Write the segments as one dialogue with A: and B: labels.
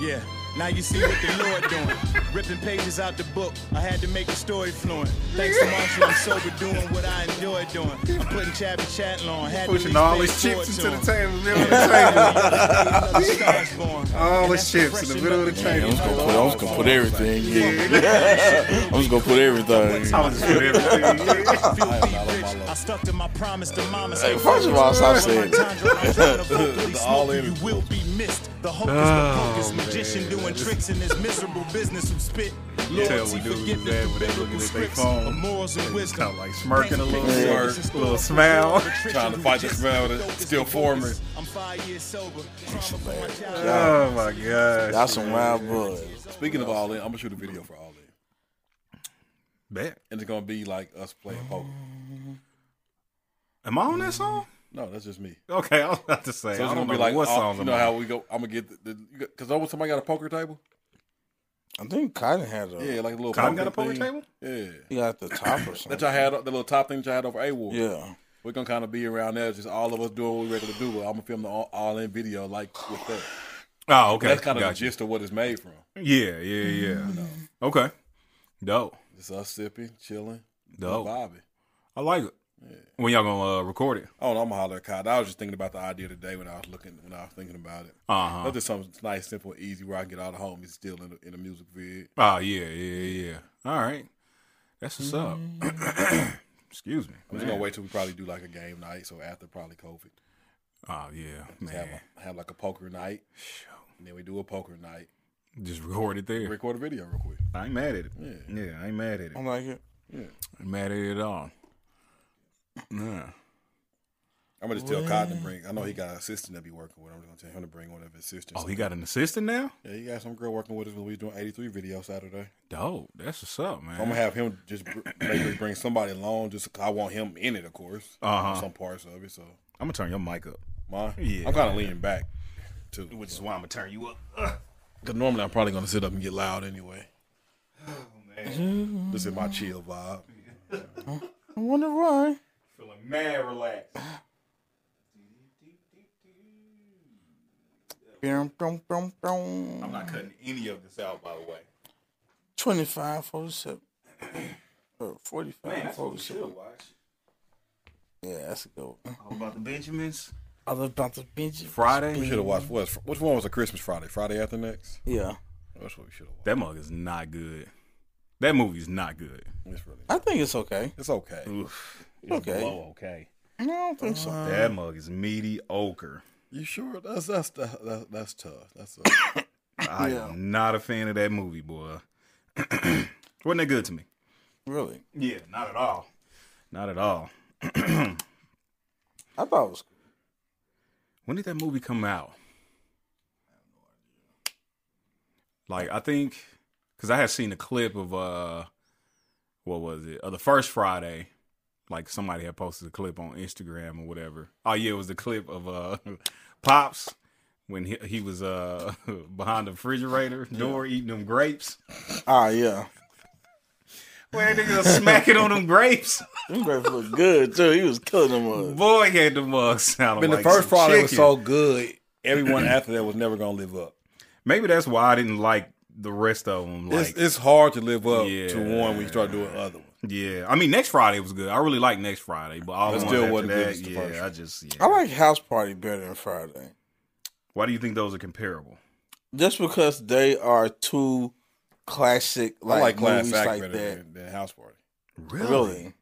A: Yeah, now you see what the Lord doing. Ripping pages out the book. I had to make the story fluent. Thanks to Marshall, I'm sober doing what I enjoy doing. I'm putting Chabby Chattel on. Had to
B: Pushing
A: least
B: all
A: pay
B: his
A: forward
B: chips
A: to
B: into the
A: him.
B: table, middle of the
A: Another star's born.
B: table. All
A: And that's
B: his chips in the middle of the
A: pressure
B: table.
C: I'm just gonna put, I'm just gonna put everything. Yeah.
B: Yeah,
C: I'm just gonna put everything.
B: I was just with everything. yeah.
A: Feel me, bitch. I stuck to my promise to mama.
C: Hey, first of all, as I said,
A: the
D: all in.
A: You will be missed. The hocus pocus magician doing tricks in this miserable business who spit.
B: Tell
A: Loyalty,
B: when dudes is
A: forgiveness,
B: bad when they
A: biblical
B: looking at their
A: scripts,
B: phone.
A: of morals and
B: Kind
A: wisdom.
B: of like smirking a little
A: Yeah.
B: smirk, a little smile.
D: Trying to fight the smell that's still forming.
A: I'm five years sober. Trauma for my child.
B: Oh my gosh.
C: that's some wild blood.
D: Speaking of all in, I'm gonna shoot a video for all in,
B: Bet.
D: and it's gonna be like us playing poker.
B: Am I on that song?
D: No, that's just me.
B: Okay, I was about to say.
D: So
B: I
D: it's
B: don't
D: gonna
B: know
D: be like
B: what
D: all-
B: song.
D: you know how we go. I'm gonna get the because almost somebody got a poker table.
C: I think Cotton had a.
D: Yeah, like a little.
B: Cotton got a poker
D: thing.
B: table?
D: Yeah,
C: He got the top or
D: that
C: something.
D: y'all had the little top thing that y'all had over A War.
C: Yeah.
D: we're gonna kind of be around there, just all of us doing what we ready to do. But I'm gonna film the all, all in video like with that.
B: Oh, okay.
D: That's Mm-hmm. kind of the
B: Gotcha.
D: gist of what it's made from.
B: Yeah, yeah, yeah. Okay. Dope.
D: Just us sipping, chilling,
B: Dope.
D: vibing.
B: I like it. When y'all gonna uh, record it?
D: Oh, I'm gonna holler at Kyle. I was just thinking about the idea today when I was looking, when I was thinking about it.
B: Uh huh.
D: That's just something nice, simple, easy where I can get all the homies still in the, in the music vid.
B: Oh yeah, yeah, yeah. All right, that's what's up.
D: Mm-hmm.
B: Excuse me.
D: I'm just gonna wait till we probably do like a game night. So after probably COVID,
B: Oh yeah,
D: have
B: man.
D: a, have like a poker night, and then we do a poker night.
B: Just record it there.
D: Record a video real quick.
B: I ain't mad at it. Yeah, I ain't mad at
D: Oh
B: it.
C: I like it.
B: I'm mad at it at all. Yeah.
D: I'm gonna just tell Cotton to bring. I know he got an assistant that be working with. I'm just gonna tell him to bring one of his assistants.
B: Oh, he got an assistant now.
D: yeah, he got some girl working with us when we was doing 83 video Saturday.
B: Dope. That's what's up, man.
D: I'm gonna have him just br- maybe bring somebody along. Just 'cause I want him in it, of course.
B: Uh-huh.
D: Some parts of it. So
B: I'm gonna turn your mic up,
D: mine.
B: Yeah.
D: I'm kind of leaning back too.
B: which is why I'm gonna turn you up. Ugh.
D: Because normally I'm probably going to sit up and get loud anyway.
B: Oh,
D: This is my chill vibe.
C: I wonder why.
B: Feeling mad, relaxed.
C: Bum, bum, bum, bum.
B: I'm not cutting any of this out, by the way.
C: 25, 47. Or 45,
B: watch.
C: Yeah, that's a good one.
B: All about the Benjamins.
C: I love about the bench.
D: We
B: Friday.
D: should have watched what's which one was a Christmas Friday? Friday after next?
C: Yeah.
D: That's what we should have watched.
B: That mug is not good. That movie's not good.
D: It's really
C: I think it's okay.
D: it's okay.
B: Oof.
C: Okay.
B: Low Oh, okay.
C: No, I don't think so.
B: That mug is mediocre.
D: You sure? That's that's that's, that's tough. That's a,
B: I
C: Yeah.
B: am not a fan of that movie, boy. Wasn't that good to me?
C: Really.
B: Yeah, not at all. Not at all.
C: I thought it was cool.
B: When did that movie come out? Like I think, because I had seen a clip of uh, what was it? Of the first Friday, like somebody had posted a clip on Instagram or whatever. Oh yeah, it was the clip of uh, pops when he, he was uh behind the refrigerator door eating them grapes.
C: Ah, yeah.
B: Where that nigga smacking on them grapes?
C: Them grapes look good, too. He was killing them. up.
B: Boy, he had the mug sound.
D: been the
B: like some
D: first Friday was
B: chicken.
D: so good. Everyone after that was never going to live up.
B: Maybe that's why I didn't like the rest of them. Like,
D: it's it's hard to live up to
B: Yeah.
D: one when you start doing other ones.
B: yeah, I mean, next Friday was good. I really liked next Friday, but all
D: That
B: the
D: still
B: ones
D: wasn't
B: after
D: good
B: that,
D: as the
B: yeah,
D: first
B: I just, yeah.
C: I like House Party better than Friday.
B: Why do you think those are comparable?
C: Just because they are two classic
D: I
C: like,
D: like Class
C: movies
D: Act
C: like
D: better
C: that.
D: than, than House Party.
C: Really?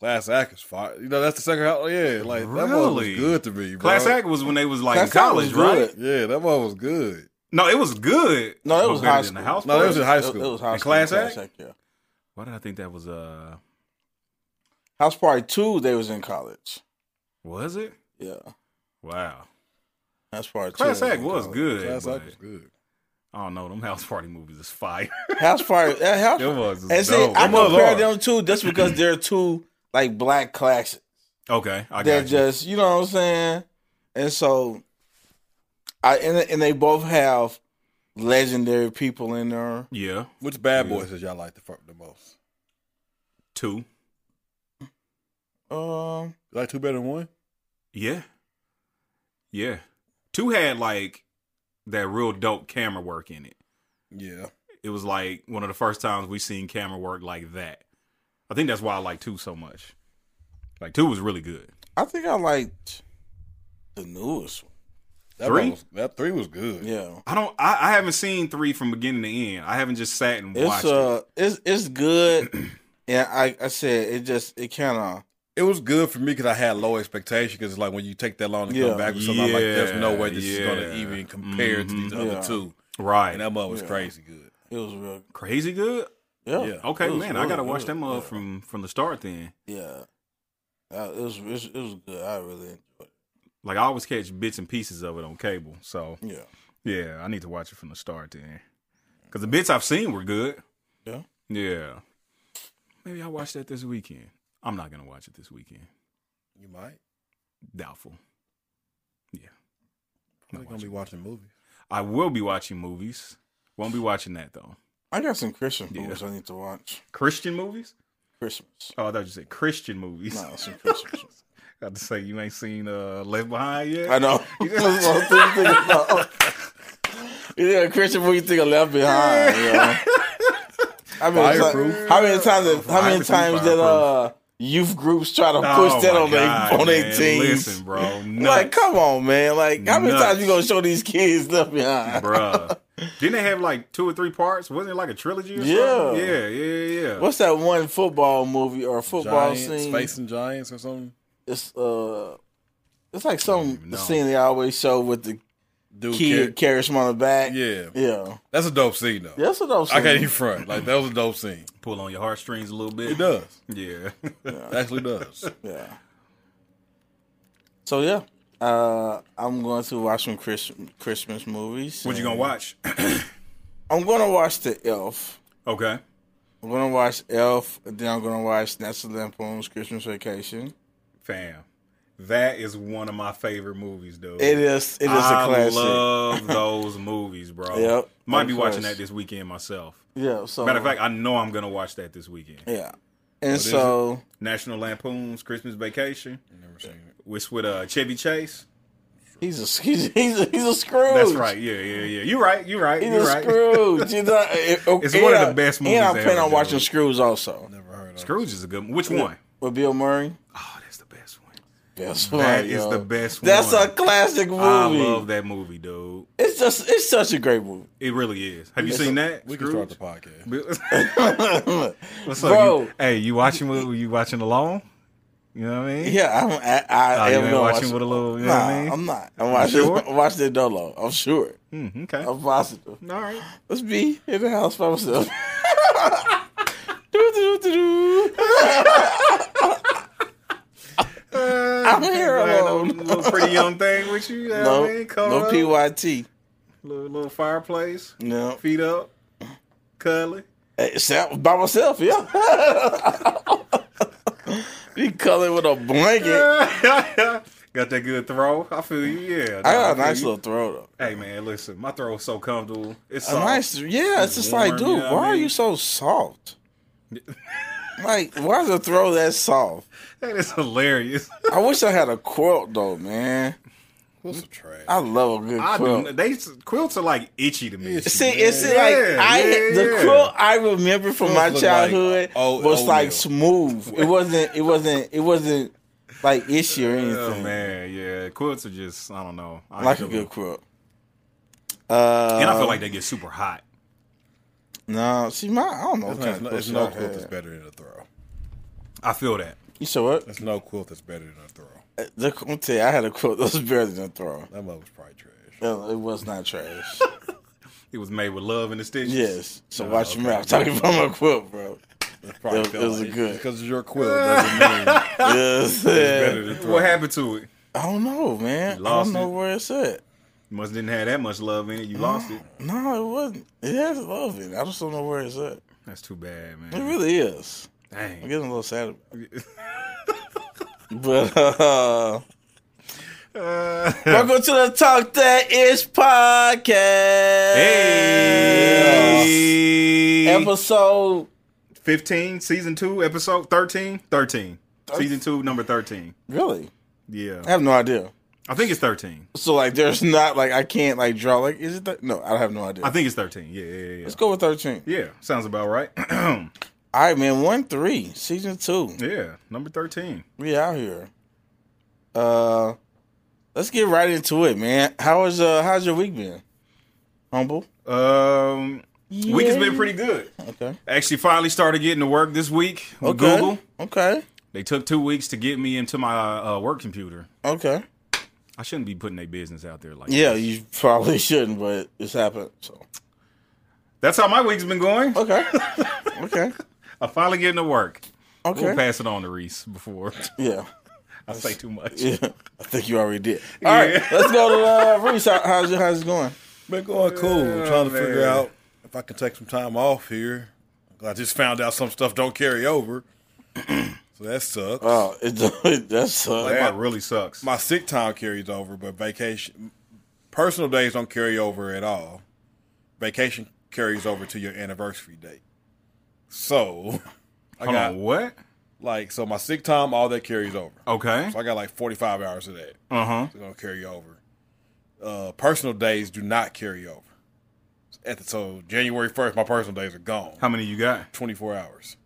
D: Class Act is fire. You know that's the second. house- Yeah, like that one was
B: Really?
D: good to me. Bro.
B: Class Act was when they was like
C: Class
B: in
C: Act was
B: college, right?
C: good.
D: Yeah, that one was good.
B: No, it was good.
C: No, it
B: but
C: was
B: better
C: high
B: than
C: school.
B: the house.
D: No, that was
B: Party.
D: in high
C: It-
D: school.
C: It, was high
B: In
C: school.
B: Class Act?
C: yeah.
B: Why did I think that was? Uh,
C: House Party Two, they was in college.
B: was it?
C: Yeah,
B: Wow,
C: House Party
B: Class
C: Two.
B: Act
C: in
B: was
C: college.
B: good.
D: Class
B: but
D: Act was good.
B: I don't know. Them house party movies is fire.
C: House Party. That house.
B: Them mugs is
C: and see,
B: dope.
C: I
B: Them mugs
C: compare
B: are.
C: them two just because they're two like black classics.
B: Okay, I
C: They're
B: got you.
C: just, you know what I'm saying. And so, I and, and they both have legendary people in there.
B: Yeah,
D: Which Bad Boys did y'all like the, fir- the most?
B: two.
C: Um,
D: You like two better than one?
B: Yeah. Yeah. Two had like that real dope camera work in it.
D: Yeah.
B: It was like one of the first times we seen camera work like that. I think that's why I like two so much. Like two was really good.
C: I think I liked the newest one.
D: That
B: Three?
D: one Was, that three was good.
C: Yeah.
B: I don't. I, I haven't seen three from beginning to end. I haven't just sat and
C: It's
B: watched
C: uh it's it's good. yeah, I I said it just it kinda
D: It was good for me because I had low expectations. Because like when you take that long to
C: Yeah.
D: come back with something, I'm like there's no way this is
B: Yeah,
D: going
B: yeah.
D: to even compare to these
C: Yeah.
D: other two.
B: it. Right.
D: And that mother was
C: Yeah.
D: crazy good.
C: it was real
B: Crazy good.
C: yeah.
D: Yeah.
B: Okay,
C: It was
B: man. I
C: really
B: gotta watch
C: good,
B: that mug
C: yeah.
B: from from the start. Then,
C: Yeah. Uh, it, was, it was it was good. I really enjoyed it.
B: like I always catch bits and pieces of it on cable. So
C: Yeah.
B: yeah, I need to watch it from the start. Then, because the bits I've seen were good.
C: Yeah.
B: Yeah. Maybe I'll watch that this weekend. I'm not gonna watch it this weekend.
D: You might.
B: Doubtful. Yeah.
D: I'm going to be watching movies.
B: I will be watching movies. Won't be watching that though.
C: I got some Christian
B: Yeah.
C: movies I need to watch.
B: Christian movies?
C: Christmas.
B: Oh, I thought you said Christian movies.
C: No, some Christmas. ones.
B: Got to say you ain't seen uh Left Behind yet.
C: I know. That's what I'm thinking- thinking about. You think of Christian movie, you think of Left Behind. You know? how, many
D: Fireproof.
C: times, how many times? How many
B: Fireproof,
C: times that uh, youth groups try to push
B: Oh,
C: that
B: my
C: on their
B: God,
C: on their
B: man.
C: teens?
B: Listen, bro.
C: like,
B: Nuts,
C: come on, man! Like, how many
B: Nuts.
C: times you gonna show these kids Left Behind?
B: bruh. Didn't they have like two or three parts? Wasn't it like a trilogy or something? Yeah,
C: Yeah.
B: yeah, yeah.
C: What's that one football movie or football
D: Giants,
C: scene?
D: facing giants or something.
C: It's uh, it's like
B: even
C: some
B: know.
C: scene they always show with the
D: Dude,
C: kid
D: carry-
C: carries him on the back.
D: yeah.
C: yeah,
D: that's a dope scene though.
C: that's what I was.
D: I can't
C: saying.
D: even front. Like that was a dope scene.
B: Pull on your heartstrings a little bit.
D: It does.
B: Yeah.
D: It actually does.
C: Yeah. So yeah, uh, I'm going to watch some Christmas Christmas movies.
B: what you gonna watch?
C: I'm going to watch The Elf.
B: okay.
C: I'm going to watch Elf. and Then I'm going to watch National Lampoon's Christmas Vacation.
B: Fam. That is one of my favorite movies, dude.
C: It is. It is a classic.
B: I love those movies, bro.
C: Yep.
B: Might
C: Of
B: be watching
C: course.
B: that this weekend myself.
C: yeah. So
B: Matter of fact, Oh, I know I'm gonna watch that this weekend.
C: yeah. And
D: is
C: so
B: National Lampoon's Christmas Vacation.
D: Never seen it.
B: It's with uh, Chevy Chase.
C: he's a he's he's a, he's a Scrooge.
B: That's right. Yeah, yeah, yeah. You're right. You're right.
C: He's
B: You're
C: a
B: right.
C: Scrooge. You know,
B: It's one of the best movies
C: And I'm
B: ever,
C: planning on
B: dude.
C: watching Scrooge also
D: Never heard of.
B: Scrooge is a good one. Which one?
C: with Bill Murray.
B: Oh, that's the best one.
C: That's
B: That is the best
C: That's
B: one.
C: a classic movie.
B: I love that movie, dude.
C: It's just it's such a great movie.
B: It really is. Have you seen that?
D: We can
B: Scrooge?
D: start the podcast.
B: What's up,
C: Bro.
B: you- hey, you watching with you watching alone? You know what I mean?
C: Yeah, I'm, I, I
B: Oh, you
C: am
B: ain't
C: gonna
B: watching
C: watch-
B: with a little. You know
C: Nah,
B: what I mean?
C: I'm not. I'm watching.
B: sure?
C: I'm watching it dolo. I'm sure.
B: Mm, okay.
C: I'm positive.
B: All right.
C: Let's be in the house by myself. Do-do-do-do-do. I'm here
B: Little,
C: alone.
B: little pretty young thing with you. you know
C: No,
B: what I mean? Cover
C: no
B: up,
C: PYT.
B: little, little fireplace.
C: No,
B: Feet up. Cuddly.
C: Hey, sound- by myself. Yeah. Be colored with a blanket.
B: got that good throw. I feel you. Yeah.
C: I got a
B: feel
C: nice
B: you.
C: little throw though.
B: Hey man, listen, my throat's so comfortable. It's
C: A
B: soft.
C: nice, yeah. It's just
B: warm,
C: like, dude,
B: you know what I
C: why are
B: mean?
C: you so soft? like, why is the throw that soft?
B: That is hilarious.
C: I wish I had a quilt though, man.
D: What's a trash?
C: I love a good
B: I
C: quilt.
B: do. They quilts are like itchy to me.
D: Itchy.
C: See, it's
B: Yeah,
C: like I
B: yeah,
C: the
B: yeah.
C: quilt I remember from my
D: Quilts look like
C: childhood
D: old-
C: was
D: oatmeal.
C: like smooth. It wasn't. It wasn't. It wasn't like itchy or
B: Oh
C: anything.
B: man, yeah. Quilts are just I don't know. I
C: like a
B: feel
C: good
B: it.
C: quilt. Uh,
B: And I feel like they get super hot.
C: no. See, my I don't know.
D: It's
C: What kind
D: not-
C: of
D: it's
C: quilt
D: no
C: no
D: quilt that's better than a throw.
B: I feel that.
C: You said what?
D: There's no quilt that's better than a throw.
C: The, I'm tell you, I had a quilt that was better than a throw.
D: That mother was probably trash.
C: No, It was not trash.
B: It was made with love in the stitches.
C: Yes. So watch your mouth. Talking about my quilt, bro.
D: That probably
C: It-
D: felt
C: it was
D: like
C: good.
D: because it's your quilt doesn't mean
C: Yes.
D: better than a throw.
B: What happened to it?
C: I don't know, man. I
B: lost
C: don't know
B: it.
C: where it's at.
B: You must didn't have that much love in it. You lost
C: Mm.
B: it.
C: No, it wasn't. It has love in it. I just don't know where it's at.
B: That's too bad,
C: It
B: man.
C: really is. I'm
B: Dang.
C: getting a little sad about it. but uh, welcome to the Talk That Ish podcast.
B: Hey.
C: Episode.
B: 15 season 2 episode 13 13 season 2 number 13
C: Really? I
B: yeah
C: have no idea.
B: I think it's thirteen.
C: So like, there's not like I can't like draw like is it th- no I have no idea.
B: I think it's thirteen. Yeah, yeah, yeah.
C: Let's go with thirteen.
B: Yeah, Yeah, sounds about right.
C: All right, man. One three season two.
B: yeah, number thirteen.
C: We out here. Uh, let's get right into it, man. How was uh how's your week been? Humble.
B: Um, week has been pretty good.
C: Okay.
B: Actually, finally started getting to work this week with
C: Okay.
B: Google.
C: Okay.
B: They took two weeks to get me into my uh, work computer.
C: Okay.
B: I shouldn't be putting their business out there like
C: Yeah,
B: this.
C: you probably shouldn't, but it's happened. So
B: That's how my week's been going.
C: okay. okay.
B: I finally getting to work.
C: Okay.
B: We'll pass it on to Reese before
C: Yeah.
B: I say too much.
C: Yeah. I think you already did. All right,
B: Yeah.
C: Let's go to uh, Reese. How, how's your how's it going?
D: Been going cool. I'm trying to
B: man.
D: figure out if I can take some time off here. I just found out some stuff don't carry over, so that sucks.
C: Oh, it, it that's uh,
B: That part really sucks.
D: my sick time carries over, but vacation, personal days don't carry over at all. Vacation carries over to your anniversary date. So, I
B: Hold
D: got
B: on, what?
D: like so my sick time, all that carries over.
B: Okay.
D: So I got like forty five hours of that.
B: Uh huh.
D: It's gonna carry over. Uh, personal days do not carry over. At the, so January first, my personal days are gone.
B: How many you got?
D: Twenty four hours.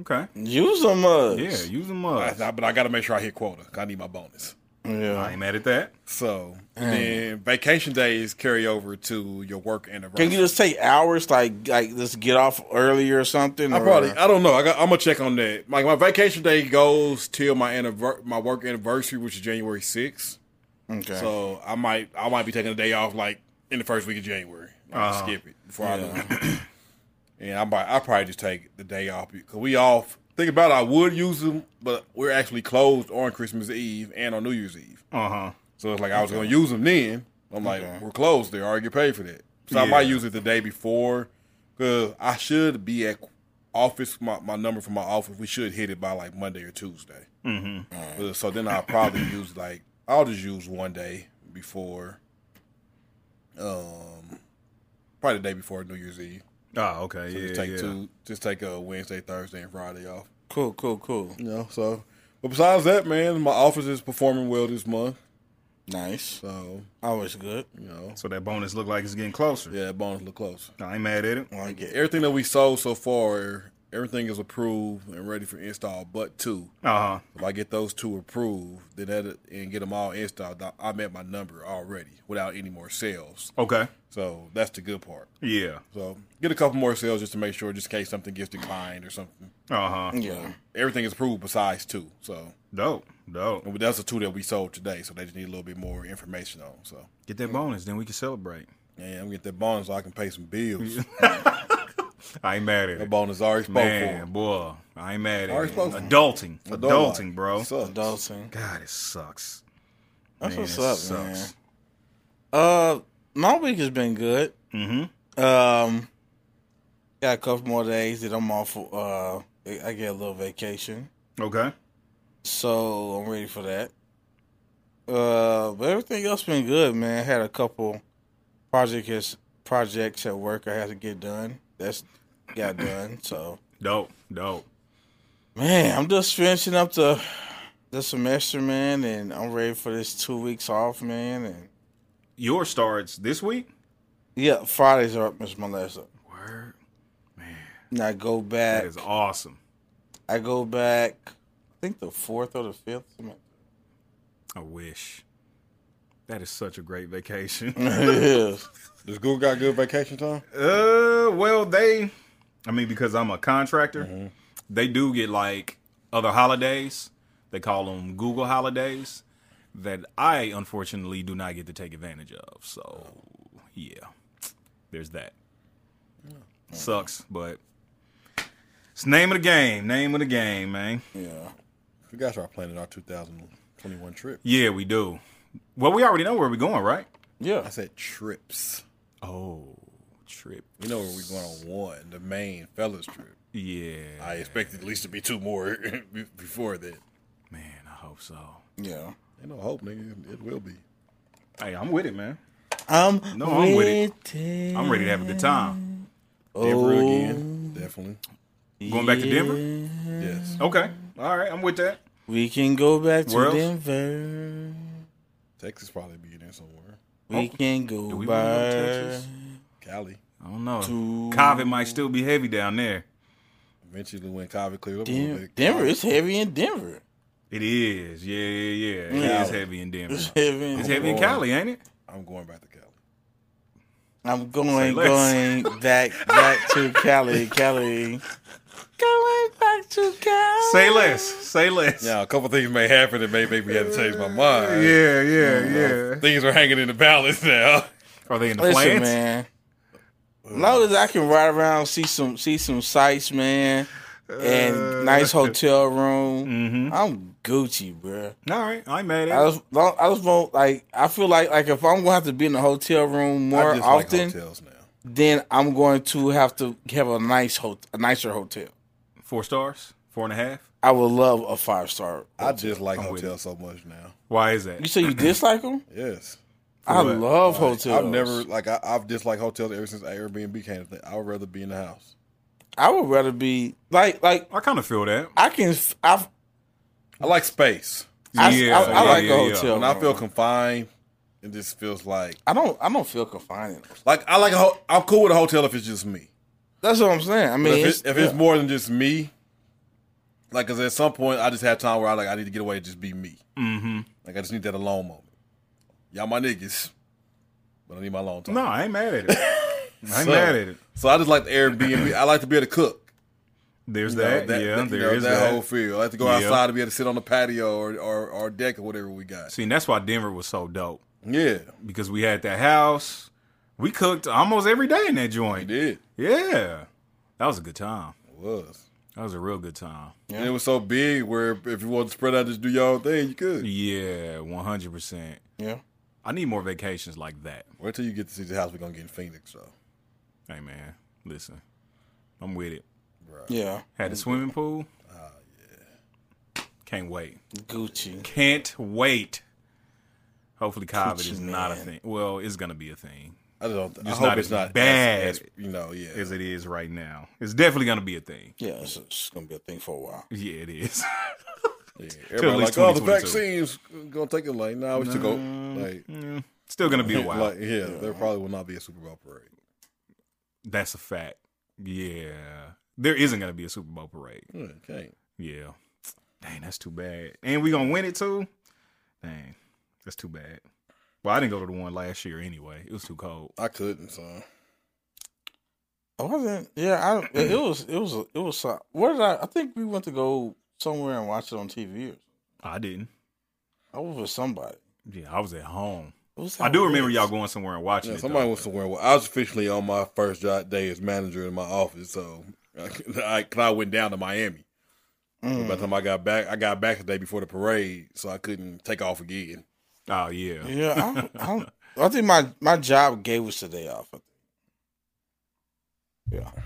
B: Okay.
C: use uh, them mugs.
B: Yeah, use them up.
D: I- I- but I got to make sure I hit quota. 'cause I need my bonus.
B: I ain't mad at that.
D: So
C: Mm.
D: then vacation days carry over to your work anniversary.
C: Can you just take hours, like like just get off early or something?
D: I
C: or-
D: probably I don't know. I got, I'm gonna check on that. Like my vacation day goes till my anniver- my work anniversary, which is January 6th.
C: okay.
D: So I might I might be taking a day off like in the first week of January. I'll just skip it before I know. it. and I might I probably just take the day off because we off. Think about it, I would use them, but we're actually closed on Christmas Eve and on New Year's Eve.
B: Uh huh.
D: So it's like I was gonna use them then. I'm like, we're closed there. I already get paid for that. So I
B: Yeah.
D: might use it the day before because I should be at office. My, my number for my office, we should hit it by like Monday or Tuesday. Mm-hmm. so then I'll probably use like I'll just use one day before, um, probably the day before New Year's Eve.
B: Oh, okay.
D: So
B: yeah,
D: just take
B: yeah.
D: two, just take a Wednesday, Thursday, and Friday off.
C: cool, cool, cool.
D: You know. So, but besides that, man, my office is performing well this month.
C: Nice.
D: So
C: Always good.
D: you know.
B: So that bonus look like it's getting closer.
D: Yeah, that bonus look close.
B: I ain't mad at it.
C: Like it.
D: Everything that we sold so far, everything is approved and ready for install, but two.
B: Uh huh.
D: If I get those two approved, then that and get them all installed, I- I'm at my number already without any more sales.
B: Okay.
D: So that's the good part.
B: Yeah.
D: So get a couple more sales just to make sure, just in case something gets declined or something.
B: Uh
D: Mm.
B: huh.
C: Yeah.
D: Everything is approved besides two. So
B: Dope. Dope.
D: and that's the two that we sold today. So they just need a little bit more information on. So
B: Get that bonus, then we can celebrate.
D: yeah, I'm gonna get that bonus so I can pay some bills.
B: I ain't mad at
D: That
B: it.
D: bonus I already spoke
B: Man, boy, I ain't mad at
D: Already
B: it.
D: spoke for it.
B: Adulting,
D: for.
B: adulting, bro.
D: Sucks.
C: Adulting.
B: God, it sucks.
C: That's
B: Man,
C: what's
B: it
C: up,
B: sucks.
C: man. Uh, my week has been good. Mm-hmm. Um, got a couple more days that I'm off. Uh, I get a little vacation,
B: Okay.
C: so I'm ready for that. Uh, but everything else been good, man. Had a couple project has, projects at work I had to get done. That's got done. So
B: Dope. Dope.
C: Man, I'm just finishing up the the semester, man, and I'm ready for this two weeks off, man. And
B: Your starts this week.
C: yeah, Fridays are up, Miss Melissa.
B: Word.
C: And I go
B: That
C: back.
B: is awesome.
C: I go back. I think the fourth or the fifth. semester.
B: I wish. That is such a great vacation.
C: It is.
D: Does Google got good vacation time?
B: Uh, well, they, I mean, because I'm a contractor, they do get like other holidays. They call them Google holidays that I unfortunately do not get to take advantage of. So, yeah, there's that. Sucks, but it's name of the game. Name of the game, man.
C: Yeah.
D: We guys are planning our 2021 trip.
B: Yeah, we do. Well, we already know where we're going, right?
D: I
C: Yeah.
D: said trips.
B: Oh, trip.
D: You know where we're going on one, the main fellas trip.
B: Yeah,
D: I expect at least to be two more be- before that.
B: man. I hope so.
C: Yeah.
D: Ain't no hope, nigga. It will be.
B: Hey, I'm with it, man.
C: I'm
B: No, I'm with it.
C: it.
B: I'm ready to have a good time.
D: Denver again, definitely.
B: Going back to Denver.
D: Yes. Oh.
B: Okay. All right. I'm with that.
C: We can go back to
B: Where else?
C: Denver.
D: Texas probably be in there somewhere.
C: We can go
B: Oh, Do we wanna go to
C: by.
B: Texas?
D: Cali.
B: I don't know.
C: To-
B: Covid might still be heavy down there.
D: Eventually, when Covid cleared up, a little
C: Den-
D: bit,
C: Denver. It's heavy in Denver.
B: It is. Yeah, yeah, yeah. It is
D: Cali.
B: heavy in Denver.
C: It's heavy. In
B: It's heavy in
C: Oh, Boy,
B: Cali, ain't it?
D: I'm going back to Cali.
C: I'm going
B: less.
C: going back back to Cali. Cali. Going back to Cali.
B: Say less. Say less.
D: Now, a couple things may happen that may make me have to change my mind.
B: Yeah, yeah, yeah.
D: Things are hanging in the balance now.
B: Are they in the
C: Listen,
B: plans?
C: man. Long as I can ride around, see some see some sights, man, and
B: Uh.
C: nice hotel room,
B: Mm-hmm.
C: I'm Gucci, bro.
B: All right, I ain't mad
C: I
B: at it.
C: just, long- I just won't like. I feel like like if I'm gonna have to be in a hotel room more
D: I just
C: often,
D: like hotels now.
C: then I'm going to have to have a nice ho- a nicer hotel.
B: Four stars, four and a half.
C: I would love a five star.
D: I just like
B: with
D: hotels so much now.
B: Why is
C: You
B: that?
C: say you dislike them?
D: Yes.
C: I
B: what?
C: love
D: Like,
C: hotels.
D: I've never like I, I've disliked hotels ever since Airbnb came. to thing. I would rather be in the house.
C: I would rather be like like
B: I kind of feel that.
C: I can. I
D: I like space.
C: I, I, I like a hotel.
D: When I feel
C: room.
D: confined, it just feels like
C: I don't. I don't feel confined.
D: like I like a ho- I'm cool with a hotel if it's just me.
C: That's what I'm saying. I
D: But
C: mean,
D: if,
C: it's,
D: it's, if it's more than just me, like, cause at some point I just have time where I like I need to get away and just be me. Mm-hmm. Like I just need that alone moment. Y'all my niggas, but I need my alone time.
B: No, I ain't mad at it. I ain't
D: So-
B: mad at it.
D: So I just like the Airbnb. I like to be able to cook.
B: There's
D: You know,
B: that, Yeah,
D: you
B: there is
D: know,
B: that.
D: whole feel. I like to go
B: Yeah.
D: outside to be able to sit on the patio or or, or deck or whatever we got.
B: See, and that's why Denver was so dope
D: Yeah,
B: because we had that house. We cooked almost every day in that
D: we
B: joint.
D: did.
B: Yeah, that was a good time.
D: It was.
B: That was a real good time.
D: And it was so big where if you want to spread out, just do your own thing. You could.
B: Yeah, one hundred percent.
C: yeah.
B: I need more vacations like that.
D: Wait till you get to see the house we're gonna get in Phoenix, though.
B: Hey man, listen, I'm with it.
C: Yeah.
B: Had the swimming pool. Oh yeah. Can't wait.
C: Gucci.
B: Can't wait. Hopefully, COVID is
C: Gucci
B: not a
C: man.
B: thing. Well, it's gonna be a thing
D: I don't. I
B: It's
D: hope
B: not
D: it's
B: as
D: not
B: bad.
D: As, as, you know, yeah.
B: as it is right now. It's definitely gonna be a thing.
C: Yeah, it's, it's gonna be a thing for a while.
B: Yeah, it is. till
D: yeah.
B: at
D: Everybody like,
B: least
D: oh, the
B: 2022.
D: vaccines gonna take it. Like, nah, we should go. Like,
B: Still gonna be a while.
D: like, yeah, there probably will not be a Super Bowl parade.
B: That's a fact. Yeah, there isn't gonna be a Super Bowl parade.
D: Hmm, Okay.
B: Yeah. Dang, that's too bad. And we gonna win it too. Dang, that's too bad. Well, I didn't go to the one last year anyway. It was too cold.
D: I couldn't, son.
C: I wasn't. Yeah, I. It, it was. It was. It was. uh, Where did I? I think we went to go somewhere and watch it on TV. Or
B: I didn't.
C: I was with somebody.
B: Yeah, I was at home.
C: It was
B: I do
C: how
B: remember
C: it
B: y'all
C: is.
B: going somewhere and watching
D: Yeah,
B: it.
D: somebody
B: though.
D: was somewhere. Well, I was officially on my first job day as manager in my office, so I, cause I went down to Miami. By
C: Mm.
D: the time I got back, I got back the day before the parade, so I couldn't take off again.
B: Oh yeah.
C: Yeah, I, I, I think my my job gave us the day off. I think. Yeah.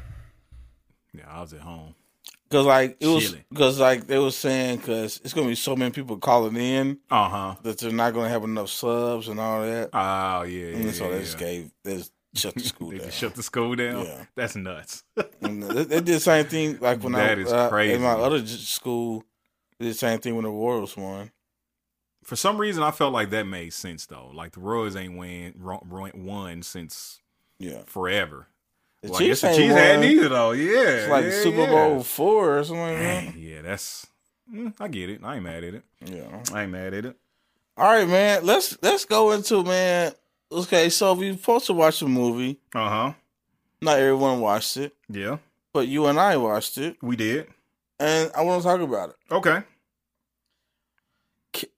B: Yeah, I was at home.
C: Cause like it was,
B: Chilling.
C: cause like they were saying, cause it's gonna be so many people calling in
B: Uh huh.
C: that they're not gonna have enough subs and all that.
B: Oh yeah.
C: and
B: yeah,
C: Mm, so they
B: yeah.
C: just gave, they just shut the school
B: They
C: down.
B: just shut the school down.
C: Yeah.
B: That's nuts.
C: And they, they did the same thing like when
B: That
C: I
B: is
C: uh,
B: crazy.
C: in my other j- school. They did the same thing when the Royals won.
B: For some reason, I felt like that made sense though. Like the Royals ain't win, ro- ro- won since
C: Yeah,
B: forever.
C: the
B: Well, I guess
C: Chiefs
B: the
C: ain't
B: Chiefs
C: won.
B: hadn't either though. Yeah,
C: It's like
B: yeah,
C: Super
B: yeah.
C: Bowl four or something. Like that.
B: Dang, yeah, that's. mm, I get it. I ain't mad at it.
C: Yeah.
B: I ain't mad at it.
C: All right, man. Let's let's go into man. Okay, so we supposed to watch a movie.
B: Uh huh.
C: Not everyone watched it,
B: Yeah,
C: but you and I watched it,
B: we did.
C: and I want to talk about it.
B: Okay.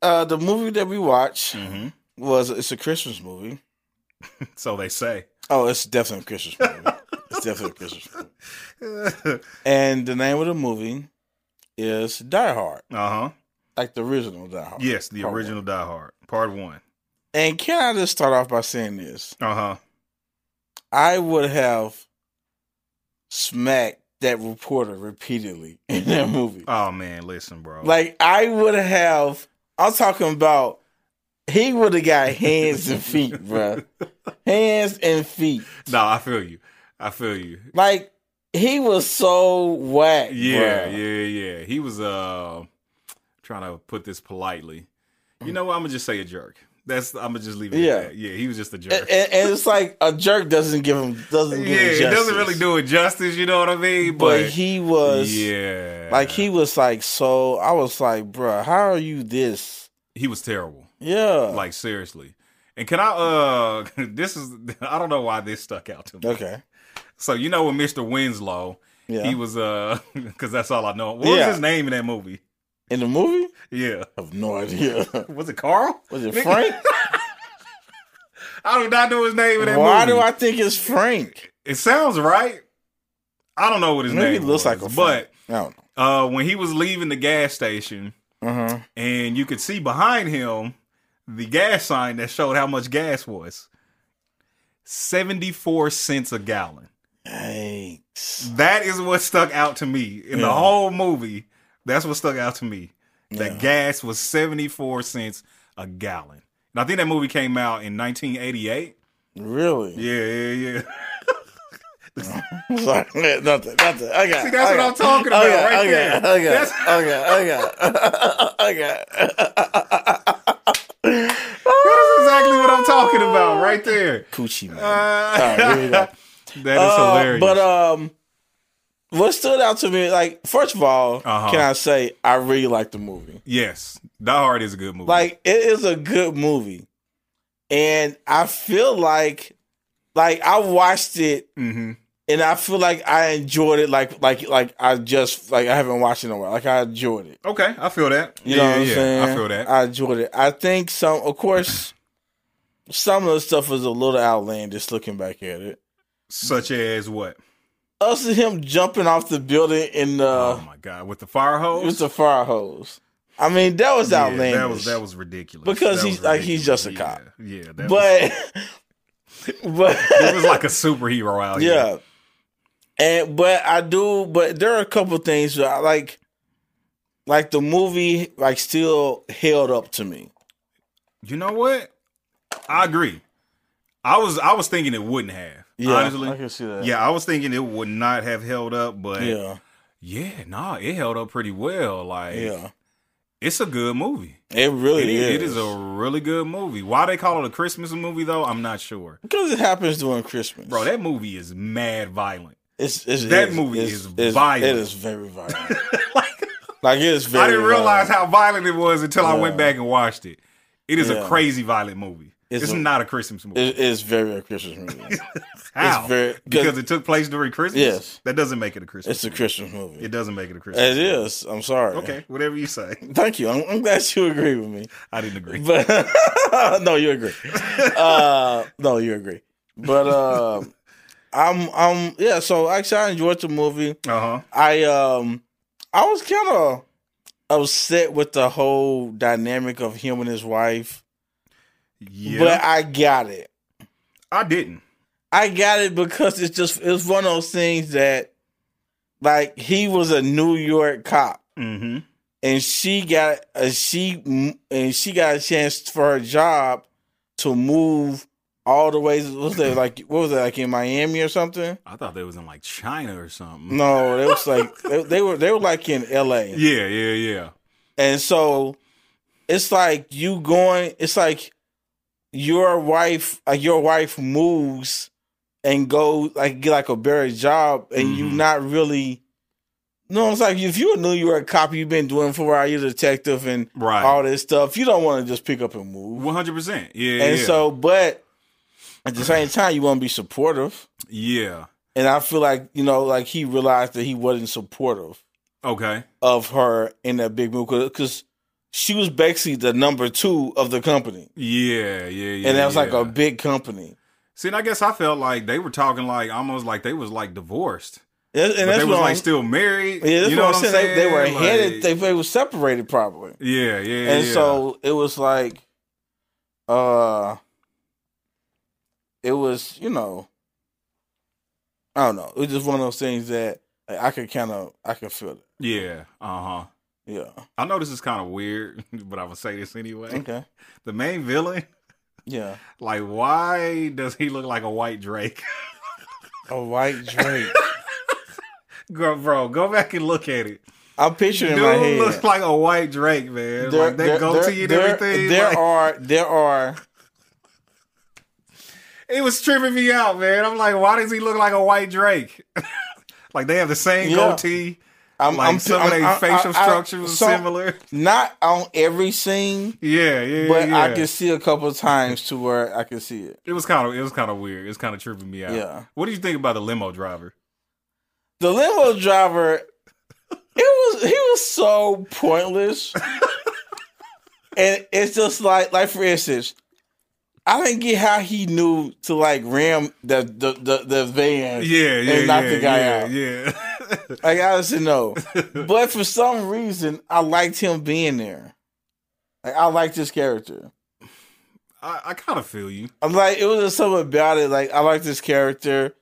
C: uh, the movie that we watched
B: Mm-hmm.
C: was it's a Christmas movie.
B: So they say.
C: Oh, it's definitely a Christmas movie. it's definitely a Christmas movie.
B: Uh-huh.
C: And the name of the movie is Die Hard,
B: Uh huh.
C: like the original Die Hard.
B: Yes, the
C: Part
B: original
C: one.
B: Die Hard, Part One.
C: And can I just start off by saying this?
B: Uh huh.
C: I would have smacked that reporter repeatedly in that movie.
B: Oh man, listen, bro.
C: Like I would have. I'm talking about. He would have got hands and feet, bruh. Hands and feet.
B: no, I feel you. I feel you.
C: Like he was so whack.
B: Yeah,
C: bruh.
B: yeah, yeah. He was uh trying to put this politely. You know what? I'm gonna just say a jerk. That's I'm gonna just leave it.
C: Yeah.
B: at that. yeah. He was just a jerk.
C: And, and- and it's like a jerk doesn't give him doesn't
B: yeah,
C: give him
B: it doesn't
C: justice.
B: really do it justice. You know what I mean?
C: But,
B: But,
C: he was
B: yeah,
C: like he was like so. I was like, bruh, how are you this?
B: he was terrible.
C: Yeah,
B: Like seriously. And can I? Uh, this is I don't know why this stuck out to me.
C: okay,
B: So you know, with Mr. Winslow,
C: yeah.
B: he was uh, because that's all I know. What
C: Yeah.
B: was his name in that movie?
C: in the movie.
B: Yeah,
C: I have no idea.
B: was it Carl?
C: Was it Frank?
B: I do not know his name in that
C: Why
B: movie.
C: do I think it's Frank?
B: It sounds right. I don't know what his
C: Maybe
B: name
C: it
B: was,
C: looks like a
B: but
C: Frank. I don't know.
B: uh, when he was leaving the gas station,
C: Uh-huh.
B: and you could see behind him the gas sign that showed how much gas was seventy-four cents a gallon.
C: Yikes.
B: That is what stuck out to me in the
C: Yeah.
B: whole movie. That's what stuck out to me. That
C: Yeah.
B: gas was 74 cents a gallon. And I think that movie came out in 1988.
C: Really?
B: Yeah, yeah, yeah.
C: Sorry, nothing, nothing. I got.
B: See, that's what
C: I got,
B: I'm talking about
C: I got,
B: right
C: I
B: there.
C: got, I got,
B: That's-
C: I got, I got, I got.
B: That's exactly what I'm talking about right there.
C: Coochie man.
B: Uh,
C: All right, here we go.
B: That is
C: Uh,
B: hilarious.
C: But um, what stood out to me, like first of all,
B: Uh-huh.
C: can I say I really like the movie.
B: yes, Die Hard is a good movie.
C: Like it is a good movie, and I feel like, like I watched it
B: hmm
C: and I feel like I enjoyed it. Like like like I just like I haven't watched it in a while. Like I enjoyed it.
B: okay, I feel that. yeah,
C: You know what I'm
B: yeah,
C: saying?
B: I feel that.
C: I enjoyed it. I think some, of course, some of the stuff was a little outlandish. Looking back at it,
B: Such as what?
C: us and him jumping off the building in the
B: oh my god, with the fire hose.
C: it was the fire hose. I mean, that was
B: Yeah,
C: outlandish.
B: That was that was ridiculous.
C: Because
B: That
C: he's-
B: was
C: like, he's
B: ridiculous.
C: just a cop.
B: Yeah, yeah that was-
C: but but
B: it was like a superhero out here.
C: yeah. And but I do, but there are a couple things that I like, like the movie, like still held up to me.
B: You know what? I agree. I was I was thinking it wouldn't have. honestly.
C: I can see that.
B: yeah, I was thinking it would not have held up, but yeah.
C: yeah,
B: nah, it held up pretty well. Like
C: yeah.
B: it's a good movie.
C: It really
B: It is.
C: is.
B: it is a really good movie. Why they call it a Christmas movie though, I'm not sure.
C: because it happens during Christmas,
B: Bro, that movie is mad violent.
C: it's, it's,
B: that
C: it's-
B: movie
C: it's-
B: is
C: it's-
B: violent.
C: It is very violent.
B: like
C: like it is. Very
B: I didn't realize
C: violent.
B: how violent it was until I went
C: Yeah.
B: back and watched it. It is a
C: Yeah.
B: crazy violent movie. It's,
C: It's a-
B: not a Christmas movie.
C: it is very a Christmas movie.
B: How?
C: very-
B: because it took place during Christmas.
C: Yes.
B: that doesn't make it a Christmas.
C: it's a
B: movie.
C: Christmas movie.
B: It doesn't make it a Christmas.
C: It
B: movie.
C: is. I'm sorry.
B: Okay, whatever you say.
C: Thank you. I'm, I'm glad you agree with me.
B: I didn't agree.
C: But no, you agree. Uh, no, you agree. But uh, I'm I'm yeah. So actually, I enjoyed the movie.
B: Uh huh.
C: I um I was kind of upset with the whole dynamic of him and his wife,
B: Yeah,
C: but I got it.
B: I didn't.
C: I got it because it's just it's one of those things that like he was a New York cop.
B: Mm-hmm.
C: and she got a she m- and she got a chance for her job to move all the way. What was that like? What was it like in Miami or something?
B: I thought they was in like China or something.
C: No, it was like they, they were they were like in L.A.
B: Yeah, yeah, yeah.
C: And so it's like you going. It's like your wife, like your wife moves and go like get like a better job, and you
B: Mhm.
C: not really. No, it's like if you're a New York cop, you've been doing for a while, you're a detective, and all
B: Right.
C: this stuff. You don't want to just pick up and move.
B: One hundred percent. Yeah.
C: And
B: yeah.
C: so, but at the same time, you want to be supportive.
B: Yeah.
C: And I feel like, you know, like he realized that he wasn't supportive
B: Okay.
C: of her in that big move because she was basically the number two of the company.
B: Yeah. Yeah. Yeah.
C: and that was like
B: yeah.
C: a big company.
B: See, and I guess I felt like they were talking like almost like they was like divorced.
C: And, and
B: And
C: that's
B: they
C: what
B: was
C: I'm,
B: like still married.
C: yeah, that's
B: you know
C: what I'm saying. They, they were
B: Like-
C: headed, they, they were separated probably.
B: yeah, yeah,
C: and
B: yeah.
C: so it was like uh it was you know i don't know it was just one of those things that like, i could kind of i could feel it
B: yeah, uh huh.
C: yeah
B: I know this is kind of weird, but I'm gonna say this anyway.
C: okay
B: The main villain,
C: yeah
B: like, why does he look like a white Drake?
C: a white drake
B: Girl, bro, go back and look at it.
C: I'm picturing
B: Dude
C: in my head.
B: looks like a white Drake, man. like that goatee and
C: there-
B: everything.
C: There
B: like-
C: are there are
B: it was tripping me out, man. I'm like, why does he look like a white Drake? like they have the same
C: Yeah.
B: goatee.
C: I'm,
B: Like
C: I'm
B: some of
C: I'm-
B: their
C: I-
B: facial
C: I- I-
B: structures was
C: some-
B: similar.
C: Not on every scene,
B: Yeah, yeah,
C: but
B: yeah.
C: I can see a couple of times to where I can see it.
B: it was kind of it was kind of weird. It was kind of tripping me out.
C: Yeah.
B: What do you think about the limo driver?
C: The limo driver, it was he was so pointless, and it's just like like for instance, I didn't get how he knew to like ram the the the, the van.
B: Yeah, yeah,
C: And knocked
B: yeah,
C: the guy
B: yeah,
C: out.
B: yeah.
C: Like I didn't know, but for some reason, I liked him being there. Like I liked his character.
B: I, I kind of feel you.
C: I'm like, it was just something about it. Like, I like this character,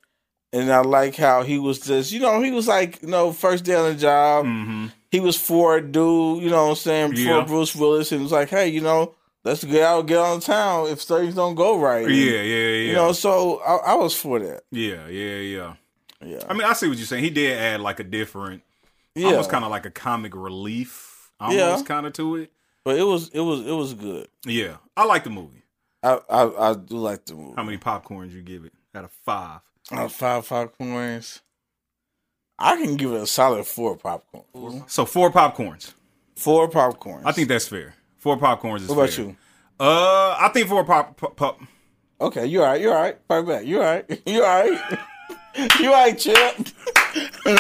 C: and I like how he was just, you know, he was like, you know, first day on the job.
B: Mm-hmm.
C: He was for a dude, you know what I'm saying, for
B: Yeah.
C: Bruce Willis, and was like, hey, you know, let's get out, get on town if things don't go right.
B: Yeah,
C: And,
B: yeah, yeah.
C: You know, so I, I was for that.
B: yeah, yeah, yeah.
C: Yeah.
B: I mean, I see what you're saying. He did add like a different,
C: yeah.
B: almost kind of like a comic relief, almost
C: Yeah.
B: kind of to it.
C: but it was, it was, it was good.
B: Yeah, I like the movie.
C: I, I, I do like the movie.
B: How many popcorns you give it out of five?
C: Uh, five popcorns. I can give it a solid four popcorn.
B: So four popcorns.
C: Four popcorns.
B: I think that's fair. Four popcorns is
C: What about
B: fair.
C: you?
B: Uh, I think four pop, pop, pop
C: Okay, you all right, you all right. Fight back. You all right. You all right. You all right, champ.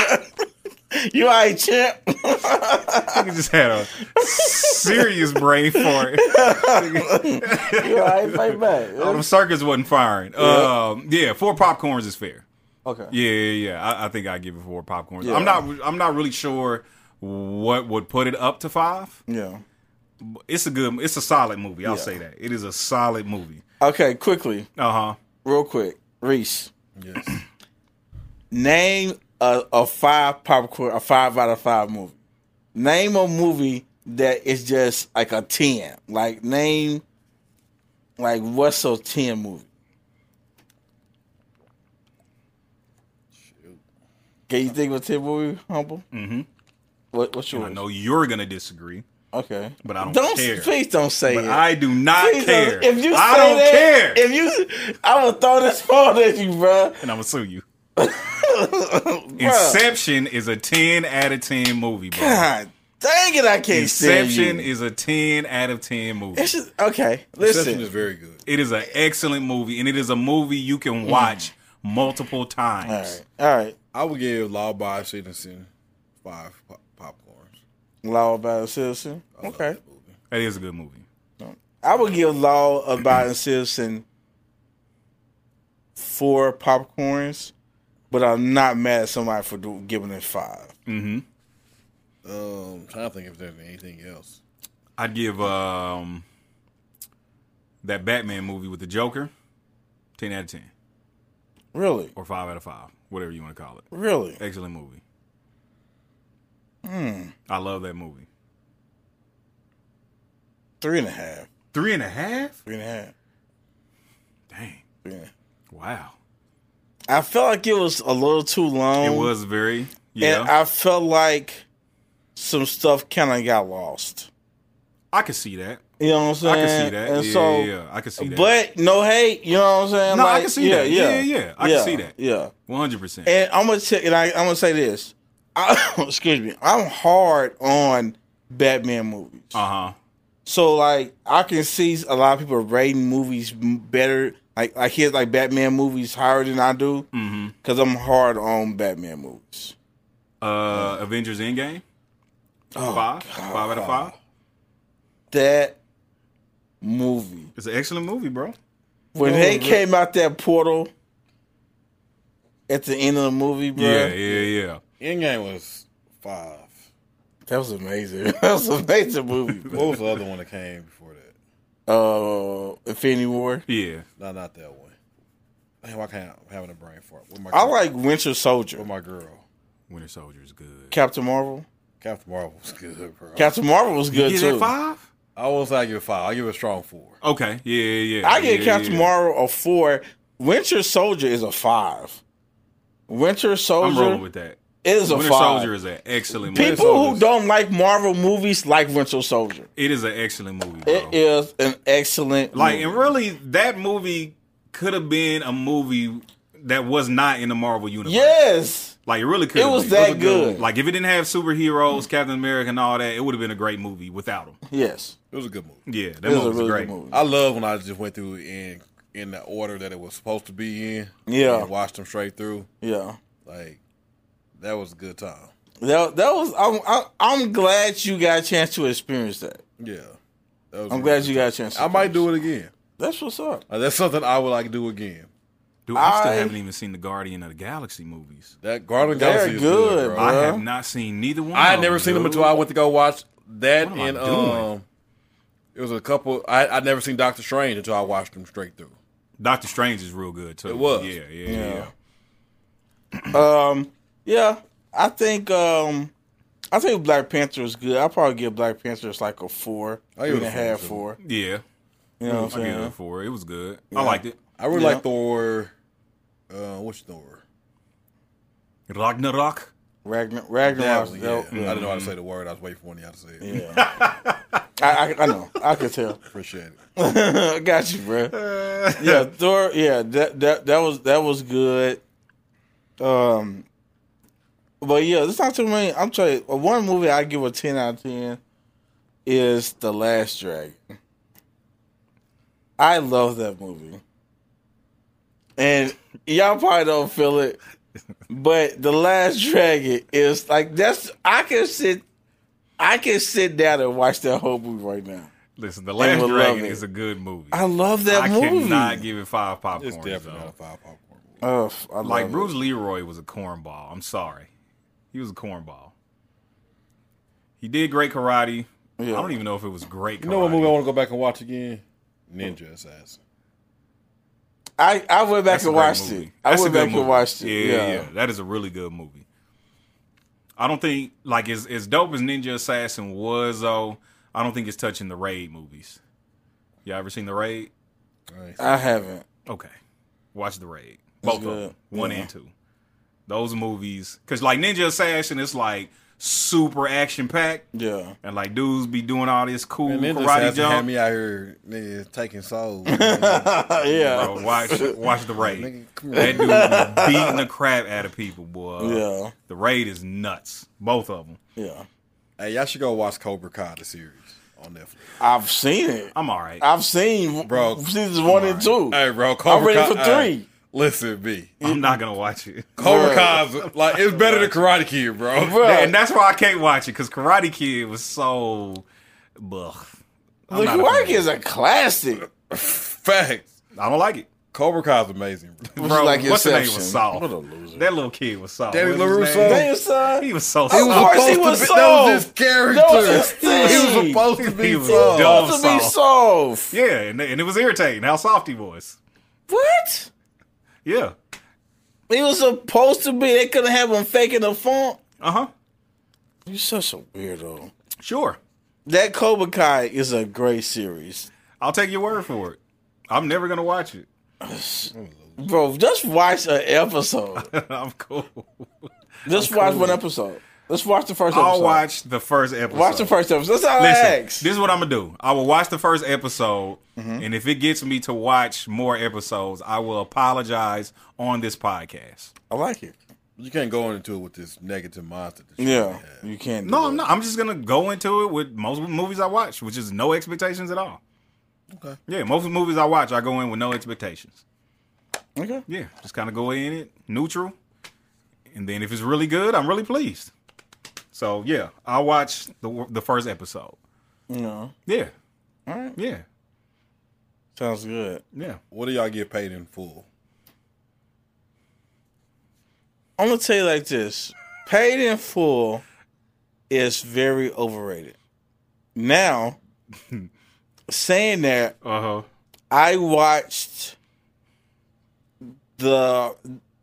C: you all right, champ.
B: I think he just had a serious brain fart.
C: You all right, fight back.
B: All them circuits wasn't firing. Um, yeah, four popcorns is fair.
C: Okay.
B: Yeah, yeah, yeah. I, I think I give it four popcorns.
C: Yeah.
B: I'm not. I'm not really sure what would put it up to five.
C: Yeah.
B: It's a good. It's a solid movie. I'll
C: Yeah.
B: say that. It is a solid movie.
C: Okay, quickly,
B: Uh huh.
C: real quick. Reese,
D: Yes.
C: name a, a five popcorn, a five out of five movie. Name a movie that is just like a 10. Like, name, like, what's a 10 movie? Can you think of a 10 movie, Humble? Mm-hmm. What, what's
B: I
C: yours?
B: know you're gonna disagree,
C: Okay.
B: but I don't,
C: Don't
B: care.
C: please don't say
B: But
C: it.
B: I do not
C: Please don't-
B: care.
C: If you
B: I
C: say
B: don't
C: that,
B: care.
C: If you, I will throw this phone at you, bro.
B: and I'm gonna sue you. Inception is a ten out of ten movie, bro.
C: God dang it! I can't
B: Inception
C: stand you.
B: is a 10 out of 10 movie.
C: It's just, okay.
D: Inception is
C: Listen,
D: very good.
B: It is an excellent movie, and it is a movie you can watch multiple
C: Mm. all
B: times.
C: right, all right.
D: I would give Law by Citizen five pop- popcorns.
C: Law about citizen. Okay,
D: That movie.
B: That is a good movie.
C: I would give Law about citizen four popcorns, but I'm not mad at somebody for do, giving it five.
D: Um, trying to think if there's anything else.
B: I'd give um that Batman movie with the Joker 10 out of 10
C: Really,
B: or 5 out of 5, whatever you want to call it.
C: really.
B: Excellent movie.
C: Hmm.
B: I love that movie.
C: Three and a half.
B: Three and a half?
C: Three and a half.
B: Dang.
C: Three and a half.
B: Wow.
C: I felt like it was a little too long.
B: It was very, yeah.
C: Um, and I felt like some stuff kind of got lost.
B: I, could see that.
C: You know what I'm
B: I
C: saying?
B: could see that.
C: And
B: yeah,
C: so,
B: yeah, I could see that.
C: but no hate. You know what I'm saying?
B: No, I
C: Like,
B: can see that. Yeah, yeah, I can see that.
C: Yeah,
B: 100%.
C: and I'm gonna say, and I, I'm gonna say this. I, excuse me. I'm hard on Batman movies.
B: Uh huh.
C: So like, I can see a lot of people rating movies m- better. Like, I hear like Batman movies higher than I do
B: Mm-hmm.
C: because I'm hard on Batman movies.
B: Uh, Avengers Endgame.
C: Oh,
B: Five, five out of five.
C: That movie.
B: It's an excellent movie, bro.
C: when they came out that portal at the end of the movie, bro.
B: Yeah, yeah, yeah.
D: Endgame was five.
C: That was amazing. that was an amazing movie,
D: What was the other one that came before that?
C: bro. Uh, Infinity War.
B: Yeah.
D: No, not that one. Damn, why can't I'm having a brain fart? With my
C: I
D: girl-
C: like Winter Soldier.
D: with my girl.
B: Winter Soldier is good.
C: Captain Marvel.
D: Captain Marvel was good, bro.
C: Captain Marvel was good
B: Is
C: too.
B: it five?
D: I won't say I give it five. I give it a strong four.
B: Okay. Yeah, yeah, yeah.
C: I give
B: yeah,
C: Captain
B: yeah.
C: Marvel a four. Winter Soldier is a five. Winter
B: I'm
C: Soldier.
B: rolling with that.
C: It is a
B: Winter
C: five.
B: Soldier is an excellent movie.
C: People who don't like Marvel movies like Winter Soldier.
B: It is an excellent movie. Bro.
C: It is an excellent
B: Oh. like,
C: movie.
B: and really, that movie could have been a movie that was not in the Marvel universe.
C: yes.
B: Like it really could.
C: It was
B: be.
C: that
B: looked
C: good.
B: Like if it didn't have superheroes, Captain America, and all that, it would have been a great movie without them.
C: Yes.
D: It was a good movie.
B: Yeah, that
C: It was
B: movie
C: a
B: was
C: really
B: great.
C: good movie.
D: I love when I just went through in in the order that it was supposed to be in.
C: Yeah.
D: and watched them straight through.
C: Yeah.
D: Like that was a good time.
C: That, that was I'm I, I'm glad you got a chance to experience that.
D: Yeah, that was
C: I'm
D: a
C: glad
D: good
C: you got a chance.
D: time. I might do it again.
C: That's what's up.
D: Like, that's something I would like to do again.
B: Dude, I, still
C: I-
B: haven't even seen the Guardian of the Galaxy movies.
D: That Guardian
C: They're
D: Galaxy is
C: good,
D: good, bro.
C: bro.
B: I
C: Bruh.
B: have not seen neither one.
D: I had
B: of
D: never seen them
B: dude.
D: until I went to go watch that
B: What am I
D: and
B: doing?
D: um it was a couple I I'd never seen Doctor Strange until I watched them straight through.
B: Doctor Strange is real good too.
D: It was.
B: Yeah, yeah, yeah.
C: Um, yeah, I think um, I think Black Panther is good. I probably give Black Panther is like a four,
D: I
C: three
D: give
C: and
D: it
C: a
D: a four,
C: half,
D: too.
C: four.
B: Yeah,
C: You know
B: I
C: what I'm
B: gave it a
C: saying?
B: four. It was good. I liked it.
D: I really
C: Yeah.
D: like Thor uh which Thor?
B: Ragnarok.
C: Ragnar,
D: That
C: Ragnarok.
D: one, yeah. Mm-hmm.
C: Yeah,
D: I didn't know how to say the word. I was waiting for one of y'all to say it.
C: yeah. I, I, I know. I could tell.
D: Appreciate it.
C: I got you, bro. Yeah, Thor. Yeah, that that that was that was good. Um, but yeah, there's not too many. I'm trying. One movie I give a ten out of ten is The Last Dragon. I love that movie, and y'all probably don't feel it, but The Last Dragon is like that's. I can sit. I can sit down and watch that whole movie right now.
B: Listen, The Last
C: will love
B: Dragon
C: it.
B: is a good movie.
C: I love that
B: I
C: movie.
B: cannot give it five popcorns.
D: It's definitely
B: though.
D: not a five popcorn. movie.
C: Oh, f- I
B: Like
C: love
B: Bruce Leroy was a cornball. I'm sorry, he was a cornball. He did great karate.
C: Yeah.
B: I don't even know if it was great. Karate.
D: You know what movie I want to go back and watch again? Ninja Assassin.
C: it. I, I went back
B: That's a
C: and
B: great
C: watched
B: movie.
C: it. I
B: That's a
C: went
B: good
C: back
B: movie.
C: and watched it.
B: Yeah,
C: Yeah,
B: yeah, that is a really good movie. I don't think like as as dope as Ninja Assassin was though. I don't think it's touching the Raid movies. Y'all ever seen the Raid?
D: Nice.
C: I haven't.
B: Okay, watch the Raid. Both of
C: good.
B: them, one
C: Yeah.
B: and two. Those movies, because like Ninja Assassin, it's like super action packed,
C: Yeah,
B: and like dudes be doing all this cool
D: And Ninja
B: karate
D: Assassin had
B: jump.
D: me out here nigga, taking souls. nigga.
C: yeah,
B: Bro, watch watch the Raid.
D: Nigga, come
B: That
D: here.
B: dude be beating the crap out of people, boy.
C: yeah,
B: The raid is nuts. Both of them.
C: yeah.
D: Hey, y'all should go watch Cobra Kai the series on Netflix.
C: I've seen it.
B: I'm all right.
C: I've seen
D: Bro,
C: seasons one and two.
D: Hey, bro, Cobra
C: ready
D: Kai-
C: for
D: hey,
C: three.
D: listen, B.
B: I'm not gonna watch it.
D: Cobra
C: Bruh.
D: Kai's like it's better than Karate Kid, bro.
C: Bruh.
B: And that's why I can't watch it because Karate Kid was so. Ugh. I'm
C: The
B: not a
C: Quark
B: fan.
C: is a classic.
D: Facts.
B: I don't like it,
D: Cobra Kai's amazing, bro.
C: Which
B: bro.
C: is like
B: what's the name
C: Inception.
B: was soft.
C: What a loser.
B: That little kid was soft.
D: Danny
B: What was his
D: LaRusso?
B: name?
C: Damn son.
B: He was so
C: He was
B: soft.
C: supposed to be-
D: that was his character.
C: That was his thing.
D: He was supposed to
B: He
D: be
B: was
D: soft.
B: dumb.
C: Supposed to be
B: soft.
C: soft.
B: Yeah, and, and it was irritating how soft he was.
C: What?
B: Yeah.
C: He was supposed to be. They couldn't have him faking the funk.
B: Uh huh.
C: You're such a weirdo.
B: Sure.
C: That Cobra Kai is a great series.
B: I'll take your word for it. I'm never gonna watch it.
C: Bro, just watch an episode.
B: I'm cool.
C: Just watch one episode. Let's watch the first episode.
B: I'll watch the first episode.
C: Watch the first episode. That's all I
B: Listen,
C: ask.
B: this is what I'm gonna do. I will watch the first episode,
C: Mm-hmm.
B: and if it gets me to watch more episodes, I will apologize on this podcast.
C: I like it.
D: You can't go into it with this negative monster. that you
C: Yeah,
D: have.
C: you can't. do
B: No,
C: that.
B: I'm not. I'm just gonna go into it with most movies I watch, which is no expectations at all.
D: Okay.
B: Yeah, most movies I watch, I go in with no expectations.
C: Okay.
B: Yeah, just kind of go in it neutral, and then if it's really good, I'm really pleased. So yeah, I'll watch the the first episode.
C: No.
B: Yeah,
C: All right.
B: yeah,
C: Sounds good.
B: yeah.
D: What do y'all get paid in full?
C: I'm gonna tell you like this: paid in full is very overrated. Now, saying that,
B: Uh huh.
C: I watched the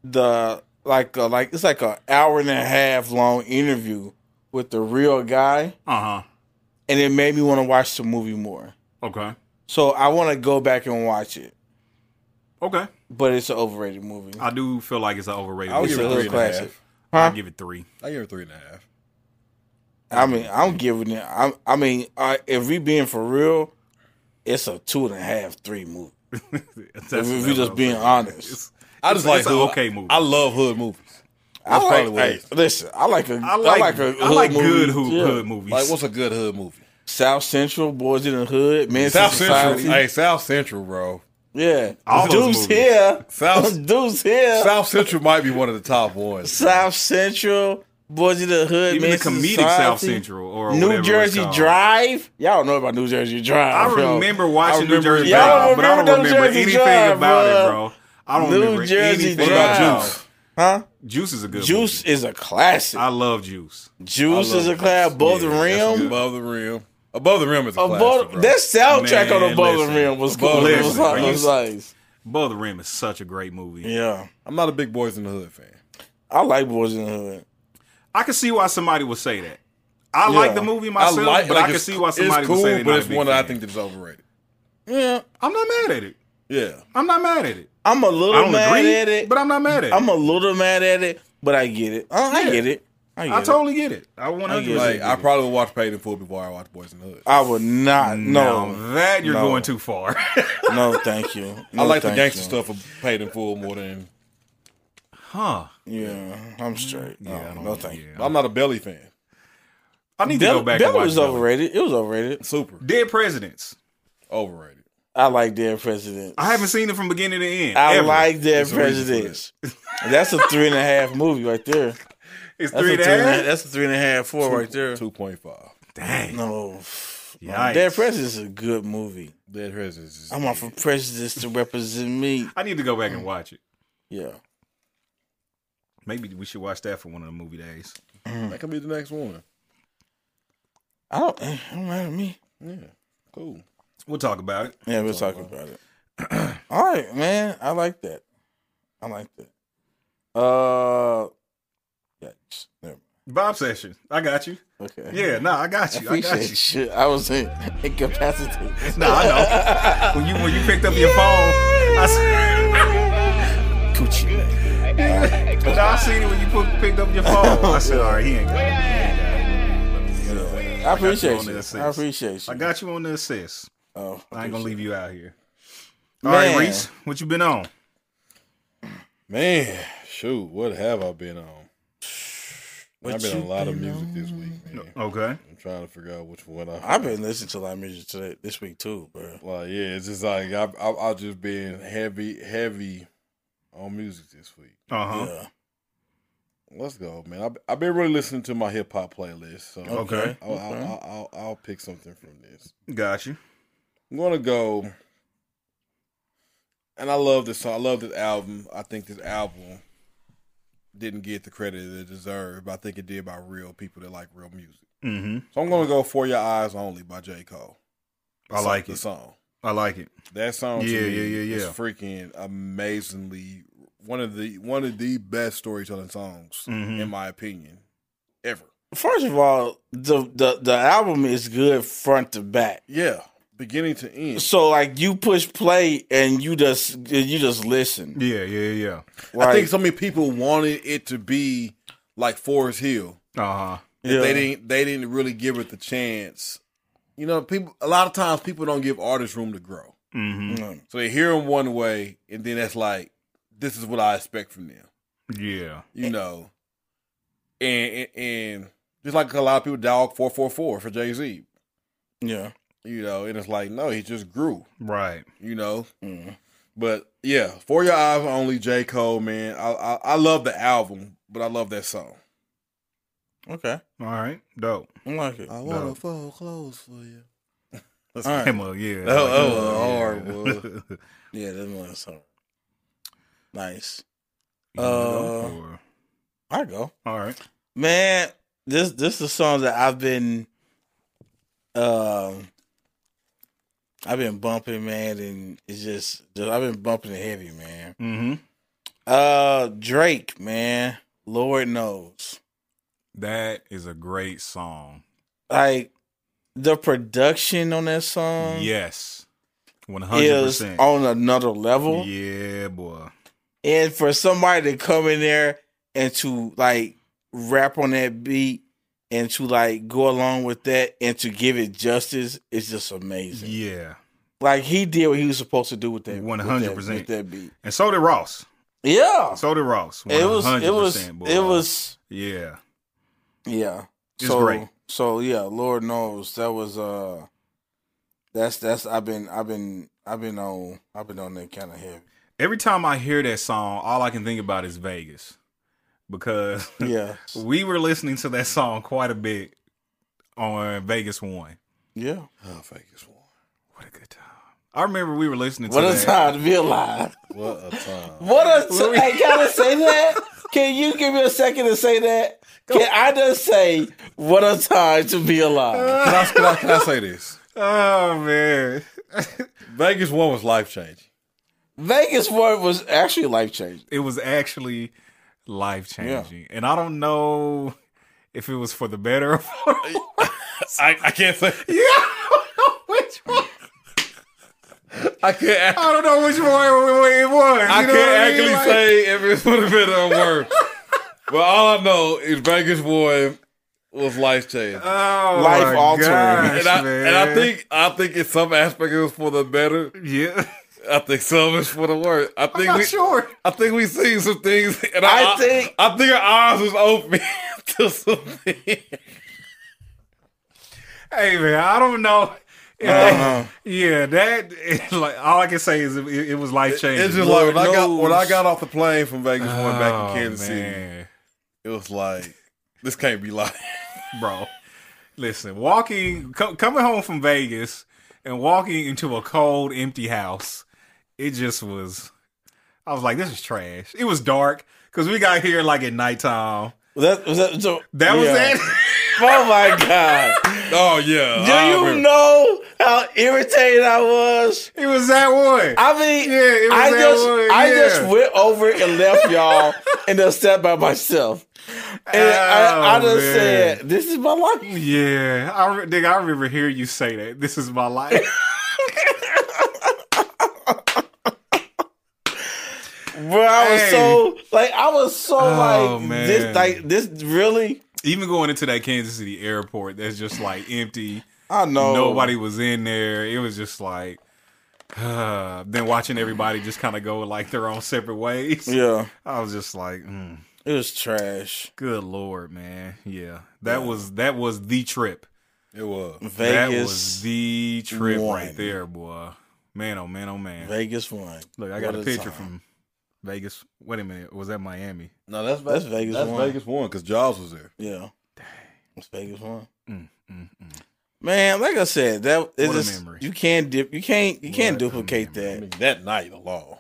C: the like a, like it's like an hour and a half long interview with the real guy,
B: Uh huh.
C: and it made me want to watch the movie more.
B: Okay.
C: So I want to go back and watch it,
B: Okay.
C: but it's an overrated movie.
B: I do feel like it's an overrated.
D: I would
C: It's
D: give
C: a
D: it
C: hood
D: three and a half.
C: classic.
B: I'll give it three.
D: I give it three and a half.
C: I mean, I'm giving it. I, I mean, I, if we being for real, it's a two and a half, three movie.
B: That's-
C: If
B: that's
C: we
B: what
C: just
B: I'm
C: being
B: saying.
C: honest,
D: I
B: It's-
D: just like
B: it's a
D: hood.
B: okay movie.
D: I love hood movies.
C: I like,
D: probably what it
C: hey,
D: is.
C: listen, I like a,
B: I like, I like,
C: a hood
B: good hood,
C: movie. Yeah.
B: hood movies.
D: Like, what's a good hood movie?
C: South Central, Boys in the Hood, Men's
D: South
C: Society.
D: Central. Hey, South Central, bro.
C: Yeah,
B: All those
C: Deuce
B: movies.
C: here,
D: South-
C: Deuce here, South,
D: South Central might be one of the top ones.
C: Central, Boys in the Hood,
B: even the
C: Men's
B: comedic
C: Society,
B: South Central or
C: New
B: whatever it's
C: Jersey
B: called.
C: Drive. Y'all don't know about New Jersey Drive.
B: I
C: yo.
B: remember watching
D: remember-
B: New Jersey
D: Y'all
B: Drive, but I
C: remember
B: don't
C: New
B: remember
C: Jersey
B: anything
C: Drive,
B: about it,
C: bro.
B: bro. I don't
C: New
B: remember
C: Jersey
B: anything
D: What about
B: about
C: Drive.
B: Juice.
C: huh?
B: Juice is a good
C: Juice
B: Movie.
C: is a classic.
B: I love Juice.
C: Juice
D: I love
C: is a classic. Above
B: Yeah,
C: the
B: that's
C: rim.
B: good.
D: Above the rim. Above the rim is a classic,
C: Above
D: bro.
C: that soundtrack on
B: Man,
C: above the
B: listen.
C: rim was
B: Above
C: cool.
B: the
C: It was
B: Rim,
C: like-
B: bro.
C: it was nice.
B: Above the Rim is such a great movie.
C: Yeah,
D: I'm not a big Boys in the Hood fan.
C: I like Boys in the Hood.
B: I can see why somebody would say that. I like the movie myself, but I can
D: it's-
B: see why somebody
D: it's cool,
B: would say that.
D: but
B: not
D: it's
B: a big
D: one that I
B: fan.
D: think that's overrated.
C: Yeah,
B: I'm not mad at it.
D: Yeah,
B: I'm not mad at it.
C: I'm a
B: I
C: little
B: don't
C: mad
B: agree,
C: at it,
B: but I'm not mad at
C: I'm
B: it.
C: a little mad at it, but I get it. Uh, I, I
B: Yeah.
C: get it. I, get
B: I
C: it.
B: totally get it. I 100
C: get it.
D: like I probably would watch Paid in Full before I watch Boys in the Hood. I,
C: I would not. No,
B: Now that you're
C: No.
B: going too far.
C: no, thank you. No,
D: like the
C: thank
D: gangster
C: you.
D: stuff of Paid in Full more than
B: huh?
C: Yeah, I'm straight. No,
B: I don't-
C: no thank you.
B: yeah.
D: I'm not a Belly fan.
B: I need to
C: Dell
B: go back and watch
C: was
B: Belly.
C: overrated. It was overrated.
D: Super
B: Dead Presidents.
D: overrated.
C: I like their president.
B: I haven't seen it from beginning to end.
C: I
B: ever.
C: like their
D: There's a reason for
C: presidents. That's a three and a half movie right there.
B: it's
C: That's
B: three
C: a
B: and a
C: three and a half.
B: half.
C: That's a three and a half four right there.
D: Two point five.
B: Dang.
C: No,
B: Yikes.
C: their presidents is a good movie.
D: Dead Presidents. Is
C: I want for presidents to represent me.
B: I need to go back and watch it.
C: Yeah,
B: Maybe we should watch that for one of the movie days.
D: that could be the next one.
C: I don't. eh, It don't matter to me.
D: Yeah, cool.
B: We'll talk about it.
C: Yeah, we'll talk about it. All right, man. I like that. I like that. Uh, yikes. Never
B: Bob Session. I got you.
C: mind. Okay.
B: Yeah, nah, I got you. I, got
C: Appreciate
B: you.
C: shit. I was in, incapacitated.
B: Nah, I know. when you when you picked up your phone, I s-
C: Coochie, man.
B: nah, I seen it when you put, picked up your phone. I said, all right, he ain't got it.
C: I appreciate
B: on
C: you.
B: the assist.
C: I appreciate you.
B: I got you on the assist.
C: Oh,
B: I ain't gonna leave you out here. All
C: Man.
B: right, Reese, what you been on?
D: Man, shoot, what have I been on? I've been on a lot of music this week, man.
B: Okay.
D: I'm trying to figure out which one I.
C: I've been listening to a lot of music today this week too, bro.
D: Like yeah, it's just like I've I've, I've just been heavy heavy on music this week.
B: Uh huh.
C: Yeah.
D: Let's go, man. I've, I've been really listening to my hip hop playlist, so
B: Okay.
C: Oh,
D: I'll, I'll, I'll, I'll I'll pick something from this.
B: Got you.
D: I'm gonna go, and I love this song. I love this album. I think this album didn't get the credit it deserved, but I think it did by real people that like real music.
B: Mm-hmm.
D: So I'm gonna go "For Your Eyes Only" by J. Cole.
B: I like
D: the
B: it.
D: song.
B: I like it.
D: That song,
B: Yeah,
D: to me
B: yeah, yeah,
D: is
B: yeah.
D: freaking amazingly one of the one of the best storytelling songs
B: Mhm.
D: in my opinion ever.
C: First of all, the, the the album is good front to back.
D: Yeah, beginning to end.
C: So like you push play and you just you just listen.
B: Yeah, yeah,
C: Like,
D: I think so many people wanted it to be like Forest Hill.
B: yeah. Uh huh.
D: that
C: Yeah.
D: They didn't. They didn't really give it the chance. You know, people. A lot of times, people don't give artists room to grow.
B: Mm-hmm.
C: Mm.
D: So they hear them one way, and then that's like, this is what I expect from them.
B: Yeah.
D: you know, and, and and just like a lot of people dog four four four for Jay Z,
C: yeah.
D: you know, and it's like no, he just grew,
B: Right.
D: you know.
C: Mm.
D: But yeah, for your eyes only, J Cole, man, I, I I love the album, but I love that song.
C: Okay.
B: All right. Dope.
C: I like it.
B: wanna Dope.
D: fold clothes for you.
C: All right.
B: Him, uh, yeah.
D: Oh,
B: Like,
D: oh,
B: yeah.
D: hard,
C: Yeah, that's my song. Nice.
B: You
C: Uh,
B: wanna go? Or-
C: I go.
B: All right.
C: Man, this this is the song that I've been um I've been bumping, man, and it's just I've been bumping it heavy, man.
B: Mm-hmm.
C: Uh Drake, man. Lord knows.
B: That is a great song.
C: Like the production on that song
B: yes. One hundred
C: Mm. is
B: percent.
C: on another level.
B: Yeah, boy.
C: And for somebody to come in there and to like rap on that beat and to like go along with that and to give it justice is just amazing.
B: Yeah,
C: Like he did what he was supposed to do with that. with that-
B: 100%.
C: with that beat.
B: and so did Ross.
C: Yeah.
B: So did Ross.
C: it was. It was.
B: 100%, boy.
C: It was.
B: Yeah,
C: Yeah.
B: It's
C: so
B: great.
C: so yeah, Lord knows that was uh, that's that's I've been I've been I've been on I've been on that kind of heavy.
B: every time I hear that song, all I can think about is Vegas because
C: Yeah.
B: we were listening to that song quite a bit on Vegas One.
C: yeah.
D: Oh, Vegas one.
B: What a good time! I remember we were listening to
C: What
B: that.
C: a time to be alive.
D: What a time.
C: What a t- hey, can I say that? Can you give me a second to say that? Can I just say what a time to be
B: Uh.
C: alive?
D: can, I, can, I, can I say this?
B: Oh man,
D: Vegas one was life changing.
C: Vegas one was actually life changing.
B: it was actually life changing, and I don't know if it was for the better or for the
D: I, I can't say.
B: which one.
D: I can't.
B: I don't know which one it was. Oh,
D: I
B: you know what
D: can't
B: mean?
D: actually
B: Like-
D: say if it's for the better or worse. but all I know is Vegas Boy was life changing.
B: Oh,
C: Life
B: my
C: altering.
B: gosh,
D: and I and I
B: man.
D: think I think in some aspect it was for the better.
B: yeah,
D: I think some is for the worse. I think
B: not
D: we
B: sure.
D: I think we seen some things and
C: I
D: I,
C: think-
D: I think our eyes was open to something.
B: Hey man, I don't know.
D: Uh-huh.
B: Yeah, yeah, that like all I can say is it, it was life changing.
D: It's just like when I got when I
C: knows?
D: got off the plane from Vegas one back in Kansas City,
B: Oh, man.
D: it was like this can't be life.
B: bro. Listen, walking, co- coming home from Vegas and walking into a cold, empty house, it just was. I was like, this is trash. It was dark because we got here like at nighttime.
C: Was that, was that, so,
B: That was
C: yeah.
B: it.
C: Oh my god!
D: Oh yeah.
C: Do
D: I
B: Ah,
C: you
D: remember.
C: know how irritated I was?
B: It was that one.
C: I mean,
B: Yeah, it was
C: I
B: that
C: just
B: one,
C: I
B: yeah.
C: just went over it and left y'all and just sat by myself. And I, I
B: Oh,
C: just
B: man.
C: said, "This is my life."
B: yeah, I re- nigga, I remember hearing you say that. This is my life.
C: Bro, I was
B: Hey.
C: so like I was so
B: Oh,
C: like
B: man.
C: this like this really.
B: Even going into that Kansas City airport, that's just like empty.
C: I know
B: Nobody was in there. It was just like. then watching everybody just kind of go like their own separate ways.
C: Yeah,
B: I was just like, mm,
C: it was trash.
B: good lord, man. Yeah. That was that was the trip.
D: It was.
B: that
C: Vegas,
B: was the trip
C: won.
B: right there, boy. Man, oh man, oh man.
C: Vegas one.
B: Look, I got
C: What
B: a picture
C: time.
B: from Vegas. Wait a minute, was that Miami?
D: No, that's
C: That's Vegas
D: That's
C: one.
D: Vegas one because Jaws was there.
C: Yeah, it's Vegas one.
B: Mm, mm, mm.
C: Man, like I said, that it's
B: What a
C: just,
B: memory.
C: you can't dip, you can't you can't
B: What a
C: duplicate
D: I mean,
C: that.
D: that night alone,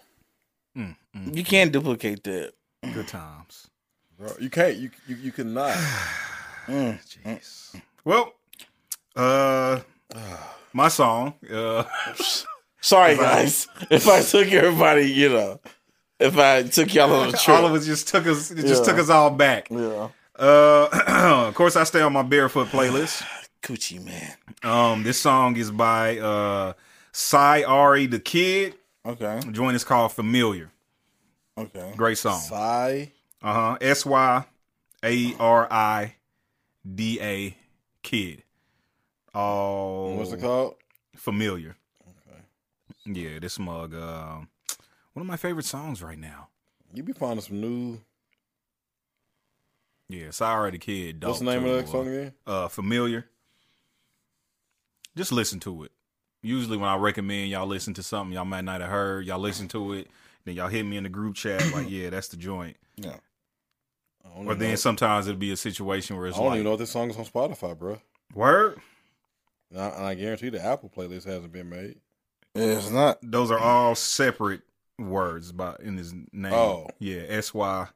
B: Mm, mm.
C: You can't duplicate that.
B: Good times.
D: bro, you can't. You you, you cannot.
C: Mm.
B: Jeez. Well, uh my song, uh
C: Sorry guys, if I took everybody, you know, if I took y'all on a trip.
B: all of us just took us it just
C: Yeah.
B: took us all back.
C: yeah,
B: Uh of course I stay on my barefoot playlist.
C: coochie man.
B: Um, this song is by uh Cy Ari the Kid.
C: Okay,
B: The joint is called Familiar.
C: okay.
B: Great song.
D: Sigh.
B: Uh huh. S Y A R I D A Kid. All
D: What's it called?
B: Familiar. Yeah, this mug. Um, one of my favorite songs right now.
D: You be finding some new.
B: Yeah, Cy Ari the Kid.
D: What's the
B: dope
D: name
B: too,
D: of that
B: boy.
D: song again?
B: uh familiar just listen to it usually when i recommend y'all listen to something y'all might not have heard y'all listen to it then y'all hit me in the group chat like yeah that's the joint
D: I don't
B: or
D: even know.
B: then sometimes it'll be a situation where
D: I
B: it's
D: don't
B: like
D: even know if this song is on Spotify, bro.
B: word
D: And I, and I guarantee the Apple playlist hasn't been made.
C: It's not.
B: those are all separate words by in his name
D: Oh.
B: yeah s-y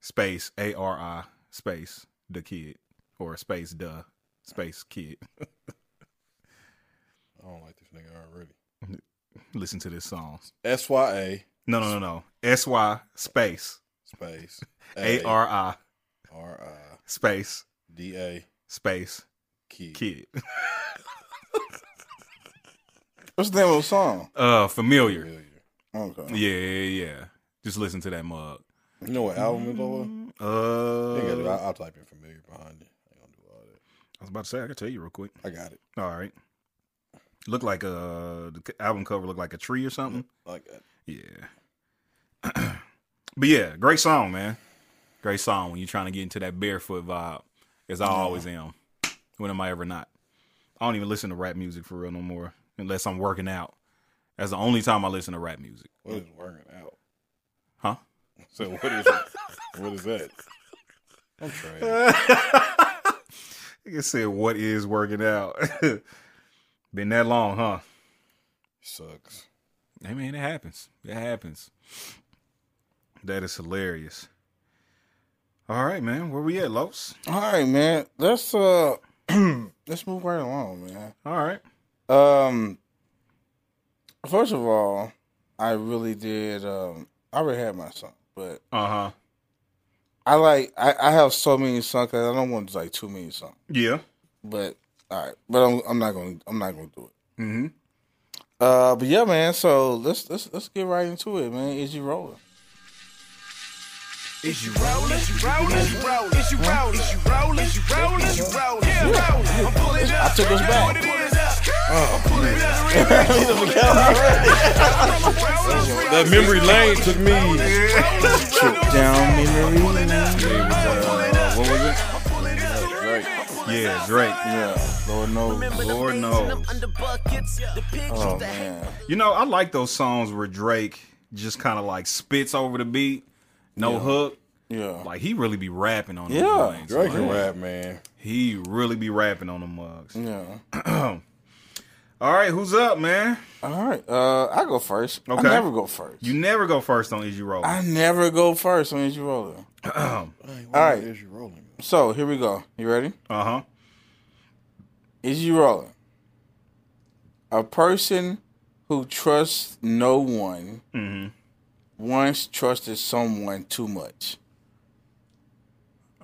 B: space a-r-i space the kid or space the space kid
D: I don't like this nigga already.
B: listen to this song
D: S Y A
B: no no no no s-y space
D: space
B: a-r-i
D: R I
B: space
D: D A
B: space
D: kid.
B: kid
C: What's the name of the song?
B: uh familiar
D: Familiar.
C: Okay.
B: yeah yeah yeah just listen to that mug
D: You know what album it was?
B: Uh,
D: I think I do.
B: I
D: I'll, I'll type in familiar behind it. I ain't gonna do all that.
B: was about to say I can tell you real quick.
D: I got it.
B: All right. Look like a the c- album cover looked like a tree or something.
D: I got it.
B: Yeah. but yeah, great song, man. Great song when you're trying to get into that barefoot vibe, as I always am. When am I ever not? I don't even listen to rap music for real no more, unless I'm working out. That's the only time I listen to rap music.
D: What is working out?
B: Huh?
D: So what is what is that? I'm trying.
B: I can say what is working out. Been that long, huh?
D: Sucks.
B: Hey man, it happens. It happens. That is hilarious. All right, man. Where we at, Los?
C: All right, man. Let's uh, let's move right along, man.
B: All right.
C: Um, first of all, I really did. Um, I already had my son, but
B: Uh huh.
C: I like I, I have so many songs. 'cause I don't want like too many songs,
B: Yeah.
C: but all right. But I'm I'm not gonna I'm not gonna do it.
B: Mm-hmm.
C: Uh, but yeah, man. So let's let's let's get right into it, man. Is you rolling?
E: Is you rolling? Is you rolling? Is you rolling? Is you rolling? Is you rolling? Is you rolling? Is you rolling? Yeah, rolling. I'm pulling up.
C: I took us
E: You know
C: back. Oh.
E: what it is. I'm pulling up.
D: That memory lane took me.
C: Trip down memory lane.
B: what was it?
D: Drake.
B: Yeah, Drake.
C: Yeah, Lord knows.
B: Lord knows.
C: Oh man.
B: You know, I like those songs where Drake just kind of like spits over the beat, no hook.
C: Yeah.
B: Like he really be rapping on them
C: Yeah,
B: joints.
D: Drake
B: Like,
D: can rap, man.
B: he really be rapping on them mugs.
C: Yeah.
B: All right, who's up, man?
C: All right. Uh, I go first. I
B: Okay.
C: never go first.
B: You never go first on Is You Rolling.
C: I never go first on you rolling.
D: All
C: right.
D: Is you rolling?
C: So here we go. You ready?
B: Uh huh.
C: Is you rolling? A person who trusts no one
B: Mm-hmm.
C: once trusted someone too much.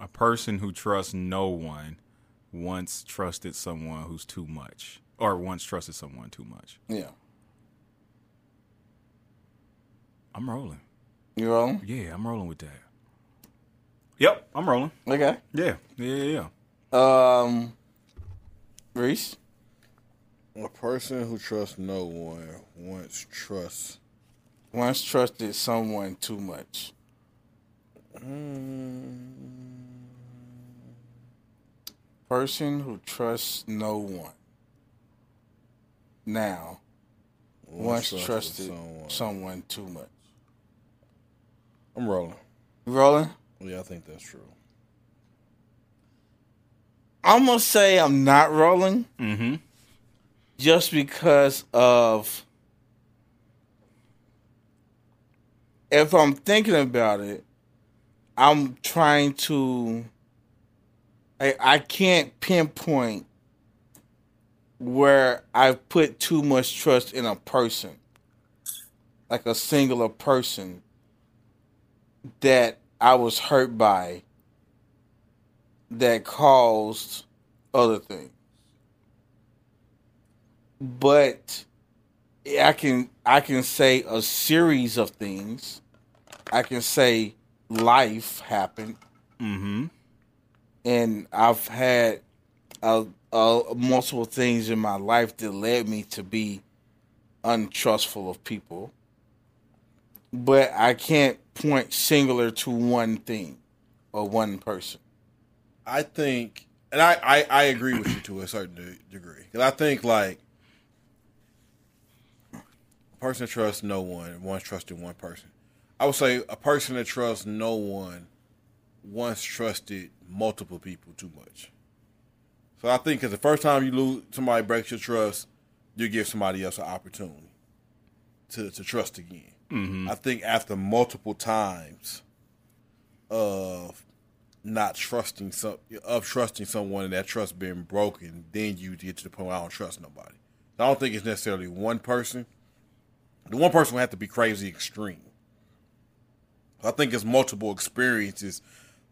B: A person who trusts no one once trusted someone who's too much, or once trusted someone too much.
C: Yeah.
B: I'm rolling.
C: You rolling?
B: Yeah, I'm rolling with that. Yep, I'm rolling.
C: Okay.
B: Yeah, yeah, yeah. yeah.
C: Um, Reese.
D: A person who trusts no one once trusts.
C: Once trusted someone too much. Person who trusts no one. Now, once
D: trusted
C: trusted
D: someone.
C: someone. too much.
D: I'm rolling.
C: You rolling?
D: Yeah, I think that's true.
C: I'm gonna say I'm not rolling
B: Mm-hmm.
C: just because of if I'm thinking about it, I'm trying to I I can't pinpoint where I've put too much trust in a person. Like a singular person that I was hurt by that caused other things but I can I can say a series of things. I can say life happened,
B: Mm-hmm.
C: and I've had uh uh multiple things in my life that led me to be untrustful of people. But I can't point singular to one thing or one person.
D: I think, and I, I, I agree with you to a certain de- degree. Because I think, like, a person that trusts no one, once trusted one person. I would say a person that trusts no one once trusted multiple people too much. So I think because the first time you lose, somebody breaks your trust, you give somebody else an opportunity to, to trust again. I think after multiple times of not trusting some of trusting someone and that trust being broken, then you get to the point where I don't trust nobody. I don't think it's necessarily one person. The one person would have to be crazy extreme. I think it's multiple experiences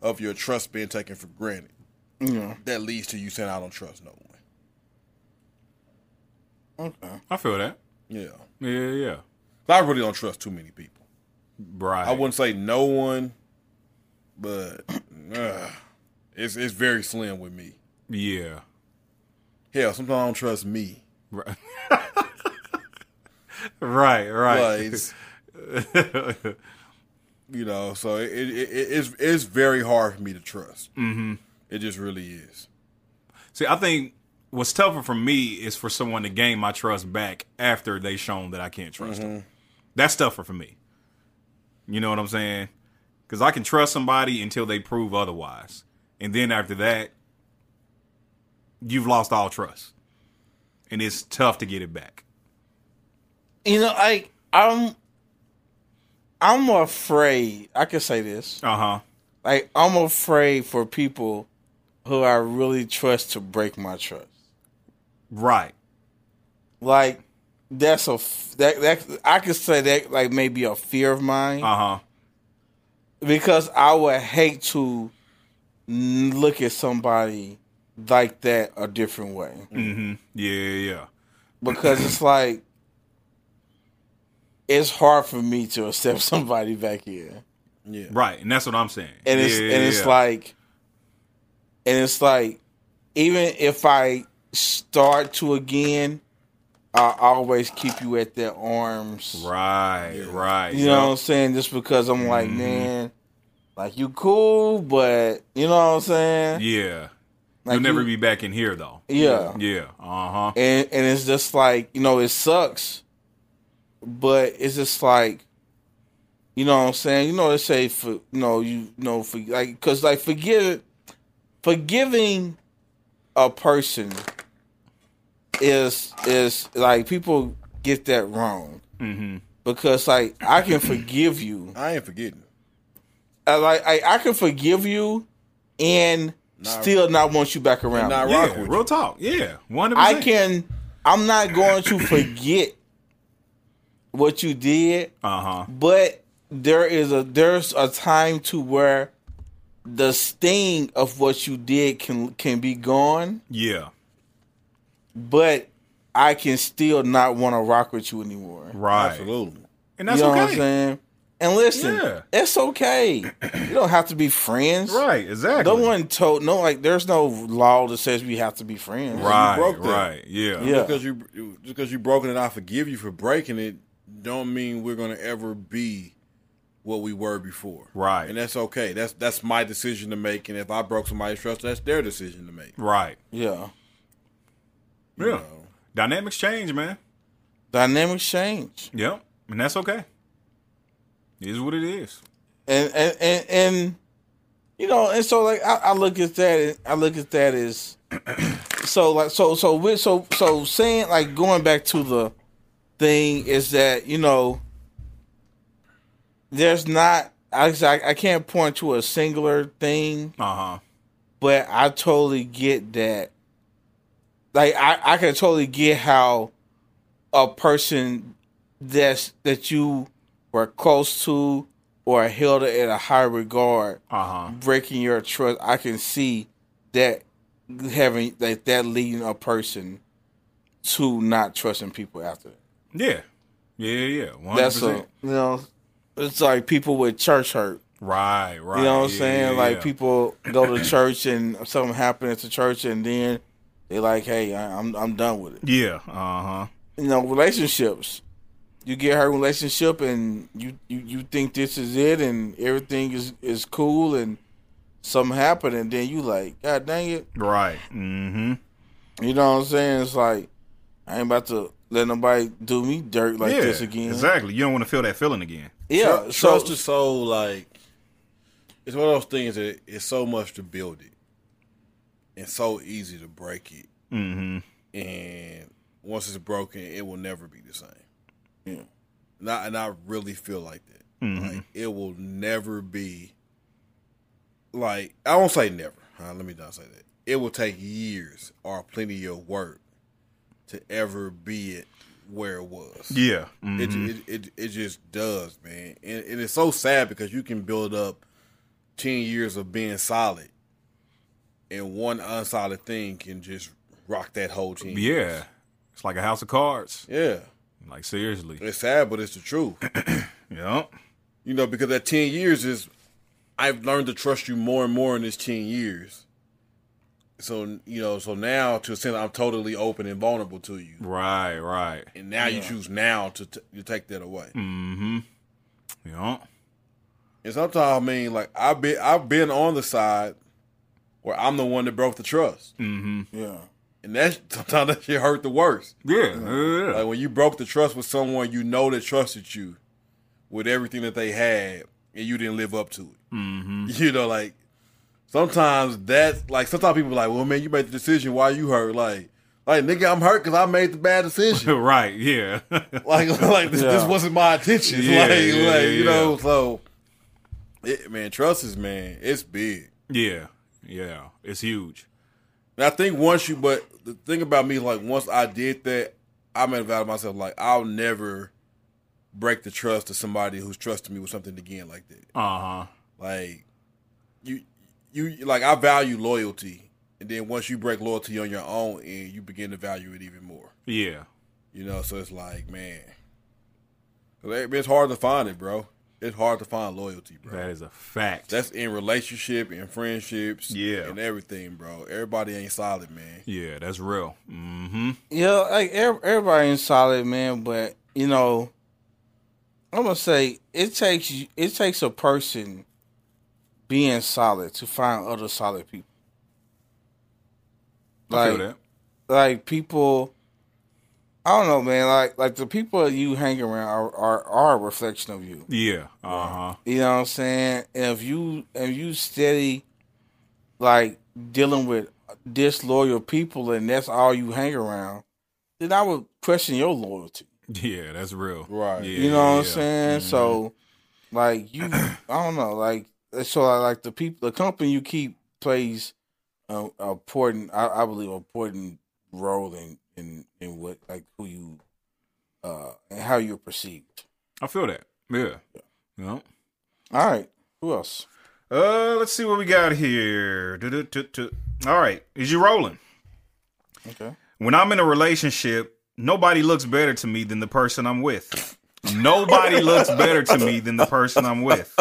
D: of your trust being taken for granted
C: Yeah.
D: that leads to you saying I don't trust no one.
C: Okay.
B: I feel that.
D: Yeah,
B: Yeah, yeah. yeah.
D: I really don't trust too many people.
B: Right.
D: I wouldn't say no one, but uh, it's it's very slim with me.
B: Yeah.
D: Hell, sometimes I don't trust me.
B: Right. right.
D: But
B: Right.
D: it's, you know, so it, it, it it's it's very hard for me to trust. Mm-hmm. It just really is.
B: See, I think what's tougher for me is for someone to gain my trust back after they shown that I can't trust
C: Mm-hmm.
B: them. That's tougher for me. You know what I'm saying? Because I can trust somebody until they prove otherwise, and then after that, you've lost all trust, and it's tough to get it back.
C: You know, I I'm I'm afraid. I can say this.
B: Uh huh.
C: Like I'm afraid for people who I really trust to break my trust.
B: Right.
C: Like that's a f- that that I could say that like maybe a fear of mine
B: Uh huh.
C: because I would hate to n- look at somebody like that a different way
B: Mm. Mm-hmm. Yeah. Yeah.
C: because it's like it's hard for me to accept somebody back here.
D: Yeah,
B: Right. And that's what I'm saying.
C: and it's
B: Yeah,
C: and it's
B: yeah.
C: like and it's like even if I start to again, I always keep you at their arms.
B: Right. Right.
C: You know what I'm saying? Just because I'm like,
B: Mm-hmm.
C: man, like you cool, but you know what I'm saying?
B: Yeah.
C: like
B: You'll never
C: you-
B: be back in here though.
C: Yeah.
B: Yeah. Uh huh.
C: And and it's just like, you know, it sucks. But it's just like you know what I'm saying? You know they say for you know, you, you know for like cuz like forgive forgiving a person is is like people get that wrong. Because like I can forgive you.
D: I ain't forgetting.
C: I, like I, I can forgive you and still not want you back around.
D: Not
B: Yeah.
D: rock with
B: Real talk. Yeah. One
C: I can. I'm not going to forget what you did,
B: Uh huh.
C: but there is a there's a time to where the sting of what you did can can be gone,
B: Yeah.
C: but I can still not want to rock with you anymore.
B: Right.
D: Absolutely.
B: And that's
C: you know what I'm
B: okay.
C: saying? And listen,
B: Yeah.
C: it's okay. You don't have to be friends.
B: Right. Exactly.
C: No one told. No, like there's no law that says we have to be friends.
B: Right.
D: broke that.
B: right. Yeah.
D: Just
C: Yeah.
D: because you just because you broken it, I forgive you for breaking it. Don't mean we're gonna ever be what we were before.
B: Right.
D: and that's okay. That's that's my decision to make. And if I broke somebody's trust, that's their decision to make.
B: Right.
C: Yeah.
B: Yeah. Dynamics change, man.
C: Dynamics change.
B: Yep. And that's okay. It is what it is.
C: and and and, and you know, and so like I, I look at that, and I look at that as so like so so with so so saying like going back to the thing is that you know there's not I I, I can't point to a singular thing,
B: Uh huh.
C: but I totally get that. Like I I can totally get how a person that's that you were close to or held in a high regard
B: Uh huh.
C: breaking your trust, I can see that having like that leading a person to not trusting people after that.
B: Yeah. Yeah. Yeah. One hundred
C: That's a you
B: percent.
C: know it's like people with church hurt.
B: Right. Right.
C: You know what I'm
B: Yeah,
C: saying?
B: yeah,
C: like
B: yeah.
C: people go to church and something happened at the church and then they like, hey, I- I'm I'm done with it.
B: Yeah. Uh huh.
C: You know, relationships. You get her relationship and you, you you think this is it and everything is is cool and something happened and then you like, God dang it.
B: Right. Mm
C: You know what I'm saying? It's like I ain't about to let nobody do me dirt
B: hmm.
C: like
B: Yeah.
C: this again.
B: Exactly. You don't want to feel that feeling again.
C: Yeah.
D: Tru-
C: So
D: trust is so like it's one of those things that it's so much to build it, and so easy to break it. Mm-hmm. And once it's broken, it will never be the same.
C: Yeah. Mm-hmm.
D: And I, and I really feel like that. Like it will never be. Like I won't say never. huh, Let me not say that. It will take years or plenty of work to ever be it where it was.
B: Yeah. Mm.
D: It, it, it it just does, man. And, and it's so sad because you can build up ten years of being solid, and one unsolid thing can just rock that whole team.
B: Yeah. It's like a house of cards.
D: yeah.
B: Like seriously.
D: It's sad, but it's the truth.
B: Yep.
D: You know, because that ten years is, I've learned to trust you more and more in this ten years. So you know, so now to a sense, I'm totally open and vulnerable to you,
B: Right, right.
D: and now you choose now to t- you take that away.
B: Yeah.
D: And sometimes I mean, like I've been I've been on the side where I'm the one that broke the trust,
B: Mm.
C: Yeah.
D: and that's sometimes that shit hurt the worst.
B: Yeah. yeah.
D: Like when you broke the trust with someone you know that trusted you with everything that they had, and you didn't live up to it. Mm-hmm. You know, like sometimes that's like sometimes people be like, "Well, man, you made the decision. Why you hurt?" Like, like nigga, I'm hurt because I made the bad decision.
B: right, yeah.
D: like, like this, this
C: Yeah.
D: wasn't my intention.
B: Yeah,
D: like,
B: yeah,
D: like you
B: yeah.
D: know, so it, man, trust is man, it's big.
B: yeah. Yeah. It's huge.
D: And I think once you, but the thing about me, like once I did that, I made a vow to myself, like I'll never break the trust of somebody who's trusting me with something again like that.
B: Uh huh.
D: Like you, you like I value loyalty, and then once you break loyalty on your own, and you begin to value it even more.
B: Yeah.
D: You know, so it's like, man, like, it's hard to find it, bro. It's hard to find loyalty, bro.
B: That is a fact.
D: That's in relationship and friendships,
B: Yeah.
D: and everything, bro. Everybody ain't solid, man.
B: yeah, that's real. Mm hmm.
C: Yeah, like ev- everybody in solid, man. But you know, I'm gonna say it takes you- it takes a person being solid to find other solid people.
B: I
C: Like
B: feel that.
C: like people, I don't know, man. Like like the people you hang around are are, are a reflection of you.
B: Yeah. Uh huh.
C: You know what I'm saying? And if you if you steady like dealing with disloyal people and that's all you hang around, then I would question your loyalty.
B: Yeah, that's real.
D: Right.
B: Yeah,
C: You know what I'm
B: yeah. Mm-hmm.
C: saying? So like you I don't know, like so I like the people the company you keep plays a, a important I, I believe a important role in, in in what like who you uh and how you're perceived.
B: I feel that. Yeah. Yeah.
C: All right. Who else?
B: Uh, let's see what we got here. Du-du-du-du. All right, is you rolling?
C: Okay.
B: When I'm in a relationship, nobody looks better to me than the person I'm with. Nobody looks better to me than the person I'm with.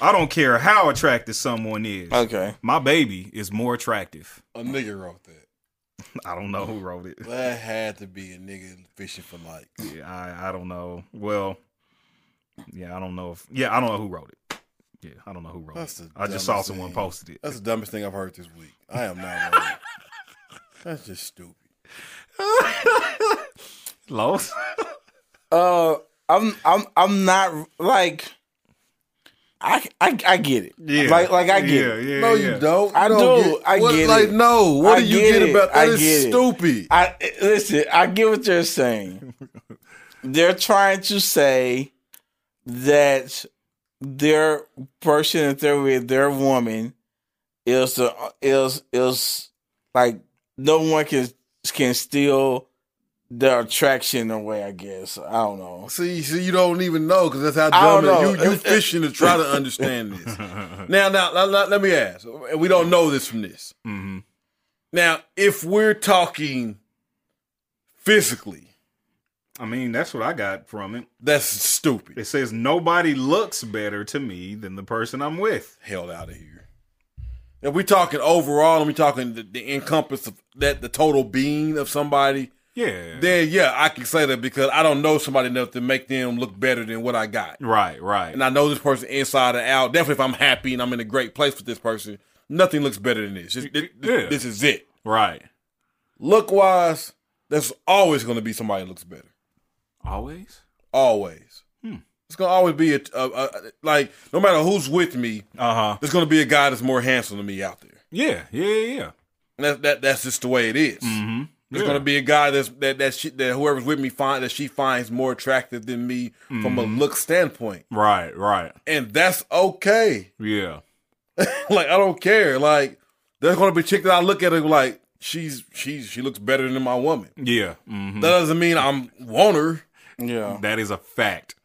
B: I don't care how attractive someone is.
C: Okay.
B: My baby is more attractive.
D: A nigga wrote that.
B: I don't know who wrote it.
D: That had to be a nigga fishing for like.
B: Yeah, I I don't know. Well, yeah, I don't know if yeah, I don't know who wrote it. Yeah, I don't know who wrote
D: That's
B: it.
D: the
B: I just saw
D: dumbest
B: someone
D: thing.
B: posted it.
D: That's the dumbest thing I've heard this week. I am not. wrong. That's just stupid.
B: Los.
C: Uh, I'm I'm I'm not like I I, I get it.
B: Yeah.
C: Like like I get
B: yeah,
C: it.
B: yeah,
D: No,
B: yeah.
D: you don't.
C: I
D: You don't
C: do. I
D: what-
C: get
D: like,
C: it.
D: No, what
C: I
D: do you
C: get
D: get,
C: it.
D: about
C: I
D: that? It's
C: get it.
D: stupid.
C: I listen. I get what you're saying. They're trying to say that their person that they're with, their woman, is the is is like no one can can steal their attraction away. I guess I don't know.
D: See, see, you don't even know because that's how
C: I
D: dumb
C: don't
D: it is.
C: know.
D: You, you fishing to try to understand this. now, now, now, now, let me ask. And we don't know this from this.
B: hmm
C: Mm-hmm.
D: Now, if we're talking physically,
B: I mean, that's what I got from it.
D: that's stupid.
B: It says nobody looks better to me than the person I'm with.
D: held out of here. If we talking overall and we talking the, the encompass of that the total being of somebody,
B: Yeah.
D: then yeah, I can say that because I don't know somebody enough to make them look better than what I got.
B: right, right.
D: And I know this person inside and out. Definitely if I'm happy and I'm in a great place with this person, nothing looks better than this. This, this-
B: Yeah.
D: this is it.
B: right.
D: Look wise, there's always gonna be somebody that looks better.
B: Always?
D: Always. It's gonna always be a, a, a like no matter who's with me,
B: Uh huh.
D: there's gonna be a guy that's more handsome than me out there.
B: Yeah, yeah, yeah. yeah.
D: And that, that that's just the way it is.
B: Mm-hmm.
D: There's gonna be a guy that's that that, she, that whoever's with me find that she finds more attractive than me from
B: Mm-hmm.
D: a look standpoint,
B: Right, right.
D: and that's okay.
B: Yeah.
D: like I don't care. Like there's gonna be a chick that I look at her like she's she's she looks better than my woman.
B: Yeah. hmm
D: That doesn't mean I'm want her.
C: Yeah.
B: That is a fact.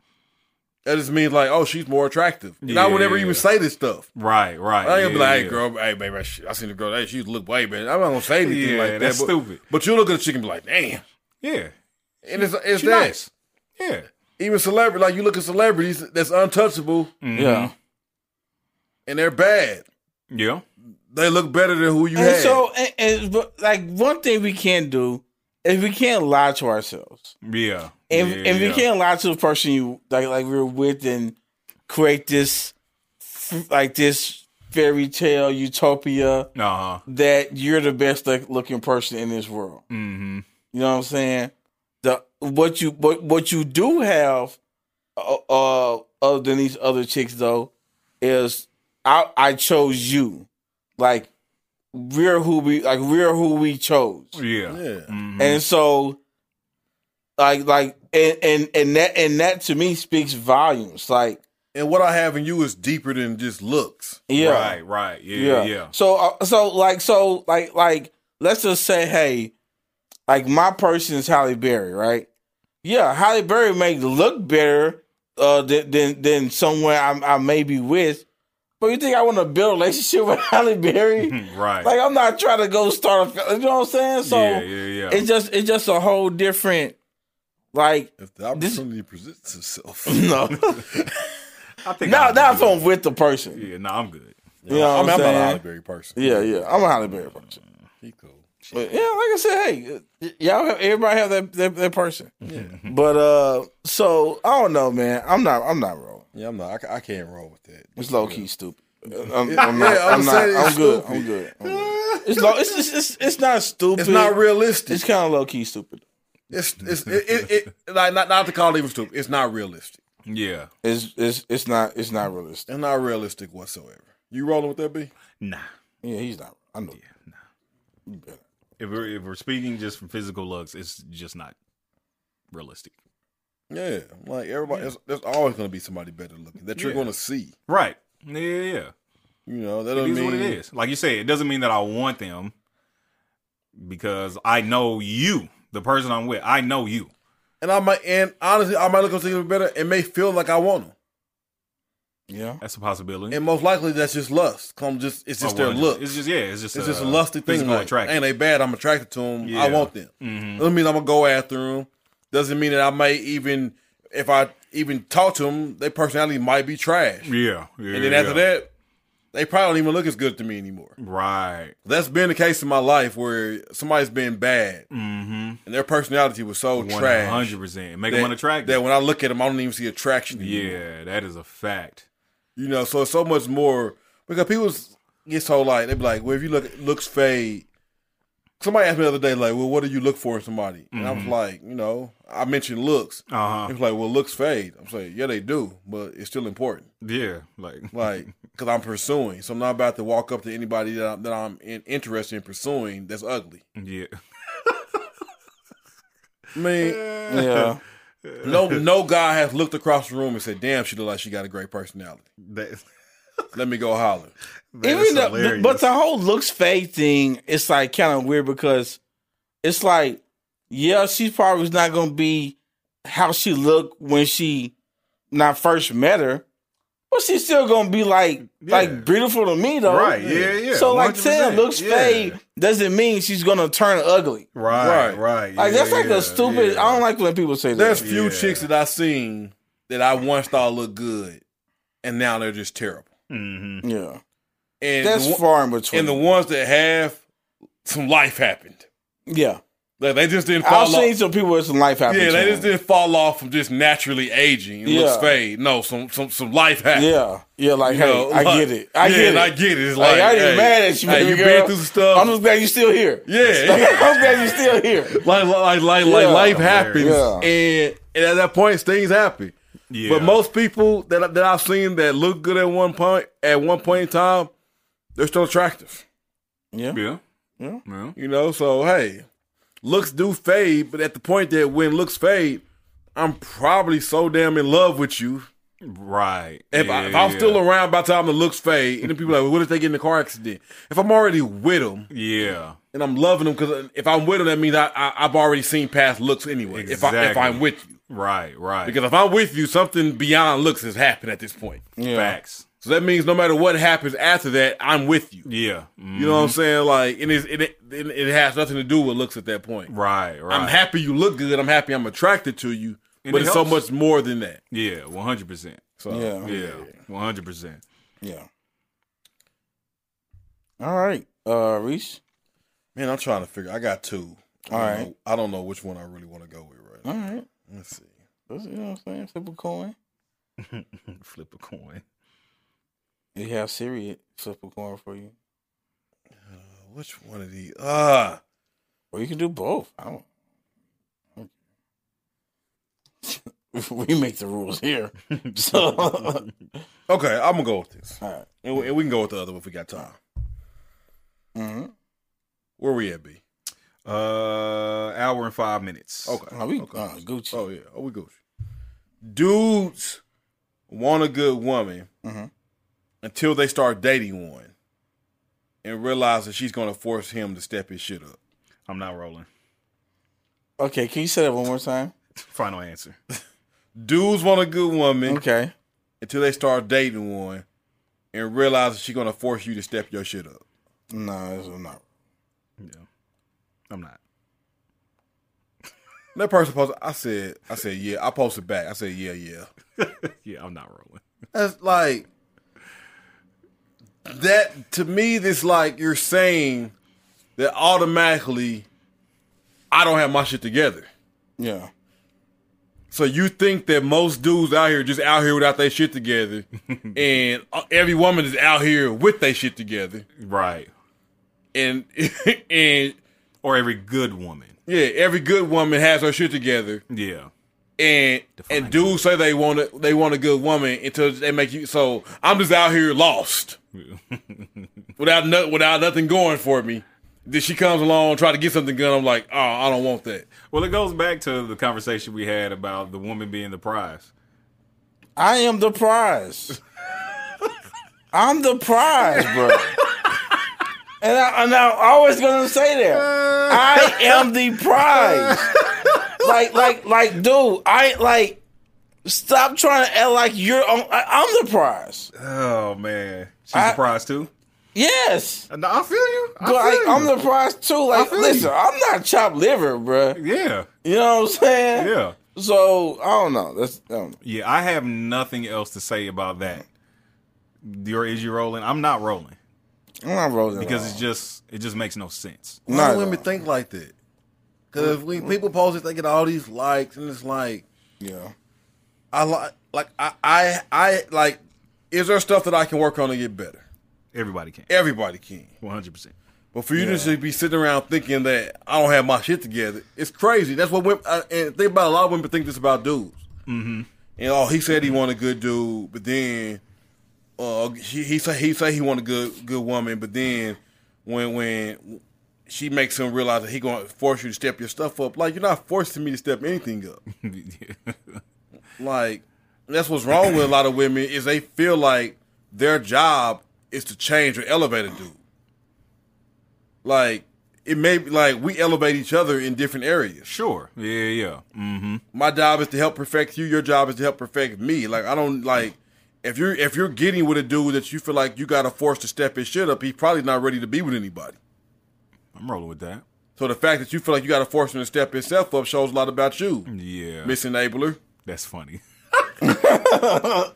D: That just means like oh she's more attractive. And I would never
B: Yeah.
D: even say this stuff.
B: Right, right.
D: I ain't gonna
B: Yeah,
D: be like, hey,
B: yeah.
D: girl, hey, baby, I sh- I seen the girl, hey, she look way better. I'm not gonna say anything
B: Yeah,
D: like that.
B: that's
D: but,
B: stupid.
D: But you look at a chick and be like, damn.
B: Yeah.
D: And it's it's
B: She
D: that.
B: nice. Yeah. Mm-hmm.
D: even celebrity, like you look at celebrities that's untouchable,
C: Yeah.
D: and they're bad.
B: Yeah.
D: They look better than who you
C: And
D: had.
C: so, and, and, but like one thing we can't do is we can't lie to ourselves.
B: Yeah.
C: If
B: yeah,
C: if you
B: yeah.
C: can't lie to the person you like, like we were with, and create this f- like this fairy tale utopia
B: Uh-huh.
C: that you're the best look- looking person in this world.
B: Mm-hmm.
C: You know what I'm saying? The what you what what you do have, uh, uh other than these other chicks though, is I I chose you, like we're who we like we're who we chose,
B: Yeah.
D: yeah.
B: Mhm.
C: and so like like and and and that and that to me speaks volumes. Like
D: And what I have in you is deeper than just looks.
C: yeah,
B: Right, right. Yeah,
C: yeah.
B: yeah.
C: So uh, so like so like like let's just say hey, like my person is Halle Berry, right? Yeah, Halle Berry may look better uh than than, than someone I, I may be with, but you think I want to build a relationship with Halle Berry?
B: Right.
C: like I'm not trying to go start a fa- you know what I'm saying? So
B: yeah, yeah, yeah.
C: it's just it's just a whole different like
D: If the
C: This-
D: opportunity presents itself.
C: no
B: I think
C: now
B: I'm
C: now if
B: good.
C: I'm with the person.
B: Yeah, no, I'm good.
C: You know what
D: I mean,
C: I'm
D: I'm not a Halle
C: saying?
D: Berry person.
C: Yeah, yeah. I'm a Halle Berry person.
D: He cool.
C: But yeah, like I said, hey, y- y'all have everybody have that that, that person. But uh, so I don't know, man. I'm not I'm not wrong.
D: Yeah, I'm not. I, ca- I can't roll with that.
C: It's low key stupid. I'm, I'm not.
D: Yeah, I'm
C: I'm, not.
D: saying it's
C: I'm good.
D: stupid.
C: I'm good. I'm good. It's low. It's, it's it's it's not stupid.
D: It's not realistic.
C: It's kind of low key stupid.
D: It's it's it, it, it like not not to call it even stupid. It's not realistic.
B: Yeah.
C: It's it's it's not it's not realistic.
D: It's not realistic whatsoever. You rolling with that B?
B: Nah.
C: Yeah, he's not. I know.
B: If we're if we're speaking just from physical looks, it's just not realistic.
D: Yeah, like everybody, there's, there's always going to be somebody better looking that you're
B: Yeah.
D: going to see.
B: Right. Yeah, yeah. yeah.
D: You know that
B: It
D: doesn't
B: is
D: mean
B: what it is. Like you say, it doesn't mean that I want them because I know you, the person I'm with. I know you.
D: And I might, and honestly, I might look up to something better and may feel like I want them.
C: Yeah,
B: That's a possibility.
D: And most likely, that's just lust. Come, just it's just
B: Or
D: their
B: one of
D: look.
B: them. It's just yeah. It's just
D: It's
B: a
D: just a lusty thing.
B: physical
D: Like,
B: attraction.
D: ain't they bad? I'm attracted to them. I
B: Yeah. Mm-hmm.
D: want them. Doesn't mean I'm gonna go after them. Doesn't mean that I may even, if I even talk to them, their personality might be trash.
B: yeah, yeah.
D: And then after that, they probably don't even look as good to me anymore.
B: right?
D: That's been the case in my life where somebody's been bad and their personality was so
B: Mm-hmm. One
D: trash
B: hundred percent. Make
D: that,
B: them unattractive.
D: that when I look at them, I don't even see attraction. anymore.
B: yeah, that is a fact.
D: You know, so it's so much more because people get so like they be like, well, if you look looks fade. Somebody asked me the other day, like, well, what do you look for in somebody? And I was like, you know, I mentioned looks.
B: Uh
D: He
B: huh.
D: was like, well, looks fade. I'm saying, yeah, they do, but it's still important.
B: Yeah, like
D: Like, because I'm pursuing. So I'm not about to walk up to anybody that I'm, that I'm in, interested in pursuing that's ugly.
B: yeah,
D: I mean,
C: yeah.
D: Eh. no no guy has looked across the room and said, damn, she look like she got a great personality.
B: that,
D: Let me go holler.
C: Even the, but the whole looks fake thing, it's like kind of weird because it's like, yeah, she probably was not gonna be how she looked when she not first met her, but she's still gonna be like
B: Yeah.
C: like beautiful to me though,
B: Right, yeah, yeah,
C: So like saying
B: 100%,
C: looks
B: yeah.
C: fade doesn't mean she's gonna turn ugly.
B: right,
D: Right.
B: right,
C: Like
B: yeah,
C: that's like
B: yeah,
C: a stupid.
B: yeah.
C: I don't like when people say
D: There's
C: that.
D: few
B: Yeah.
D: chicks that I seen that I once thought looked good, and now they're just terrible.
B: Mhm.
C: Yeah,
D: And
C: that's
D: the, one-
C: far in between.
D: and the ones that have some life happened.
C: yeah,
D: Like they just didn't fall
C: I've
D: off.
C: seen some people with some life happen.
D: yeah,
C: to
D: they
C: them.
D: just didn't fall off from just naturally aging. It looks
C: Yeah.
D: fade. No, some some some life happened.
C: Yeah, yeah, like
D: You
C: hey,
D: know,
C: I
D: like-
C: get it, I
D: yeah,
C: get it,
D: I get it. It's
C: Like,
D: like,
C: I ain't
D: hey,
C: mad at you,
D: hey,
C: baby
D: you
C: girl.
D: been through some stuff.
C: I'm just glad you're still here.
D: yeah,
C: I'm glad you're still here.
D: like like like like
C: Yeah.
D: life happens,
C: Yeah.
D: and, and at that point things happen.
B: Yeah.
D: But most people that I- that I've seen that look good at one point at one point in time, they're still attractive.
B: yeah,
C: Yeah.
B: yeah.
D: You know, so hey, looks do fade, but at the point that when looks fade, I'm probably so damn in love with you.
B: Right.
D: If, I, if I'm still around by the time the looks fade, and then people are like, well, what if they get in a car accident? If I'm already with them
B: yeah,
D: and I'm loving them, because if I'm with them, that means I, I I've already seen past looks anyway. If I if
B: Exactly.
D: I'm with you,
B: right, right.
D: because if I'm with you, something beyond looks has happened at this point.
B: facts.
D: So that means no matter what happens after that, I'm with you.
B: Yeah. Mm.
D: You know what I'm saying? Like, and it's, it, it it has nothing to do with looks at that point.
B: Right. Right.
D: I'm happy you look good. I'm happy I'm attracted to you.
B: And
D: but
B: it
D: it's so
B: helps.
D: much more than that.
B: Yeah. One hundred percent.
D: So
C: Yeah.
B: Yeah. One hundred percent.
C: Yeah. All right, uh, Reese.
D: Man, I'm trying to figure. I got two. I
C: All
D: don't
C: right.
D: know- I don't know which one I really want to go with right
C: All
D: now.
C: right,
D: Let's see.
C: That's- you know what I'm saying? Flip a coin.
B: Flip a coin.
C: You have Siri flip a coin for you,
D: Which one of these? Ah,
C: or you can do both. I don't. we make the rules here, so all
D: okay. I'm gonna go with this,
C: right.
D: and we, and we can go with the other one if we got time.
C: Mm-hmm.
D: Where we at, B?
B: Uh, hour and five minutes.
D: Okay.
C: Oh, we
D: okay.
C: uh, Gucci.
D: Oh yeah. Oh, we Gucci. Dudes want a good woman
C: Mhm.
D: until they start dating one and realize that she's gonna force him to step his shit up.
B: I'm not rolling.
C: Okay, can you say that one more time?
B: Final answer.
D: Dudes want a good woman
C: Okay.
D: until they start dating one and realize that she's gonna force you to step your shit up.
C: No, this is not.
B: Yeah, I'm not.
D: And that person posted. I said. I said yeah. I posted back. I said yeah, yeah.
B: Yeah, I'm not rolling.
D: That's like that to me. That's like you're saying that automatically. I don't have my shit together.
C: Yeah.
D: So you think that most dudes out here just out here without their shit together, and uh, every woman is out here with their shit together,
B: Right.
D: and and
B: Or every good woman.
D: yeah, every good woman has her shit together,
B: Yeah.
D: and
B: Define
D: and dudes say they want a, they want a good woman until they make you. So I'm just out here lost. without no, without nothing going for me. Then she comes along, try to get something good. I'm like, oh, I don't want that.
B: Well, it goes back to the conversation we had about the woman being the prize.
C: I am the prize. I'm the prize, bro. And, I, and I'm always gonna say that I am the prize. Like, like, like, dude, I like. Stop trying to act like you're. On, I, I'm the prize.
B: Oh man, she's
C: I-
B: the prize too.
C: Yes,
B: No, I feel you. I
C: but like, I'm the prize too. Like,
B: feel
C: listen,
B: you.
C: I'm not chopped liver, bro.
B: yeah,
C: You know what I'm saying?
B: yeah,
C: So I don't know. That's I don't know.
B: yeah. I have nothing else to say about that. Your is you rolling? I'm not rolling
C: I'm not rolling
B: because
C: around.
D: Oh.
B: it's just it just makes no sense.
D: Why
C: Not at
D: do women
C: all.
D: think like that? Because when people post it, they get all these likes, and it's like,
C: yeah.
D: I like, like I, I, I like. Is there stuff that I can work on to get better?
B: Everybody can.
D: Everybody can.
B: 100. percent
D: But for you to just be sitting around thinking that I don't have my shit together, it's crazy. That's what women uh, and think about. A lot of women think this about dudes. Mm-hmm. And oh, he said he want a good dude, but then uh, he, he say he say he want a good good woman, but then when when she makes him realize that he gonna force you to step your stuff up, like you're not forcing me to step anything up. Like that's what's wrong with a lot of women is they feel like their job is to change or elevate a dude. Like it may be like we elevate each other in different areas.
B: Sure. Yeah, yeah. Mm-hmm.
D: My job is to help perfect you. Your job is to help perfect me. Like I don't like if you're if you're getting with a dude that you feel like you got to force to step his shit up. He's probably not ready to be with anybody.
B: I'm rolling with that.
D: So the fact that you feel like you got to force him to step himself up shows a lot about you,
B: Yeah,
D: Miss Enabler.
B: that's funny. that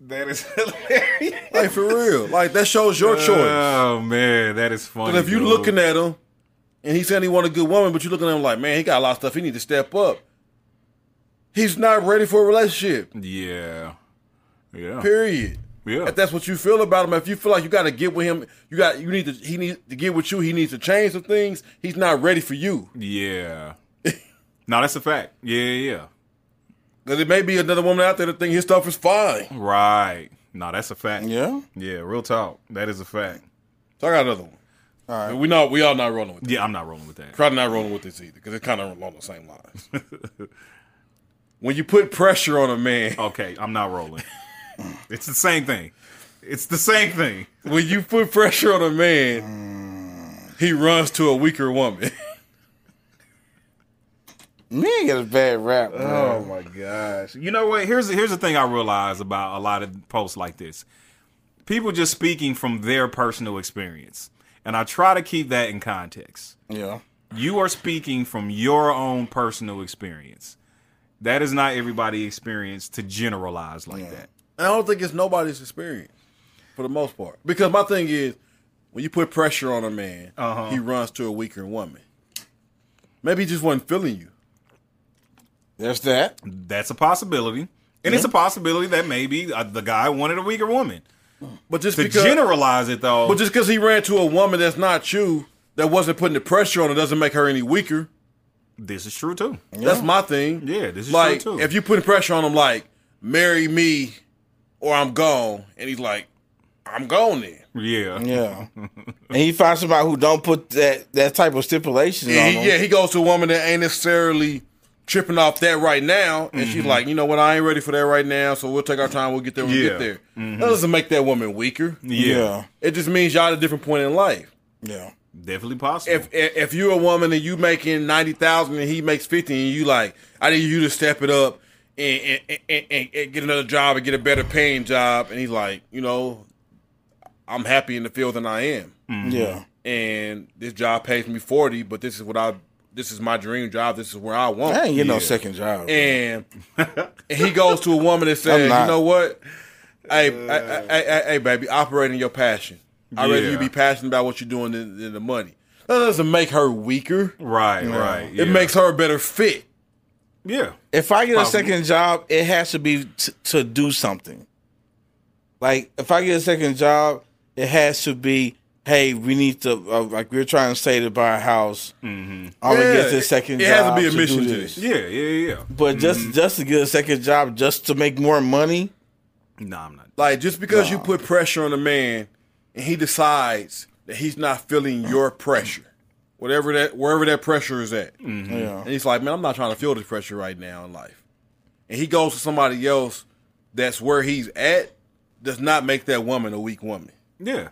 B: is hilarious.
D: Like for real. Like that shows your choice.
B: Oh man, that is funny.
D: But if you
B: dude.
D: looking at him and he said he want a good woman, but you looking at him like, man, he got a lot of stuff. He need to step up. He's not ready for a relationship.
B: yeah, yeah,
D: Period.
B: yeah,
D: If that's what you feel about him, if you feel like you got to get with him, you got you need to he needs to get with you. He needs to change some things. He's not ready for you
B: yeah. no, that's a fact. Yeah, yeah.
D: because it may be another woman out there that think his stuff is fine.
B: Right. No, that's a fact.
C: Yeah.
B: Yeah, real talk. That is a fact.
D: So I got another one.
C: All right.
D: We know we all not rolling with. This.
B: Yeah, I'm not rolling with that.
D: Probably not rolling with this either because it's kind of along the same lines. when you put pressure on a man,
B: Okay, I'm not rolling. it's the same thing. It's the same thing.
D: when you put pressure on a man, he runs to a weaker woman.
C: Men get a bad rap,
D: Oh
C: bro.
B: my gosh. You know what? Here's here's the thing I realize about a lot of posts like this. People just speaking from their personal experience. And I try to keep that in context.
C: Yeah.
B: You are speaking from your own personal experience. That is not everybody' experience to generalize like that.
D: And I don't think it's nobody's experience. for the most part. Because my thing is, when you put pressure on a man, he runs to a weaker woman. Maybe he just wasn't feeling you.
C: There's that.
B: That's a possibility, and it's a possibility that maybe uh, the guy wanted a weaker woman.
D: But just
B: To
D: because,
B: generalize it though,
D: but just because he ran to a woman that's not you, that wasn't putting the pressure on her, doesn't make her any weaker.
B: this is true too.
D: That's my thing.
B: Yeah, this is
D: like
B: true too.
D: if you putting pressure on him, like marry me or I'm gone, and he's like, I'm gone then.
B: yeah,
C: Yeah. and he finds somebody who don't put that that type of stipulation
D: Yeah,
C: on
D: he,
C: them.
D: yeah, he goes to a woman that ain't necessarily tripping off that right now, and
B: Mm-hmm.
D: she's like, you know what, I ain't ready for that right now, so we'll take our time, we'll get there, when we
B: Yeah. Mm-hmm.
D: get there. That doesn't make that woman weaker.
B: yeah,
C: yeah.
D: It just means y'all at a different point in life.
C: Yeah.
B: definitely possible.
D: If if if you're a woman and you making ninety thousand and he makes fifty, and you like, I need you to step it up and and, and, and and get another job and get a better paying job, and he's like, you know, I'm happy in the field than I am
C: Yeah.
D: and this job pays me 40 but this is what i this is my dream job this is where i want
C: I ain't get no second job.
D: and, and he goes to a woman and says you
C: not.
D: know what
B: Uh,
D: hey, I- I- I- I- hey baby operate in your passion i'd rather you
B: Yeah.
D: be passionate about what you're doing than, than the money that doesn't make her weaker
B: right, right.
D: it
B: yeah.
D: makes her a better fit
B: yeah.
C: If I get a
B: Probably.
C: second job, it has to be t- to do something. Like if I get a second job, it has to be, hey, we need to uh, like we are trying to say to buy a house. Mm-hmm. I'm gonna
D: Yeah,
C: get this second.
D: it
C: job
D: has to be a mission
C: do
D: to
C: this.
D: it.
B: Yeah, yeah, yeah.
D: Mm-hmm.
C: But just just to get a second job, just to make more money.
B: No, I'm not.
D: like just because you put pressure on a man and he decides that he's not feeling your pressure whatever that wherever that pressure is at
C: Yeah.
D: And he's like, man, I'm not trying to feel this pressure right now in life. And he goes to somebody else that's where he's at, does not make that woman a weak woman.
B: Yeah,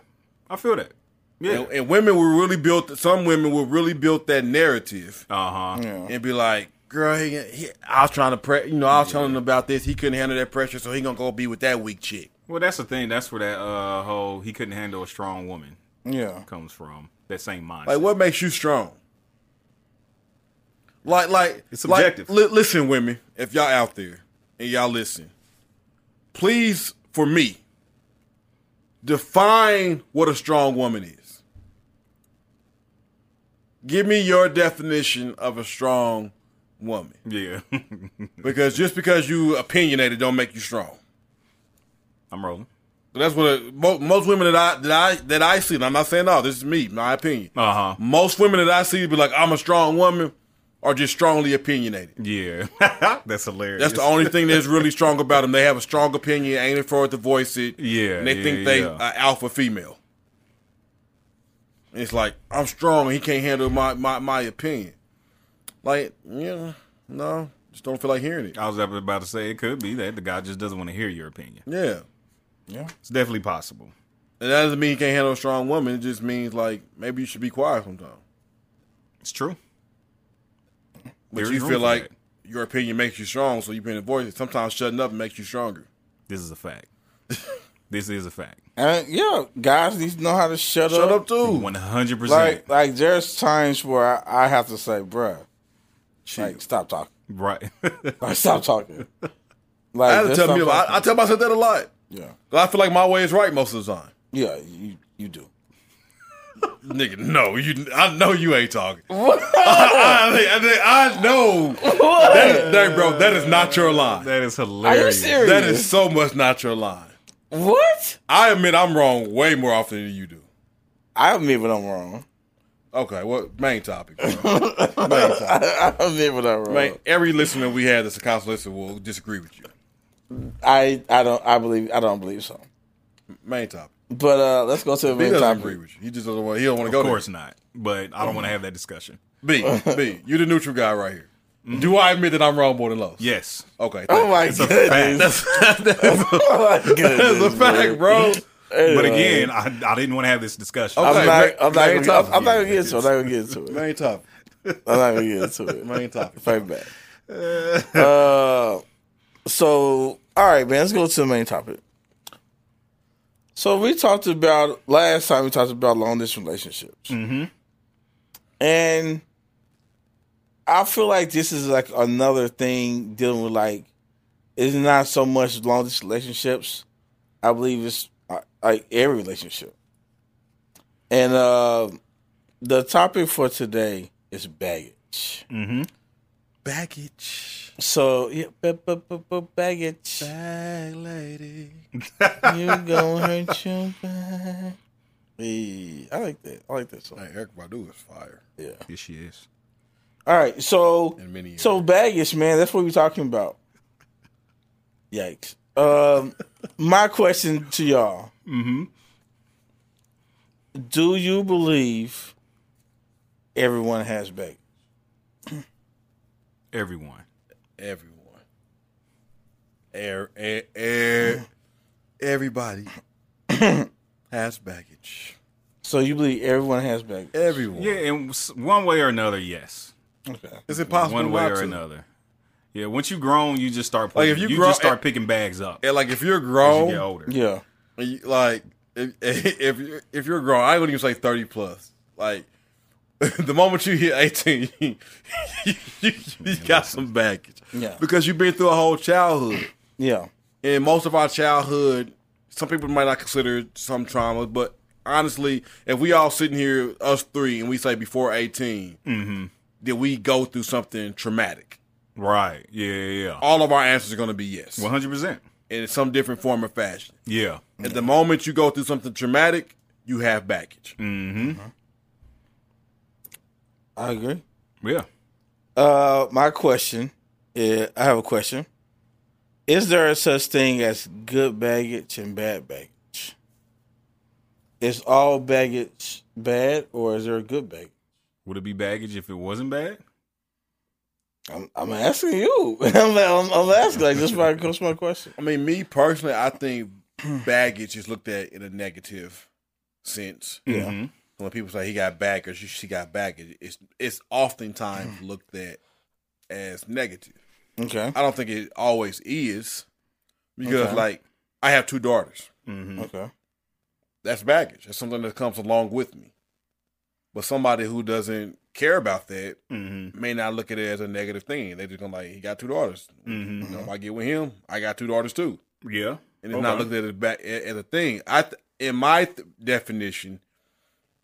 B: I feel that. Yeah.
D: And, and women will really build, some women will really build that narrative
B: Uh huh.
D: and be like, girl, he, he, I was trying to, pre- you know, I was telling him about this. He couldn't handle that pressure, so he going to go be with that weak chick.
B: Well, that's the thing. That's where that uh whole he couldn't handle a strong woman
C: Yeah.
B: comes from. That same mindset.
D: Like, what makes you strong? Like, like
B: It's
D: like,
B: subjective.
D: li- listen, women, if y'all out there and y'all listen, please, for me, define what a strong woman is. Give me your definition of a strong woman,
B: Yeah. Mm-hmm.
D: because just because you opinionated don't make you strong.
B: I'm rolling.
D: So that's what a, mo- most women that I that I that I see. And I'm not saying no. This is me, my opinion.
B: Uh huh.
D: Most women that I see be like, I'm a strong woman, are just strongly opinionated.
B: Yeah. that's hilarious.
D: That's the only thing that's really strong about them. They have a strong opinion, ain't afraid to voice it.
B: Yeah,
D: And they
B: yeah,
D: think they
B: yeah.
D: are alpha female. And it's like, I'm strong, he can't handle my, my, my opinion. Like, yeah, no, just don't feel like hearing it.
B: I was about to say it could be that the guy just doesn't want to hear your opinion.
D: Yeah.
B: It's definitely possible.
D: And that doesn't mean you can't handle a strong woman. It just means, like, maybe you should be quiet sometimes.
B: It's true.
D: But
B: There is
D: you
B: room
D: feel
B: for
D: like
B: that.
D: your opinion makes you strong, so you can voice it. Sometimes shutting up makes you stronger.
B: This is a fact. this is a fact.
C: And yeah, guys need to know how to shut,
D: Shut up, too.
B: One hundred percent.
C: Like like there's times where I, I have to say, bruh, like stop talking.
B: Right.
C: Like stop talking.
D: I
C: Like
D: had to
C: just
D: tell me.
C: stop talking.
D: I, I tell myself that a lot.
C: yeah.
D: 'Cause I feel like my way is right most of the time.
C: Yeah, you you do.
D: Nigga, no, you. I know you ain't talking. I, I- I think- I know. That is, that- bro, that is not your line.
B: that is hilarious.
C: serious?
D: That is so much not your line.
C: What?
D: I admit I'm wrong way more often than you do.
C: I admit when I'm wrong.
D: Okay, well, main topic. bro.
C: I admit when I'm wrong.
D: Main- every listener we had that's a constant listener will disagree with you.
C: I I don't I believe I don't believe so.
D: Main topic.
C: But uh let's go to the
D: He
C: main
D: doesn't agree
C: topic.
D: with you. He just doesn't want. He don't want to go.
B: Of
D: there.
B: course not. But I don't want to have that discussion.
D: B, B, you the neutral guy right here. Do I admit that I'm wrong more than Los?
B: Yes.
D: Okay.
C: Mm-hmm. Oh my
B: a
C: goodness. Oh my
D: That's a
C: goodness.
D: fact, bro.
B: But again, I, I didn't want to have this discussion.
D: Okay.
C: I'm not, I'm, not
D: Main
C: gonna,
D: topic.
C: I'm not gonna get into it. I'm not gonna get into it.
D: Main topic.
C: I'm not gonna get into it.
D: Main topic.
C: Fight back. Uh, so all right, man. Let's go to the main topic. So we talked about last time. We talked about long distance relationships, mm-hmm. and I feel like this is like another thing dealing with like it's not so much long distance relationships. I believe it's I- like every relationship. And uh, the topic for today is baggage.
D: Baggage.
C: So yeah, ba- ba- ba- ba- baggage,
D: Bag lady.
C: you gonna hurt your back. Hey, I like that. I like that song.
D: Hey, Eric Badu is fire.
C: Yeah.
B: Yes, she is.
C: All right. So
D: In many years.
C: So baggage, man, that's what we're talking about. Yikes. Um, my question to y'all: mm-hmm. Do you believe everyone has baggage?
B: Everyone.
D: everyone. Air, air, air, everybody has baggage.
C: So you believe everyone has baggage?
D: Everyone.
B: Yeah, and s- one way or another, yes.
C: Okay.
D: It's impossible
B: one way
D: not
B: or
D: to.
B: another. Yeah, once you grown, you just start
D: Like,
B: putting,
D: if
B: you,
D: you grow-
B: just start picking bags up
D: And like if you're
B: as you
D: grown,
B: get older.
C: Yeah.
D: and you- like if, if you're if you're grown, I wouldn't even say thirty plus. Like the moment you hit eighteen, you, you, you got some baggage.
C: Yeah.
D: Because you've been through a whole childhood.
C: Yeah.
D: in most of our childhood, some people might not consider some trauma, but honestly, if we all sitting here, us three, and we say before 18, did we go through something traumatic?
B: Right. Yeah, yeah, yeah.
D: All of our answers are going to be yes,
B: One hundred percent.
D: in some different form or fashion.
B: Yeah. Mm.
D: At the moment you go through something traumatic, you have baggage.
B: Mm-hmm.
C: I agree.
B: Yeah.
C: Uh, my question is: I have a question. Is there a such thing as good baggage and bad baggage? Is all baggage bad, or is there a good baggage?
B: Would it be baggage if it wasn't bad?
C: I'm, I'm asking you. I'm, I'm, I'm asking. Like, this is my, this is my question.
D: I mean, me personally, I think baggage is looked at in a negative sense.
C: Yeah.
B: Mhm.
D: when people say he got baggage, she- she got baggage, it's it's oftentimes looked at as negative.
C: Okay.
D: I don't think it always is because
C: Okay.
D: like I have two daughters.
C: Okay.
D: That's baggage. That's something that comes along with me. But somebody who doesn't care about that may not look at it as a negative thing. They just gonna like he got two daughters. You know, if I get with him, I got two daughters too,
B: Yeah.
D: and it's not
B: Okay.
D: looked at as, ba- a- as a thing. I th- in my th- definition,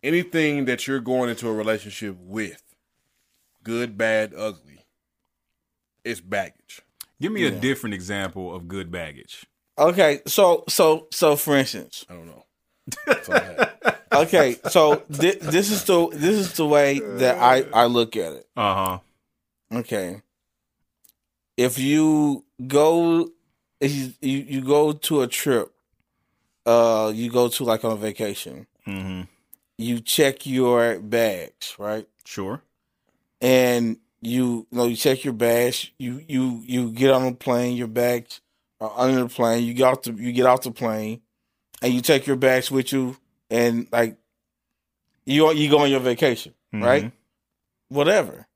D: anything that you're going into a relationship with, good, bad, ugly, it's baggage.
B: Give me a different example of good baggage.
C: Okay. So, so, so, for instance,
D: I don't know. That's all I have.
C: okay. So, thi- this is the this is the way that I I look at it.
B: Uh huh.
C: Okay. If you go, if you, you you go to a trip, uh, you go to like on a vacation.
B: Mm-hmm.
C: You check your bags, right?
B: Sure.
C: and you, you know you check your bags. You you you get on the plane. Your bags are under the plane. You get off the you get off the plane, and you take your bags with you. And like you you go on your vacation, right? Whatever.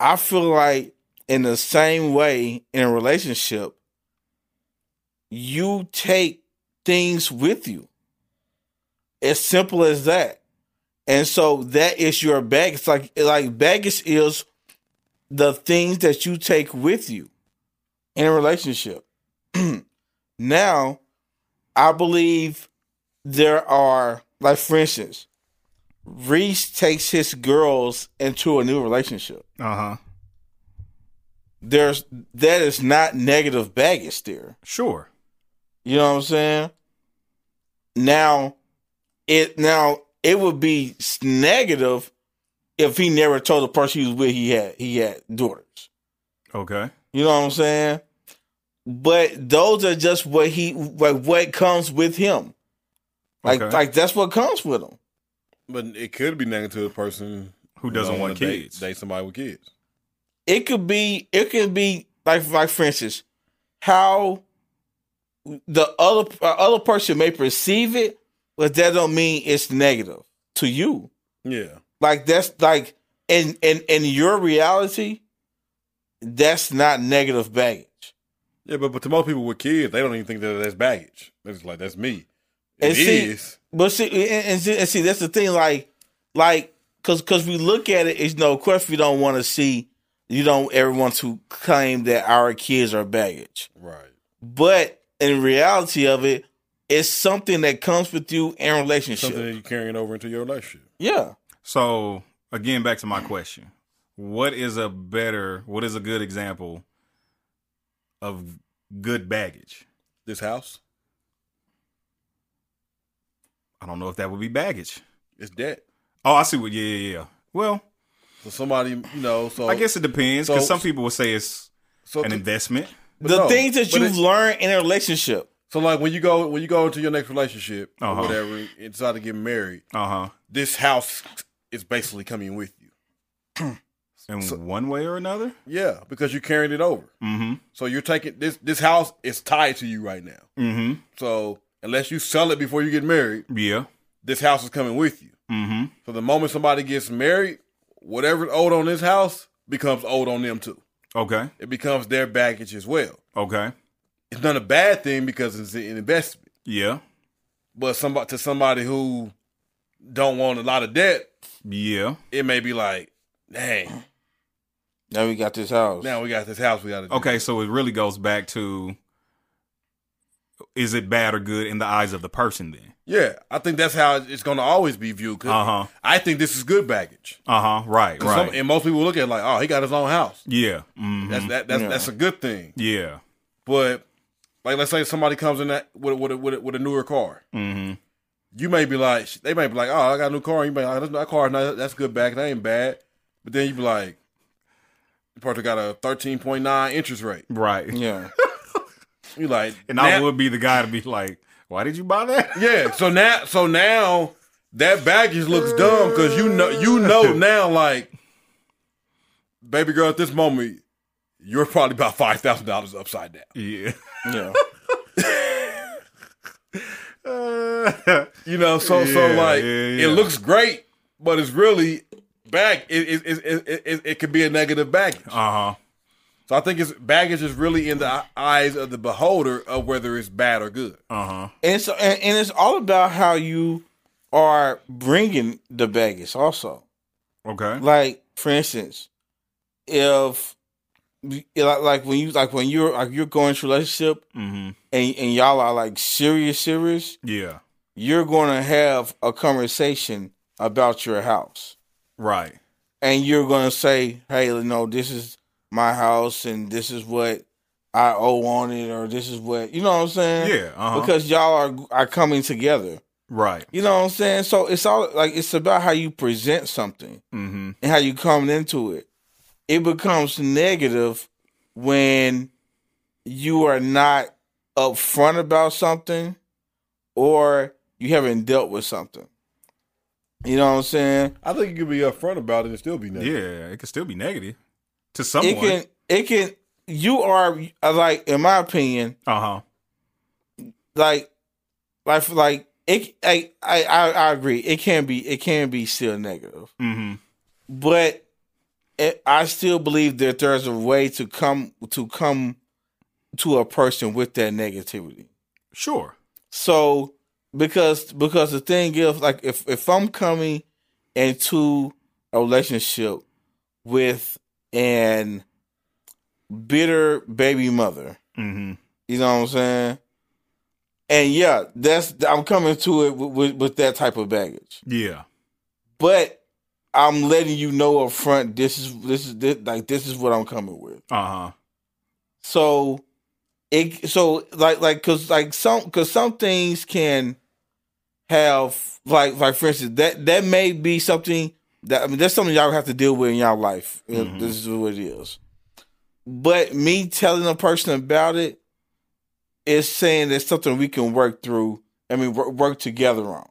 C: I feel like in the same way in a relationship, you take things with you. As simple as that. And so that is your baggage. It's Like like baggage is the things that you take with you in a relationship. now, I believe there are like for instance, Reese takes his girls into a new relationship.
B: Uh huh.
C: There's that is not negative baggage there.
B: Sure.
C: You know what I'm saying? Now, it now it would be s- negative if he never told the person he was with he had he had daughters.
B: Okay.
C: You know what I'm saying? But those are just what he like what comes with him. Like
B: Okay.
C: like that's what comes with him.
D: But it could be negative to a person
B: Who doesn't
D: don't
B: want
D: wanna date-
B: kids?
D: Date somebody with kids.
C: It could be it could be like like for instance, how the other uh, other person may perceive it, but that don't mean it's negative to you.
D: Yeah.
C: like that's like in in in your reality that's not negative baggage
D: Yeah, but, but to most people with kids, they don't even think that that's baggage. They're just like, that's me. It
C: And
D: is.
C: see- but see and, and see, and see that's the thing like like because because we look at it it's no of course we don't want to see you don't ever want to claim that our kids are baggage
D: Right.
C: but in reality of it It's something that comes with you in relationship.
D: Something that you're carrying over into your relationship.
C: Yeah.
B: So again, back to my question: What is a better? What is a good example of good baggage?
D: This house,
B: I don't know if that would be baggage.
D: it's debt.
B: Oh, I see what. Yeah, yeah, yeah. Well,
D: So somebody, you know, so
B: I guess it depends because
D: so-
B: some people would say it's
D: so
B: an investment.
D: but
C: the
D: no,
C: things that
D: but
C: you
D: it-
C: learn in a relationship.
D: So like when you go when you go into your next relationship
B: Uh-huh.
D: or whatever, and decide to get married,
B: Uh huh.
D: this house is basically coming with you.
B: In one way or another.
D: Yeah, because you're carrying it over.
B: Mm
D: So you're taking this this house is tied to you right now.
B: hmm. Mm
D: So unless you sell it before you get married,
B: hmm. Yeah.
D: this house is coming with you.
B: Mm hmm.
D: So the moment somebody gets married, whatever's owed on this house becomes owed on them too.
B: Okay.
D: It becomes their baggage as well.
B: Okay.
D: It's not a bad thing because it's an investment.
B: Yeah.
D: But somebody to somebody who don't want a lot of debt,
B: Yeah.
D: it may be like, dang,
C: Now we got this house.
D: now we got this house we gotta do.
B: Okay. So it really goes back to is it bad or good in the eyes of the person then?
D: Yeah. I think that's how it's gonna always be viewed. 'cause
B: Uh-huh.
D: I think this is good baggage.
B: Uh huh. Right.
D: 'Cause some-
B: Right.
D: and most people look at it like, oh, he got his own house.
B: yeah. Mm-hmm.
D: That's that, that's
C: Yeah.
D: that's a good thing.
B: yeah.
D: But like, let's say somebody comes in that with a- with a, with a, with a newer car.
B: Mm
D: You may be like, they may be like, oh, I got a new car. And you may be like, that car, not, that's good back. That ain't bad. But then you be like, you probably got a thirteen point nine interest rate.
B: hmm. Right.
C: Yeah.
D: You like,
B: And I
D: now-
B: would be the guy to be like, why did you buy that?
D: yeah. So now, so now that baggage looks dumb because you know, you know now, like, baby girl, at this moment, you're probably about five thousand dollars upside down.
B: Yeah.
C: Yeah.
B: Uh-huh,
D: You know, so so
B: Yeah,
D: like
B: yeah, yeah.
D: it looks great, but it's really back. It it it it, it, it, it could be a negative baggage.
B: Uh huh.
D: so I think it's baggage is really in the eyes of the beholder of whether it's bad or good.
B: Uh huh.
C: and so and, and it's all about how you are bringing the baggage also
B: Okay.
C: like for instance if like like when you like when you're like you're going through a relationship
B: Mm-hmm.
C: and, and y'all are like serious serious
B: Yeah.
C: you're gonna have a conversation about your house
B: Right.
C: and you're gonna say hey you know this is my house and this is what i owe on it or this is what you know what i'm saying
B: Yeah. Uh huh.
C: because y'all are are coming together
B: Right.
C: You know what I'm saying? So it's all like it's about how you present something
B: Mm-hmm.
C: and how you come into it. It becomes negative when you are not upfront about something or you haven't dealt with something. You know what I'm saying?
D: I think you could be upfront about it and still be negative.
B: Yeah. It could still be negative to someone.
C: It can it can you are uh, like in my opinion,
B: uh huh.
C: like like like it I I I I agree. It can be it can be still negative.
B: Mm-hmm.
C: but it, I still believe that there's a way to come to come to a person with that negativity.
B: Sure.
C: So because because the thing is like if if I'm coming into a relationship with an bitter baby mother,
B: Mm-hmm.
C: you know what I'm saying? And yeah, that's I'm coming to it with, with, with that type of baggage
B: Yeah.
C: but I'm letting you know up front. This is this is this, like this is what I'm coming with.
B: Uh huh.
C: So it so like like because like some because some things can have like like for instance that that may be something that I mean that's something y'all have to deal with in y'all life. Uh, This is what it is. But me telling a person about it is saying there's something we can work through. I mean, work, work together on.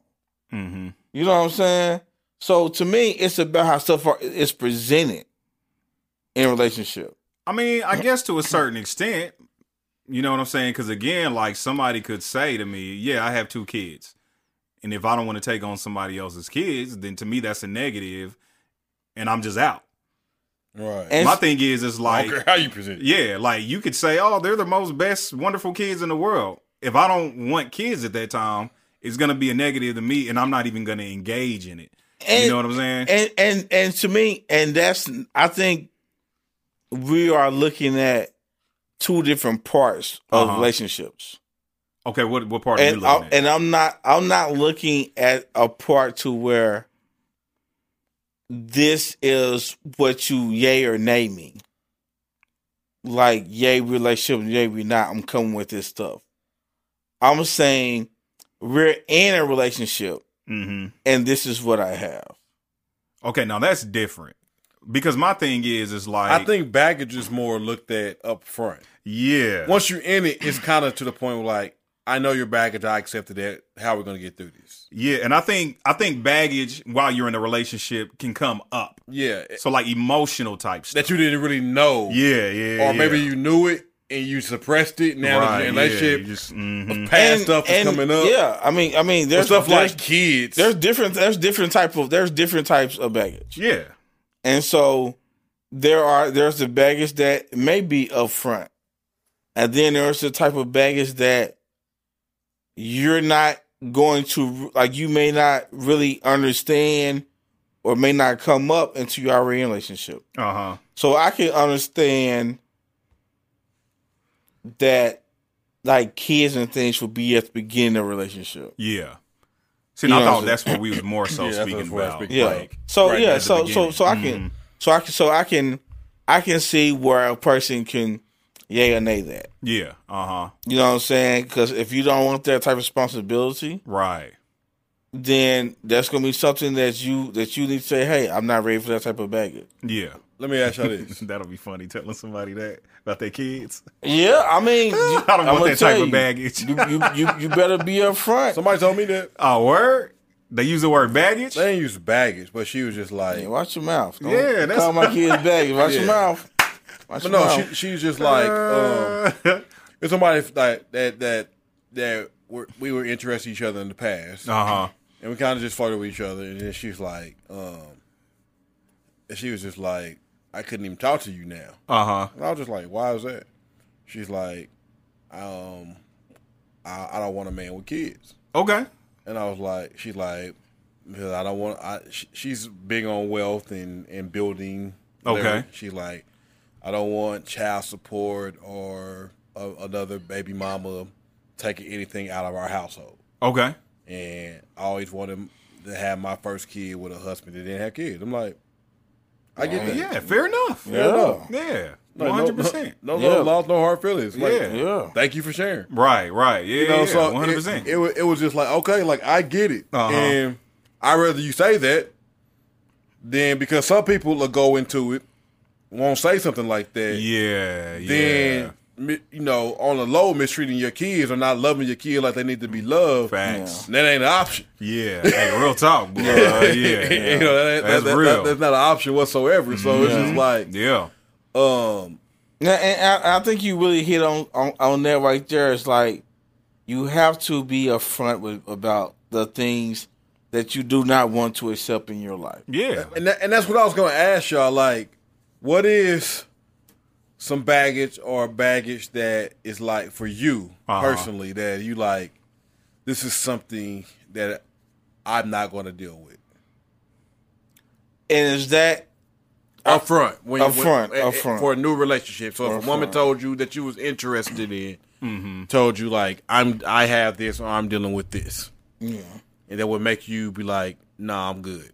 B: Mm-hmm.
C: You know what I'm saying? So to me, it's about how stuff are, is presented in relationship.
B: I mean, I guess to a certain extent, you know what I'm saying? Because again, like somebody could say to me, "Yeah, I have two kids," and if I don't want to take on somebody else's kids, then to me that's a negative, and I'm just out.
D: Right.
C: And
B: My thing is, it's
D: I
B: like,
D: don't care how you present it.
B: yeah, like you could say, "Oh, they're the most best, wonderful kids in the world." If I don't want kids at that time, it's gonna be a negative to me, and I'm not even gonna engage in it.
C: And-
B: you know what I'm saying?
C: and and and to me, and that's I think we are looking at two different parts of
B: Uh-huh.
C: relationships.
B: Okay, what what part are you
C: and I,
B: looking at?
C: and I'm not I'm not looking at a part to where this is what you yay or nay me. Like yay relationship, yay we not. I'm coming with this stuff. I'm saying we're in a relationship,
B: mm-hmm.
C: and this is what I have.
B: Okay, now that's different because my thing is is like
D: I think baggage is more looked at up front.
B: yeah.
D: Once you're in it, it's kind of to the point where like, I know your baggage. I accepted that. How are we gonna get through this?
B: Yeah, and I think I think baggage while you're in a relationship can come up.
D: Yeah,
B: So like emotional type stuff.
D: that you didn't really know.
B: yeah, yeah.
D: or maybe
B: yeah.
D: you knew it and you suppressed it. Now that
B: Right,
D: you're in a
B: yeah,
D: relationship,
B: you just, mhm.
D: past stuff is coming up.
C: Yeah, I mean, I mean,
D: Or
C: there's
D: stuff
C: there's,
D: like kids.
C: there's different there's different type of there's different types of baggage,
B: Yeah.
C: and so there are there's the baggage that may be upfront, and then there's the type of baggage that you're not going to like you may not really understand or may not come up until you're already in a relationship.
B: Uh-huh.
C: So I can understand that like kids and things should be at the beginning of a relationship.
B: Yeah. See, and I
C: Yeah.
B: thought that's what we was more so
D: Yeah, that's
B: speaking
D: what I was
B: about.
D: speaking
C: Yeah.
B: Like,
C: so
D: right at
C: yeah,
D: the
C: so so
B: beginning.
C: so I can so I can so I can I can see where a person can yay or nay that.
B: yeah. Uh-huh.
C: You know what I'm saying? Because if you don't want that type of responsibility,
B: Right.
C: then that's gonna be something that you that you need to say, hey, I'm not ready for that type of baggage.
B: Yeah.
D: Let me ask y'all this.
B: That'll be funny telling somebody that about their kids.
C: Yeah, I mean, you,
B: I don't
C: I'ma
B: want that
C: tell
B: type of
C: you,
B: baggage.
C: You, you you you better be upfront.
D: Somebody told me that
B: oh, word? They use the word baggage?
D: they didn't use baggage, but she was just like,
C: Hey, watch your mouth. Don't
B: Yeah, that's-
C: call my kids baggage. Watch your
D: Yeah.
C: mouth. Watch
D: but
C: your
D: no,
C: mouth.
D: she, she was just like, um, it's somebody like that that that were, we were interested in each other in the past,
B: uh-huh.
D: and we kind of just flirted with each other, and then she was like, um, and she was just like, I couldn't even talk to you now.
B: Uh-huh.
D: And I was just like, why is that? She's like, um, I, I don't want a man with kids.
B: Okay.
D: And I was like, she's like, because I don't want, I, sh she's big on wealth and, and building.
B: Okay.
D: She's like, I don't want child support or a, another baby mama taking anything out of our household.
B: Okay.
D: And I always wanted to have my first kid with a husband that didn't have kids. I'm like, I get that.
B: Yeah, fair enough.
C: yeah.
B: Yeah.
D: Like, no-
B: 100%.
D: No,
C: Yeah.
D: no, lost no hard feelings. Like,
B: Yeah.
C: Yeah.
D: Thank you for sharing.
B: Right, right. Yeah,
D: You know,
B: yeah,
D: so
B: yeah, 100%.
D: It, it, wa- it was just like, okay, like I get it,
B: Uh-huh.
D: and I rather you say that than because some people will go into it, won't say something like that,
B: yeah, yeah.
D: then mi- you know on the low mistreating your kids or not loving your kid like they need to be loved.
B: Facts.
D: That ain't an option.
B: Yeah. Hey, real talk, bro. Yeah, yeah.
D: you know, that, ain't-
B: that's
D: that- that-
B: real.
D: that's not an option whatsoever. So it's just like,
B: yeah.
D: um,
C: Now, and I, I think you really hit on, on on that right there. It's like you have to be upfront with about the things that you do not want to accept in your life.
B: Yeah.
D: and that, and that's what I was gonna ask y'all. Like, what is some baggage or baggage that is like for you
B: Uh-huh.
D: personally that you like? This is something that I'm not gonna deal with
C: And is that
D: up front. When
C: Up front,
D: when-
C: up front.
D: for a new relationship. So if
C: Up
D: a woman
C: front. Mm-hmm.
D: told you that you was interested in, told you like I'm, I have this or I'm dealing with this,
C: yeah.
D: and that would make you be like, Nah, I'm good.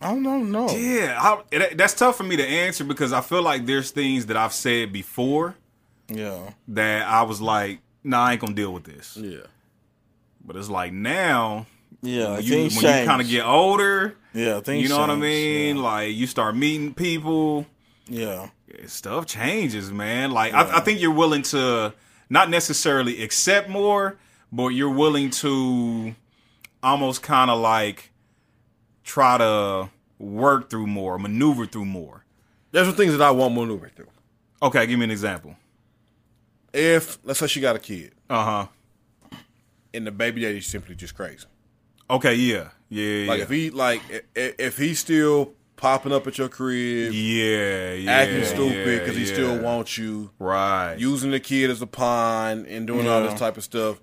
C: I don't know.
B: Yeah, I, it, that's tough for me to answer because I feel like there's things that I've said before
C: Yeah.
B: that I was like, nah, I ain't gonna deal with this.
D: Yeah.
B: But it's like now,
C: Yeah.
B: when you, when
C: things
B: you
C: change.
B: kind of get older,
C: yeah. Things
B: you know what I
C: change.
B: mean? Like you start meeting people,
C: Yeah.
B: stuff changes, man. Like I, I think you're willing to not necessarily accept more, but you're willing to almost kind of like try to work through more, maneuver through more.
D: There's some things that I won't maneuver through.
B: Okay, give me an example.
D: If let's say she got a kid,
B: Uh huh.
D: and the baby daddy's simply just crazy.
B: Okay, yeah, yeah,
D: Like if he like i- i- if he's still popping up at your crib,
B: yeah, yeah,
D: acting
B: yeah,
D: stupid because he
B: yeah.
D: still wants you,
B: right.
D: using the kid as a pawn and doing all this type of stuff.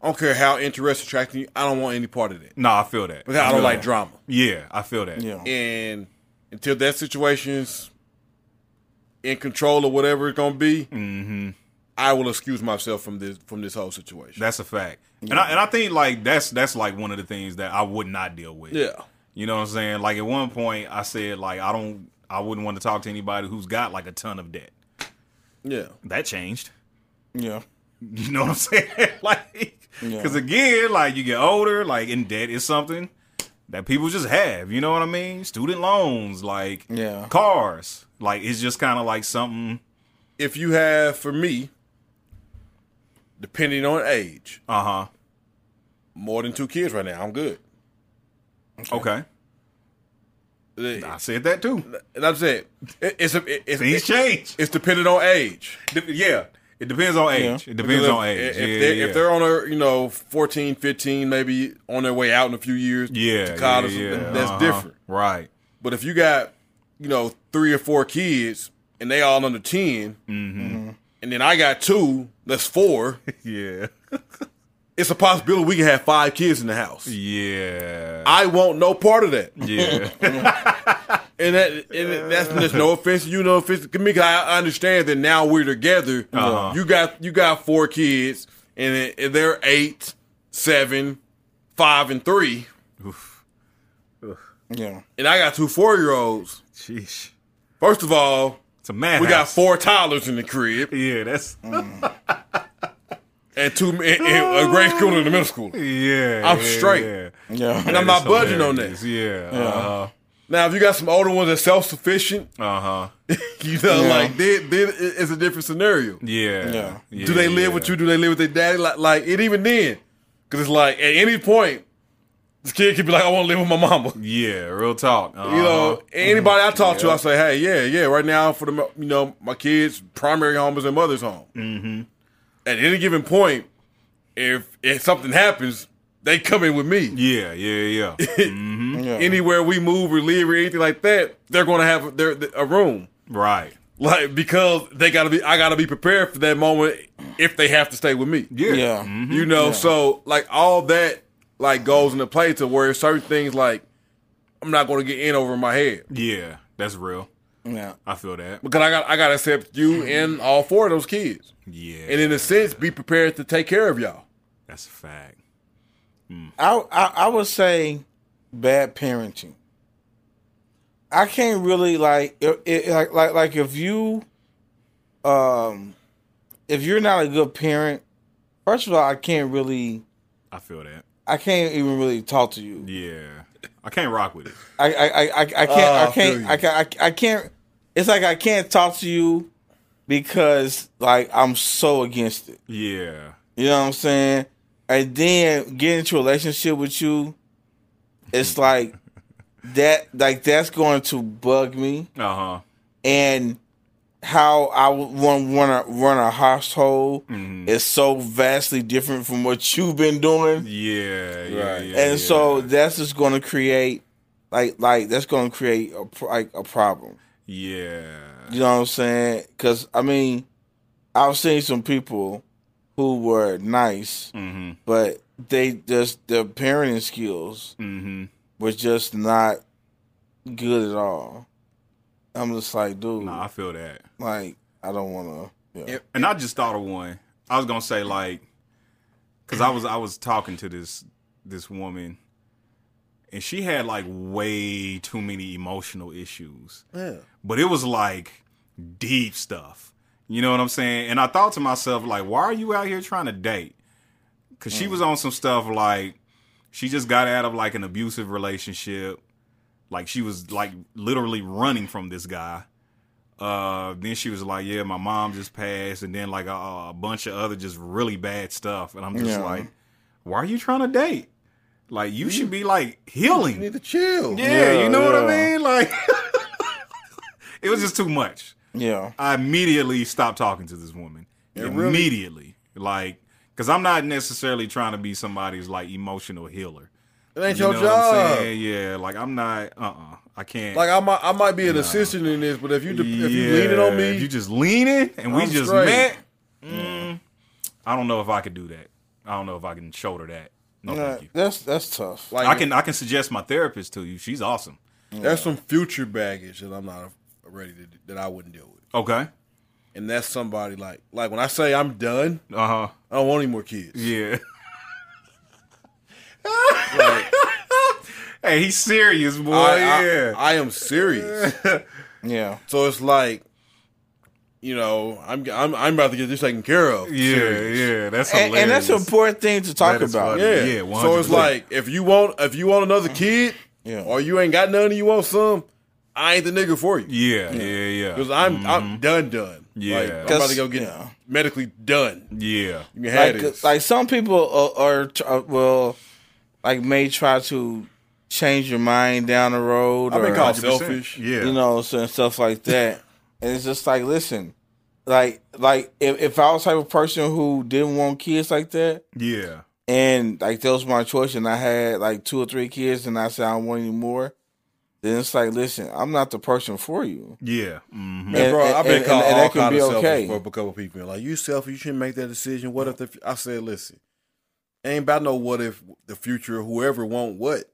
D: I don't care how interested, attracting you. I don't want any part of that
B: no, I feel that.
D: because I don't like drama.
B: Yeah, I feel that.
C: Yeah.
D: And until that situation's in control of whatever it's gonna be,
B: Mm-hmm.
D: I will excuse myself from this from this whole situation.
B: That's a fact. And I and I think like that's that's like one of the things that I would not deal with.
D: yeah,
B: You know what I'm saying? Like at one point I said like I don't I wouldn't want to talk to anybody who's got like a ton of debt.
D: yeah.
B: That changed.
C: Yeah.
B: You know what I'm saying? like
C: Yeah.
B: cuz again, like you get older, like in debt is something that people just have, you know what I mean? Student loans, like
C: Yeah.
B: cars. Like it's just kind of like something
D: If you have for me, depending on age,
B: uh-huh.
D: more than two kids right now, I'm good.
B: Okay. I said that too.
D: And I'm saying it, it's a, it, it's
B: Things
D: it's,
B: change.
D: it's dependent on age.
B: De- yeah. It depends on age. It depends
D: Because if,
B: on age.
D: If,
B: yeah,
D: they're,
B: yeah.
D: if they're on a you know 14, 15, maybe on their way out in a few years,
B: yeah,
D: to college,
B: yeah, yeah.
D: that's
B: Uh-huh.
D: different.
B: Right.
D: But if you got you know three or four kids and they all under 10
B: Mm-hmm.
D: and then I got two, that's four.
B: Yeah.
D: it's a possibility we can have five kids in the house.
B: Yeah.
D: I want no part of that.
B: yeah.
D: And that and that's there's no offense to you, no offense to me. 'cause I I understand that now we're together.
B: Uh-huh.
D: You got you got four kids, and it- and they're eight, seven, five, and three.
C: Yeah.
D: And I got two four year olds.
B: Sheesh.
D: First of all,
B: It's a mad.
D: we got four toddlers in the crib
B: Yeah, that's
D: and two and, and a grade schooler and a middle schooler.
B: yeah.
D: I'm
B: yeah,
D: straight.
B: Yeah.
C: Yeah.
D: And I'm not budging on
B: Hilarious.
D: that.
B: Yeah. Uh
D: Now, if you got some older ones that's self sufficient,
B: huh. Uh-huh.
D: you know,
C: Yeah.
D: like then, then it- it's a different scenario.
B: Yeah.
C: Yeah.
B: Yeah,
D: Do they live
B: yeah.
D: with you? Do they live with their daddy? Like, like it even then, because it's like at any point, this kid could be like, "I want to live with my mama."
B: Yeah. Real talk. Uh-huh.
D: You know, anybody I talk to, I say, "Hey, yeah, yeah." Right now, for the mo- you know my kids' primary home is their mother's home. Mm-hmm. At any given point, if if something happens, they come in with me.
B: Yeah. Yeah. Yeah.
C: Yeah.
D: Anywhere we move or live or anything like that, they're going to have their a room.
B: right.
D: Like because they gotta be, I gotta be prepared for that moment if they have to stay with me.
B: Mm-hmm. Yeah.
C: yeah.
D: You know, so like all that like goes into play to where certain things like I'm not going to get in over my head
B: Yeah. That's real.
C: Yeah.
B: I feel that.
D: because I got I got to accept
B: Mm-hmm.
D: you and all four of those kids,
B: Yeah.
D: and in a sense, be prepared to take care of y'all.
B: that's a fact.
C: I, I I would say bad parenting. I can't really like it, it, like like like if you um if you're not a good parent, first of all, I can't really
B: I feel that.
C: I can't even really talk to you.
B: Yeah. I can't rock with it.
C: I I I, I I can't
D: Oh, I
C: I can't
D: feel
C: I,
D: you.
C: can't I, I can't it's like I can't talk to you because like I'm so against it.
B: Yeah.
C: You know what I'm saying? And then get into a relationship with you, it's like that like that's going to bug me
B: Uh huh.
C: and how I want want to run a household
B: Mm-hmm. Mm.
C: is so vastly different from what you've been doing,
B: Yeah. Yeah.
D: Right.
B: yeah
C: and
B: yeah.
C: so that's just going to create like like that's going to create a pr- like a problem.
B: Yeah.
C: You know what I'm saying? Because I mean, I've seen some people who were nice,
B: Mhm.
C: but they just their parenting skills
B: Mhm.
C: was just not good at all. I'm just like, dude,
B: Nah, I feel that.
C: like I don't want to. Yeah.
B: And I just thought of one. I was gonna say like, cause I was I was talking to this this woman, and she had like way too many emotional issues. Yeah. But it was like deep stuff. You know what I'm saying? And I thought to myself like, why are you out here trying to date? Cause she was on some stuff like she just got out of like an abusive relationship. Like she was like literally running from this guy. Uh, then she was like, "Yeah, my mom just passed," and then like a, a bunch of other just really bad stuff. And I'm just
C: Yeah.
B: like, "Why are you trying to date? Like, you
D: Mm.
B: should be like healing."
D: to chill.
B: Yeah,
C: Yeah,
B: you know what I
C: yeah.
B: mean. Like, it was just too much.
C: yeah,
B: I immediately stopped talking to this woman. immediately, like, because I'm not necessarily trying to be somebody's like emotional healer.
D: It ain't
B: You
D: your
B: know what I'm
D: job.
B: saying? Yeah, like I'm not. Uh, uh I can't.
D: Like I might I might be an assistant in this, but if you de- if you leaning on
B: Yeah,
D: me,
B: if you just leaning, and we
D: I'm
B: just
D: straight.
B: met. mm, I don't know if I could do that. I don't know if I can shoulder that. No,
C: Nah,
B: thank you.
C: that's that's tough.
D: like
B: I can. I can suggest my therapist to you. She's awesome.
D: That's some future baggage that I'm not already that, that I wouldn't deal with,
B: Okay.
D: and that's somebody like like when I say I'm done,
B: Uh huh.
D: I don't want any more kids.
B: Yeah.
D: Like,
B: Hey, he's serious, boy.
D: I,
B: yeah.
D: I, I am serious.
C: Yeah.
D: So it's like, you know, I'm I'm I'm about to get this taken care of.
B: yeah,
D: Serious.
B: yeah. That's
C: And,
B: hilarious.
C: and that's an important thing to talk
B: That is
C: about.
B: funny.
D: Yeah.
B: Yeah,
D: so it's
B: 100%.
D: like if you want if you want another kid,
C: Yeah.
D: or you ain't got none and you want some, I ain't the nigga for you.
B: Yeah, yeah,
D: Because
B: yeah.
D: I'm I'm done done.
B: Yeah.
D: Like, I'm about to go get
C: Yeah.
D: medically done.
B: Yeah.
D: You can have
C: Like,
D: this.
C: like some people are, are, tr- will, like, may try to change your mind down the road.
D: I've been
C: or-
D: called selfish.
B: Yeah.
C: you know, so and stuff like that. And it's just like, listen, like, like if, if I was the type of person who didn't want kids like that,
B: yeah.
C: and like that was my choice, and I had like two or three kids, and I said I don't want any more, then it's like, listen, I'm not the person for you.
B: Yeah. hmm
D: Man,
C: And-
D: bro, I've been
C: and-
D: called
C: and- and
D: all
C: that can
D: kinds
C: be
D: of selfish
C: okay.
D: for a couple of people. Like you selfish, you shouldn't make that decision. What if the? I said, listen, ain't about no what if the future whoever want what.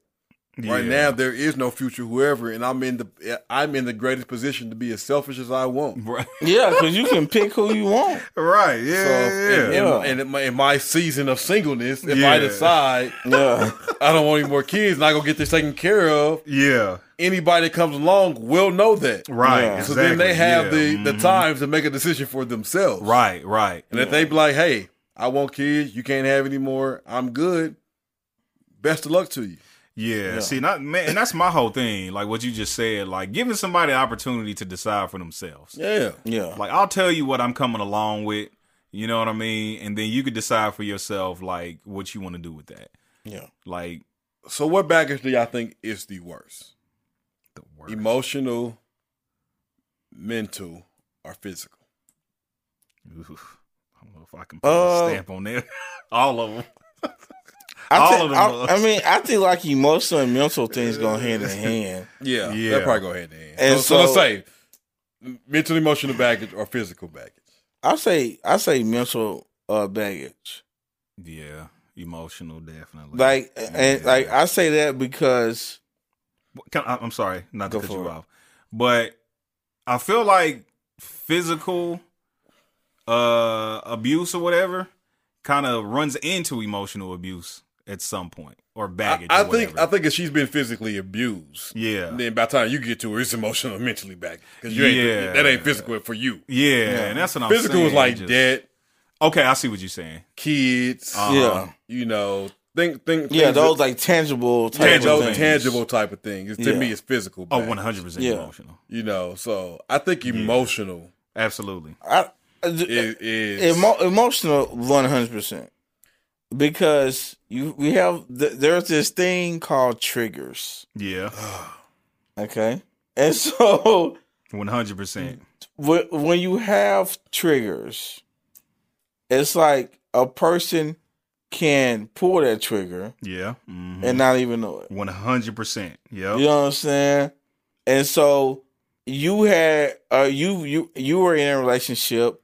D: Right now, there is no future whoever, and I'm in the I'm in the greatest position to be as selfish as I want.
B: Right.
C: Yeah, because you can pick who you want.
B: Right. Yeah.
D: And,
B: yeah.
C: Yeah.
D: and in, my, in my season of singleness, if
B: Yeah.
D: I decide
C: Yeah,
D: I don't want any more kids, and I gonna get this taken care of,
B: yeah.
D: anybody that comes along will know that.
B: Right.
C: Yeah.
B: Exactly.
D: So then they have
B: yeah.
D: the the
B: Mhm.
D: time to make a decision for themselves.
B: Right. Right.
D: And if they be like, hey, I want kids, you can't have any more, I'm good. Best of luck to you.
B: Yeah. See, not man, and that's my whole thing. Like what you just said. Like giving somebody an opportunity to decide for themselves.
D: Yeah.
C: yeah,
B: Like I'll tell you what I'm coming along with. You know what I mean? And then you could decide for yourself, like what you want to do with that.
C: yeah.
B: Like
D: So what baggage do y'all think is the worst?
B: the worst.
D: Emotional, mental, or physical?
B: Oof. I don't know if I can put
C: Uh,
B: a stamp on there. All of them.
C: I
B: All
C: thi-
B: of them
C: I, I
B: must.
C: mean, I think like emotional and mental things go hand in hand.
D: Yeah.
B: Yeah.
D: That probably go hand in hand.
C: And
D: so, so let's
C: so-
D: say mental emotional baggage or physical baggage.
C: I say, I say mental uh, baggage.
B: Yeah, emotional, definitely.
C: Like and
B: Yeah.
C: like I say that because
B: Can- I- I'm sorry, not to
C: Go
B: cut
C: for
B: you
C: it.
B: off, but I feel like physical uh abuse or whatever kind of runs into emotional abuse at some point or
D: I,
B: baggage.
D: I
B: or
D: think
B: whatever.
D: I think if she's been physically abused,
B: yeah.
D: then by the time you get to her, it's emotional and mentally baggage. Because you ain't
B: Yeah.
D: that ain't physical for you.
B: yeah, and that's what I'm
D: Physical
B: saying.
D: is like
B: just-
D: debt,
B: Okay, I see what you're saying.
D: kids,
B: Uh-huh.
C: yeah,
D: you know, think think
C: yeah,
D: things
C: those
D: that-
C: like tangible type
D: yeah,
C: of
D: those
C: things.
D: tangible type of things. To
C: Yeah.
D: me, it's physical.
B: Oh,
D: back,
B: 100 percent
C: Yeah.
B: emotional.
D: You know, so I think emotional
B: Absolutely.
C: I, I d-
D: is, is
C: emo, emotional one hundred percent because you we have th- there's this thing called triggers.
B: Yeah,
C: Okay, and so
B: 100
C: Mm.
B: percent.
C: when, when you have triggers, it's like a person can pull that trigger
B: Yeah, mhm.
C: and not even know it.
B: 100 percent.
C: You
B: Yep.
C: know what I'm saying? And so you had uh you you you were in a relationship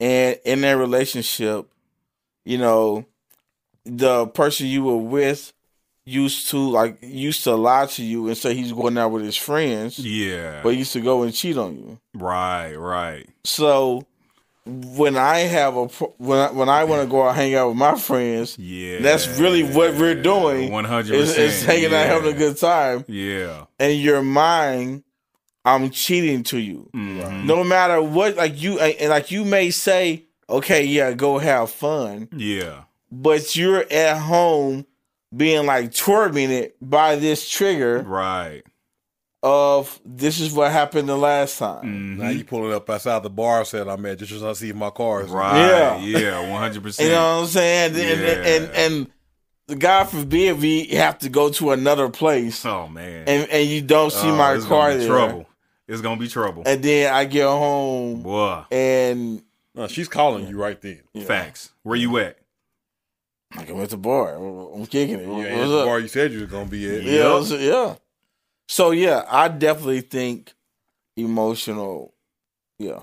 C: and in that relationship, you know, the person you were with used to like used to lie to you and say he's going out with his friends,
B: Yeah.
C: but he used to go and cheat on you.
B: Right. Right.
C: So when I have a pro- when I, when I want to go out hang out with my friends,
B: Yeah.
C: that's really what we're doing.
B: One hundred
C: It's,
B: percent.
C: it's hanging out having a good time
B: Yeah.
C: in your mind, I'm cheating to you.
B: Mhm.
C: No matter what, like you and like you may say, okay, yeah, go have fun,
B: Yeah.
C: but you're at home being like tormented by this trigger
B: Right.
C: of this is what happened the last time.
B: Mhm.
D: now you pulling up outside the bar said I'm at just trying to see if my car is
B: Right. Yeah.
C: um,
B: One hundred
C: You
B: percent.
C: know what I'm saying? And, and,
B: Yeah.
C: and and God forbid we have to go to another place
B: Oh man.
C: and, and you don't see
B: Oh,
C: my
B: it's
C: car
B: gonna be
C: there.
B: trouble. It's gonna be trouble.
C: And then I get home
B: Boy.
C: and
D: No, she's calling you right then.
C: you know,
B: Facts. Where you at?
C: Like I'm at the bar. I'm kicking it.
D: You ain't Oh, at
C: What's
D: the
C: up?
D: bar you said you was gonna be at.
C: Yeah,
B: Yup.
C: so- yeah. So yeah, I definitely think emotional. Yeah,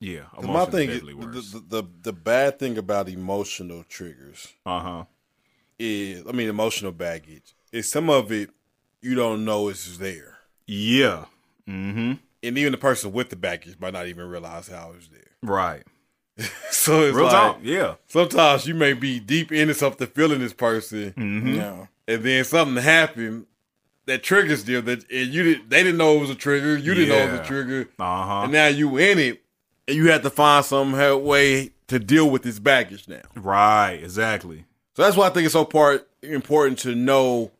B: Yeah.
D: 'Cause My thing is
B: is
D: the, the, the the bad thing about emotional triggers
B: Uh huh.
D: is I mean emotional baggage is some of it you don't know is there.
B: Yeah. Mm-hmm.
D: and even the person with the baggage might not even realize how it's there.
B: Right.
D: So it's
B: Real
D: like
B: talk. Yeah.
D: sometimes you may be deep into something, feeling this person,
C: Yeah.
D: and then something happened that triggers them. That and you did, they didn't know it was a trigger. You didn't know it was
B: Yeah.
D: a trigger,
B: Uh huh.
D: and now you in it, and you have to find some ha- way to deal with this baggage now.
B: Right. Exactly.
D: So that's why I think it's so part important to know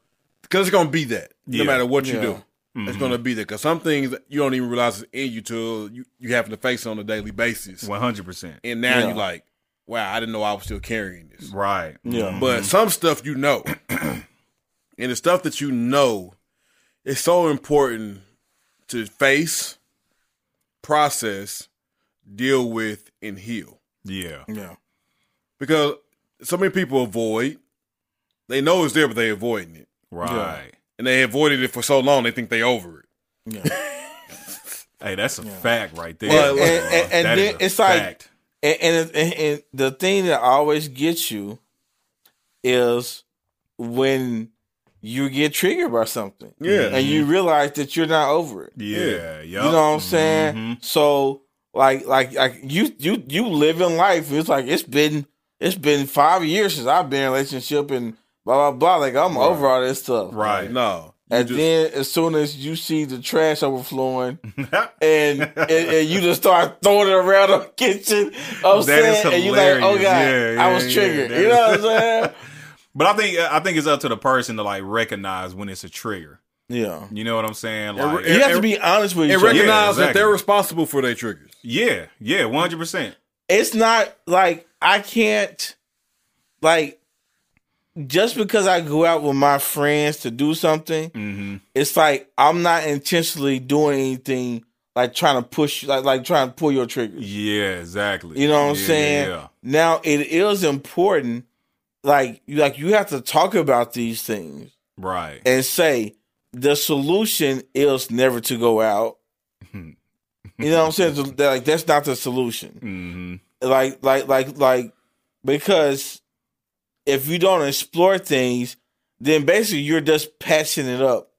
D: because it's gonna be that
B: Yeah.
D: no matter what you
C: Yeah.
D: do, it's gonna be that because some things you don't even realize is in you till you you having to face it on a daily basis,
B: One hundred percent.
D: and now
C: Yeah.
D: you're like, wow, I didn't know I was still carrying this.
B: Right.
C: Yeah.
D: But some stuff you know, and the stuff that you know, it's so important to face, process, deal with, and heal
B: Yeah.
C: Yeah.
D: because so many people avoid. They know it's there, but they avoiding it.
B: Right.
D: and they avoided it for so long they think they over it.
C: Yeah.
B: Hey, that's a fact right there.
C: Well,
B: bro.
C: and- and- and
B: That is
C: then
B: a
C: it's like-
B: fact.
C: and, and, and, and the thing that always gets you is when you get triggered by something.
D: Yeah. Mm-hmm.
C: And you realize that you're not over it.
B: yeah. Yup.
C: You know what I'm saying?
B: Mhm.
C: So like like like you you you live in life. It's like it's been it's been five years since I've been in a relationship and blah blah blah. Like I'm over all this stuff.
B: Right.
D: No. You
C: And
D: just-
C: then as soon as you see the trash overflowing and, and and you just start throwing it around the kitchen, upset, and you like, oh
B: hilarious.
C: god,
B: Yeah,
C: I
B: yeah,
C: was
B: yeah.
C: triggered.
B: That
C: you know what
B: is-
C: I'm saying?
B: But I think I think it's up to the person to like recognize when it's a trigger.
C: Yeah.
B: You know what I'm saying?
D: And
B: Like,
D: re-
C: You have to be honest with
D: and
C: each
D: recognize
C: other.
B: exactly.
D: that they're responsible for their triggers.
B: yeah, yeah, one hundred percent.
C: It's not like I can't like just because I go out with my friends to do something,
B: Mm-hmm.
C: it's like I'm not intentionally doing anything like trying to push like like trying to pull your trigger.
B: Yeah, exactly.
C: You know what I'm
B: Yeah, yeah,
C: saying?
B: Yeah,
C: Now it is important, like you like you have to talk about these things
B: right.
C: and say the solution is never to go out. you know what I'm saying? That, Like that's not the solution.
B: hmm
C: Like like like like because if you don't explore things, then basically you're just patching it up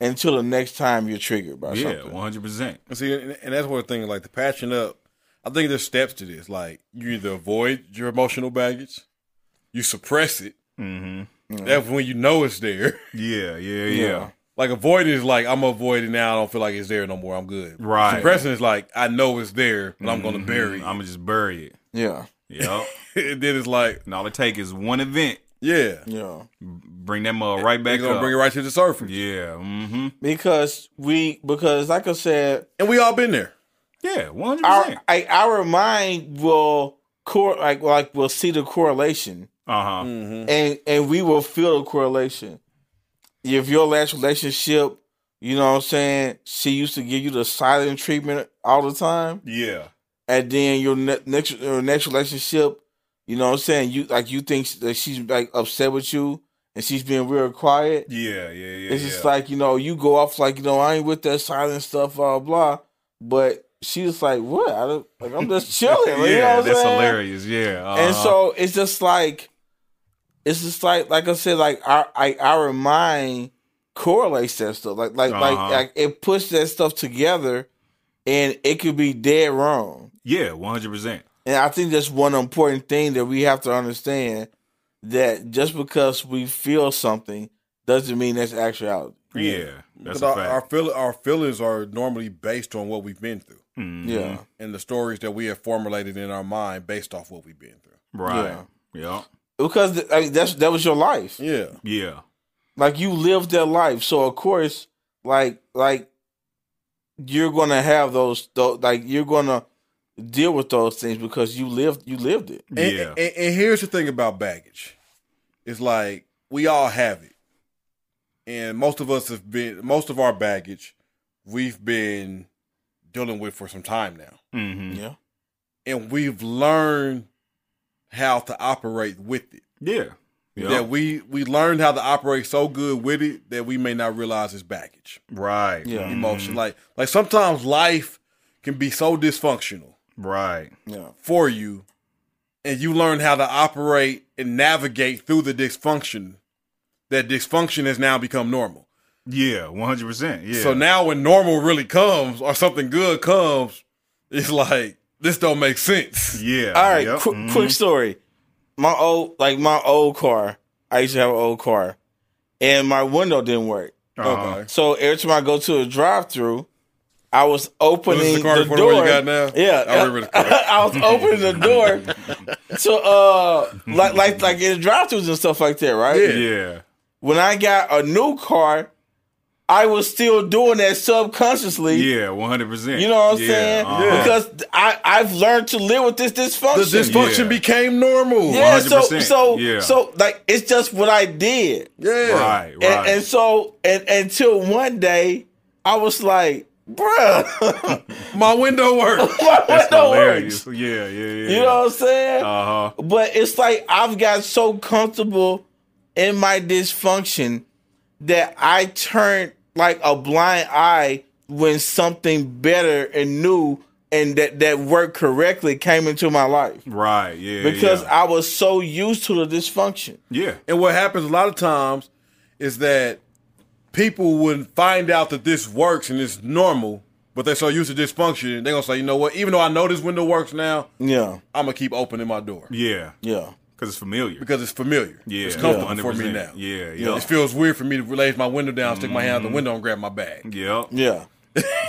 C: until the next time you're triggered by
B: Yeah,
C: something.
B: one hundred percent.
D: And see, and, and that's one thing, like the patching up. I think there's steps to this. Like you either avoid your emotional baggage, you suppress it.
B: hmm
D: That's when you know it's there.
B: Yeah, yeah, yeah,
C: Yeah.
D: Like avoid is like I'm avoiding now. I don't feel like it's there no more. I'm good.
B: Right. Mm-hmm.
D: Suppressing is like I know it's there, but I'm gonna bury it.
B: I'm gonna just bury it.
C: Yeah.
B: Yep.
D: and then it's like,
B: and all it take is one event.
D: yeah,
C: Yeah.
B: Bring that mug right
D: they're
B: back
D: gonna
B: up.
D: bring it right to the surface.
B: yeah. Mm-hmm.
C: Because we because like I said,
D: And we all been there.
B: Yeah. One hundred
C: our
B: percent.
C: I, our mind will cor like like will see the correlation
B: Uh huh.
C: Mm. and and we will feel the correlation. If your last relationship, you know what I'm saying, she used to give you the silent treatment all the time,
B: Yeah.
C: and then your ne- next your next relationship, you know what I'm saying, you like you think that she's like upset with you and she's being real quiet.
B: Yeah. Yeah. Yeah.
C: It's
B: yeah.
C: just like, you know, you go off like, you know, I ain't with that silent stuff, blah, blah. But she was like, what? I don't, like, I'm just chilling.
B: yeah.
C: like, you know what I'm
B: that's
C: saying?
B: hilarious. Yeah. Uh-huh.
C: And so it's just like, it's just like, like I said, like our, I, our mind correlates that stuff. Like, like,
B: Uh-huh.
C: like, like it puts that stuff together and it could be dead wrong.
B: yeah, one hundred percent.
C: And I think that's one important thing that we have to understand that just because we feel something doesn't mean that's actuality.
B: Yeah. That's
D: Because
B: a
D: our, our,
B: fact.
D: feel, our feelings are normally based on what we've been through
B: Mhm.
C: Yeah.
D: and the stories that we have formulated in our mind based off what we've been through.
B: Right. Yeah.
C: because th- I mean, that's that was your life.
D: Yeah.
B: Yeah.
C: Like you lived that life, so of course, like like you're gonna have those, those like you're gonna deal with those things because you lived you lived it.
D: And,
B: yeah.
D: and, and here's the thing about baggage it's like we all have it. And most of us have been, most of our baggage we've been dealing with for some time now.
B: mm-hmm.
C: Yeah,
D: And we've learned how to operate with it.
B: Yeah. Yeah.
D: That we we learned how to operate so good with it that we may not realize it's baggage.
B: right.
C: Yeah.
B: Mhm.
D: emotion. Like like sometimes life can be so dysfunctional
B: Right.
C: yeah,
D: for you, and you learn how to operate and navigate through the dysfunction. That dysfunction has now become normal.
B: Yeah, one hundred percent. Yeah.
D: So now when normal really comes or something good comes, it's like this don't make sense.
B: yeah.
C: All right,
B: yep,
C: quick,
B: mhm.
C: quick story. My old, like my old car. I used to have an old car, and my window didn't work.
B: Uh-huh.
C: So every time I go to a drive-through, I was
D: This
C: opening
D: is the car
C: the,
D: before the
C: door.
D: one you got now.
C: Yeah,
D: I remember the car.
C: I was opening the door to uh, like like like in drive-throughs and stuff like that, right?
D: Yeah.
B: Yeah.
C: When I got a new car, I was still doing that subconsciously.
B: Yeah. One hundred percent.
C: You know what I'm
B: yeah,
C: saying?
B: uh-huh.
C: Because I I've learned to live with this dysfunction.
D: The
B: Yeah.
D: dysfunction became normal.
C: yeah, so
B: 100%.
C: so
B: Yeah.
C: so like it's just what I did.
D: Yeah.
B: Right. Right.
C: And, and so and until one day I was like, bruh,
D: My window worked.
C: my window works.
B: Hilarious. Yeah. Yeah. Yeah.
C: You know what I'm saying?
B: Uh huh.
C: but it's like I've got so comfortable in my dysfunction that I turn like a blind eye when something better and new and that that worked correctly came into my life
B: Right. Yeah.
C: because
B: yeah.
C: I was so used to the dysfunction.
B: yeah.
D: And what happens a lot of times is that people would find out that this works and it's normal, but they're so used to dysfunction, they're gonna say, you know what, even though I know this window works now,
C: Yeah,
D: I'm gonna keep opening my door.
B: Yeah.
C: yeah,
B: Because it's familiar.
D: Because it's familiar.
B: yeah.
D: It's comfortable for me
B: 100%.
D: now.
B: Yeah. Mm-hmm.
D: You know,
B: Yeah.
D: It feels weird for me to raise my window down, stick my hand out the window and grab my bag.
B: Yep.
C: yeah.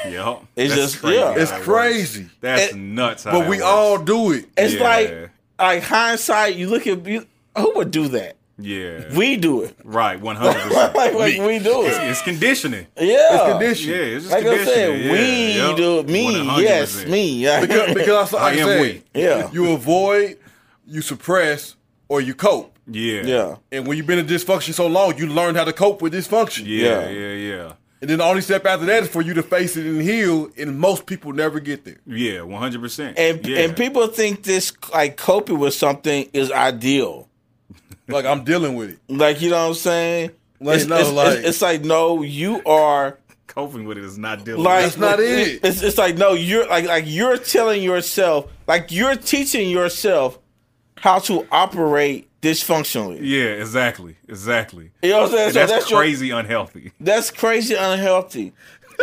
B: Yep.
C: It's
B: That's
C: just-
B: crazy
C: yeah.
B: how
D: It's
B: it works.
D: crazy.
B: That's
C: It-
B: nuts. how
D: But
B: it
D: we
B: works.
D: all do it.
C: It's
B: Yeah.
C: like like hindsight. You look at you, who would do that?
B: Yeah.
C: We do it.
B: right. One hundred percent.
C: like like we do it.
B: It's conditioning. Yeah.
C: Yeah.
B: It's just
C: like I
B: conditioning.
C: said,
B: yeah.
C: we
B: yep.
C: do it. Me, yes,
B: 100%.
C: me.
D: Because, because I,
B: I
D: like I
B: am
D: said,
B: weak.
C: Yeah.
D: you avoid, you suppress, or you cope.
B: Yeah.
C: yeah.
D: And when you've been in dysfunction so long, you learn how to cope with dysfunction.
B: Yeah.
C: Yeah.
B: Yeah. Yeah.
D: And then the only step after that is for you to face it and heal, and most people never get there.
B: Yeah, one hundred percent.
C: And
B: yeah.
C: and people think this like coping with something is ideal.
D: Like I'm dealing with it.
C: Like you know what I'm saying?
D: Like,
C: it's,
D: no,
C: it's,
D: like-
C: it's, it's like no, you are
B: coping with it is not dealing.
C: like
D: That's not it.
C: It's, it's like no, you're like like you're telling yourself, like you're teaching yourself how to operate dysfunctionally.
B: yeah, exactly, exactly.
C: You know what I'm saying?
B: And
C: So
B: that's,
C: your-
B: crazy unhealthy.
C: That's crazy unhealthy.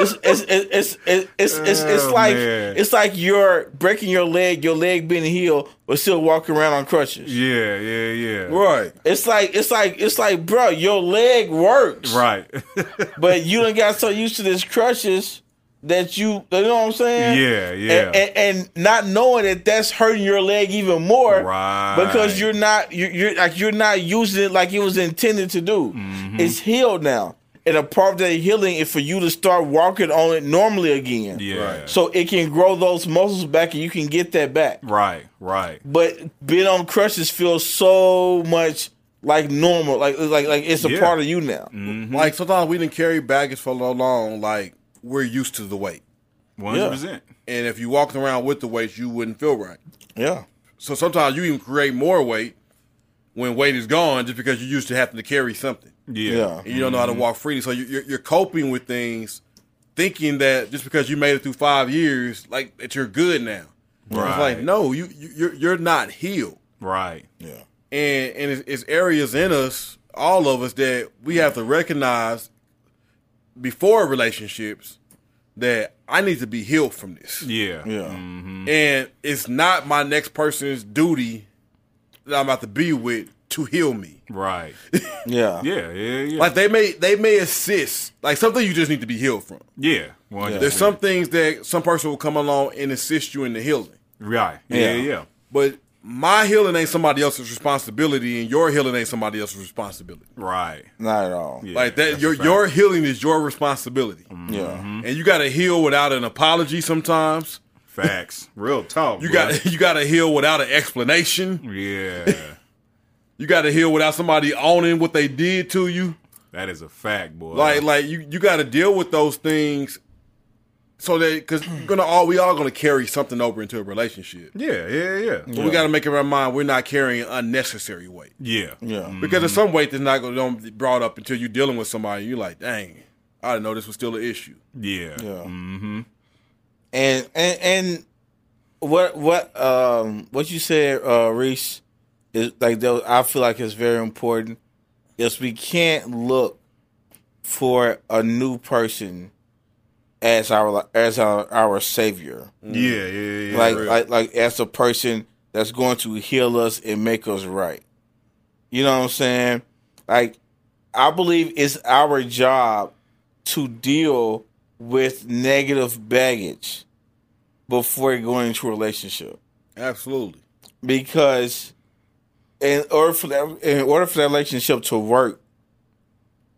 C: It's it's it's it's it's it's, it's
B: Oh,
C: like
B: man.
C: it's like you're breaking your leg, your leg being healed, but still walking around on crutches.
B: Yeah, yeah, yeah.
D: Right.
C: It's like it's like it's like, bro, your leg works,
B: Right.
C: but you done got so used to this crutches that you, you know what I'm saying?
B: yeah, yeah.
C: And, and, and not knowing that that's hurting your leg even more,
B: right.
C: Because you're not you're, you're like you're not using it like it was intended to do.
B: Mm-hmm.
C: It's healed now, and a part of that healing is for you to start walking on it normally again.
B: Yeah. Right.
C: So it can grow those muscles back, and you can get that back.
B: right. Right.
C: But being on crutches feels so much like normal, like like like it's a
B: Yeah. Mm.
C: part of you now.
B: Mm-hmm.
D: Like sometimes we didn't carry baggage for so long, like we're used to the weight.
B: One hundred percent.
D: And if you walked around with the weight, you wouldn't feel right.
C: Yeah,
D: So sometimes you even create more weight when weight is gone just because you're used to having to carry something.
B: Yeah.
C: yeah,
D: And you don't know how to walk freely. So you- you're, you're coping with things thinking that just because you made it through five years, like that you're good now. It's
B: Right.
D: like, no, you, you, you're, you're not healed.
B: Right.
C: yeah,
D: and and it's, it's areas in us, all of us, that we have to recognize before relationships that I need to be healed from this,
B: Yeah.
C: yeah.
B: Mm.
D: and it's not my next person's duty that I'm about to be with to heal me.
B: Right.
C: yeah.
B: Yeah. Yeah. Yeah.
D: Like they may they may assist, like something you just need to be healed from.
B: yeah. One hundred.
D: There's some things that some person will come along and assist you in the healing,
B: Right. Yeah.
C: Yeah.
B: Yeah.
D: but my healing ain't somebody else's responsibility, and your healing ain't somebody else's responsibility.
B: Right.
C: Not at all. Yeah,
B: Yeah,
D: Like that,
B: that's
D: your
B: a fact. Mm-hmm.
D: your healing is your responsibility, and you got to heal without an apology. Sometimes
B: facts. Real talk.
D: you
B: bruh.
D: got you got to heal without an explanation.
B: Yeah.
D: You got to heal without somebody owning what they did to you.
B: That is a fact, boy.
D: Like like you you got to deal with those things, so that because you're gonna all we all gonna carry something over into a relationship.
B: Yeah. Yeah. Yeah.
D: But we got to make up our mind we're not carrying unnecessary weight
B: Yeah. Mm-hmm.
C: yeah,
D: because there's some weight that's not gonna don't be brought up until you're dealing with somebody. You're like, dang, I didn't know this was still an issue.
B: Yeah.
C: yeah. Mm-hmm. And and and what what um what you said, uh, Reese, is like though I feel like it's very important. Is we can't look for a new person as our as our, our savior.
B: Yeah, yeah, yeah.
C: like
B: real.
C: like like as a person that's going to heal us and make us right. You know what I'm saying? Like I believe it's our job to deal with negative baggage before going into a relationship
D: Absolutely.
C: because in order for that in order for that relationship to work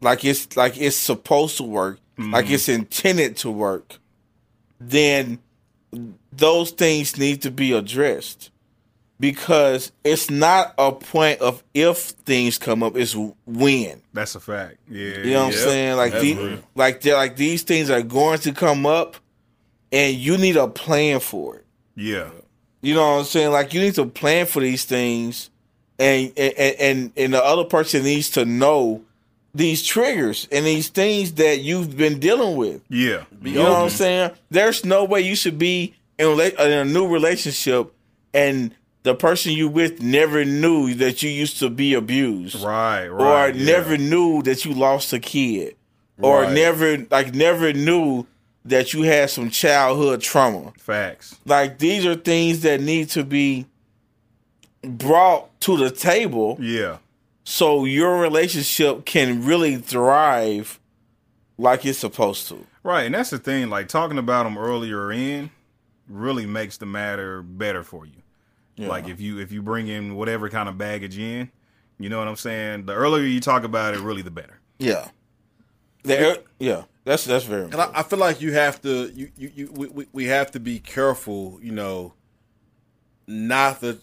C: like it's like it's supposed to work like
D: Mm-hmm.
C: it's intended to work then those things need to be addressed because it's not a point of if things come up it's when
B: that's a fact. Yeah,
C: you know what
B: yeah.
C: I'm saying? Like
D: that's
C: the,
D: real.
C: like they're like these things are going to come up and you need a plan for it.
B: Yeah,
C: You know what I'm saying? Like you need to plan for these things, and and and, and the other person needs to know these triggers and these things that you've been dealing with.
B: yeah,
C: You know what I'm saying? There's no way you should be in, rela- in a new relationship and the person you with never knew that you used to be abused,
B: right,
C: or
B: right. yeah.
C: never knew that you lost a kid, or
D: Right.
C: never like never knew that you had some childhood trauma
B: facts.
C: like these are things that need to be brought to the table
B: Yeah,
C: so your relationship can really thrive like it's supposed to.
B: right. And that's the thing. Like talking about them earlier in really makes the matter better for you. Like if you if you bring in whatever kind of baggage in, you know what I'm saying. The earlier you talk about it, really the better.
C: yeah. The- yeah. That's that's very
D: And I,
C: important.
D: I feel like you have to you you, you we, we- we have to be careful, you know, not to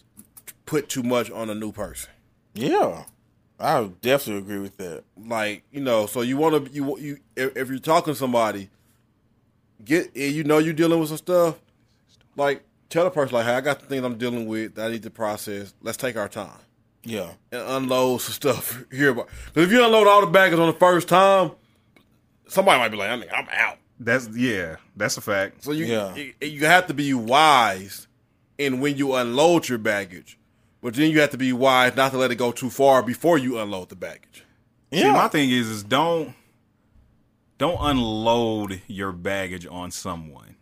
D: put too much on a new person.
C: yeah. I would definitely agree with that.
D: Like you know, so you want to you you if, if you're talking to somebody, get and you know you're dealing with some stuff. Like tell the person like, hey, I got the things I'm dealing with that I need to process. Let's take our time
C: Yeah.
D: and unload some stuff here. Because if you unload all the baggage on the first time, somebody might be like, I mean, I'm out.
B: That's yeah. That's a fact.
D: So you
C: Yeah.
D: you, you have to be wise in when you unload your baggage, but then you have to be wise not to let it go too far before you unload the baggage.
B: See,
C: Yeah.
B: my thing is, is don't don't unload your baggage on someone.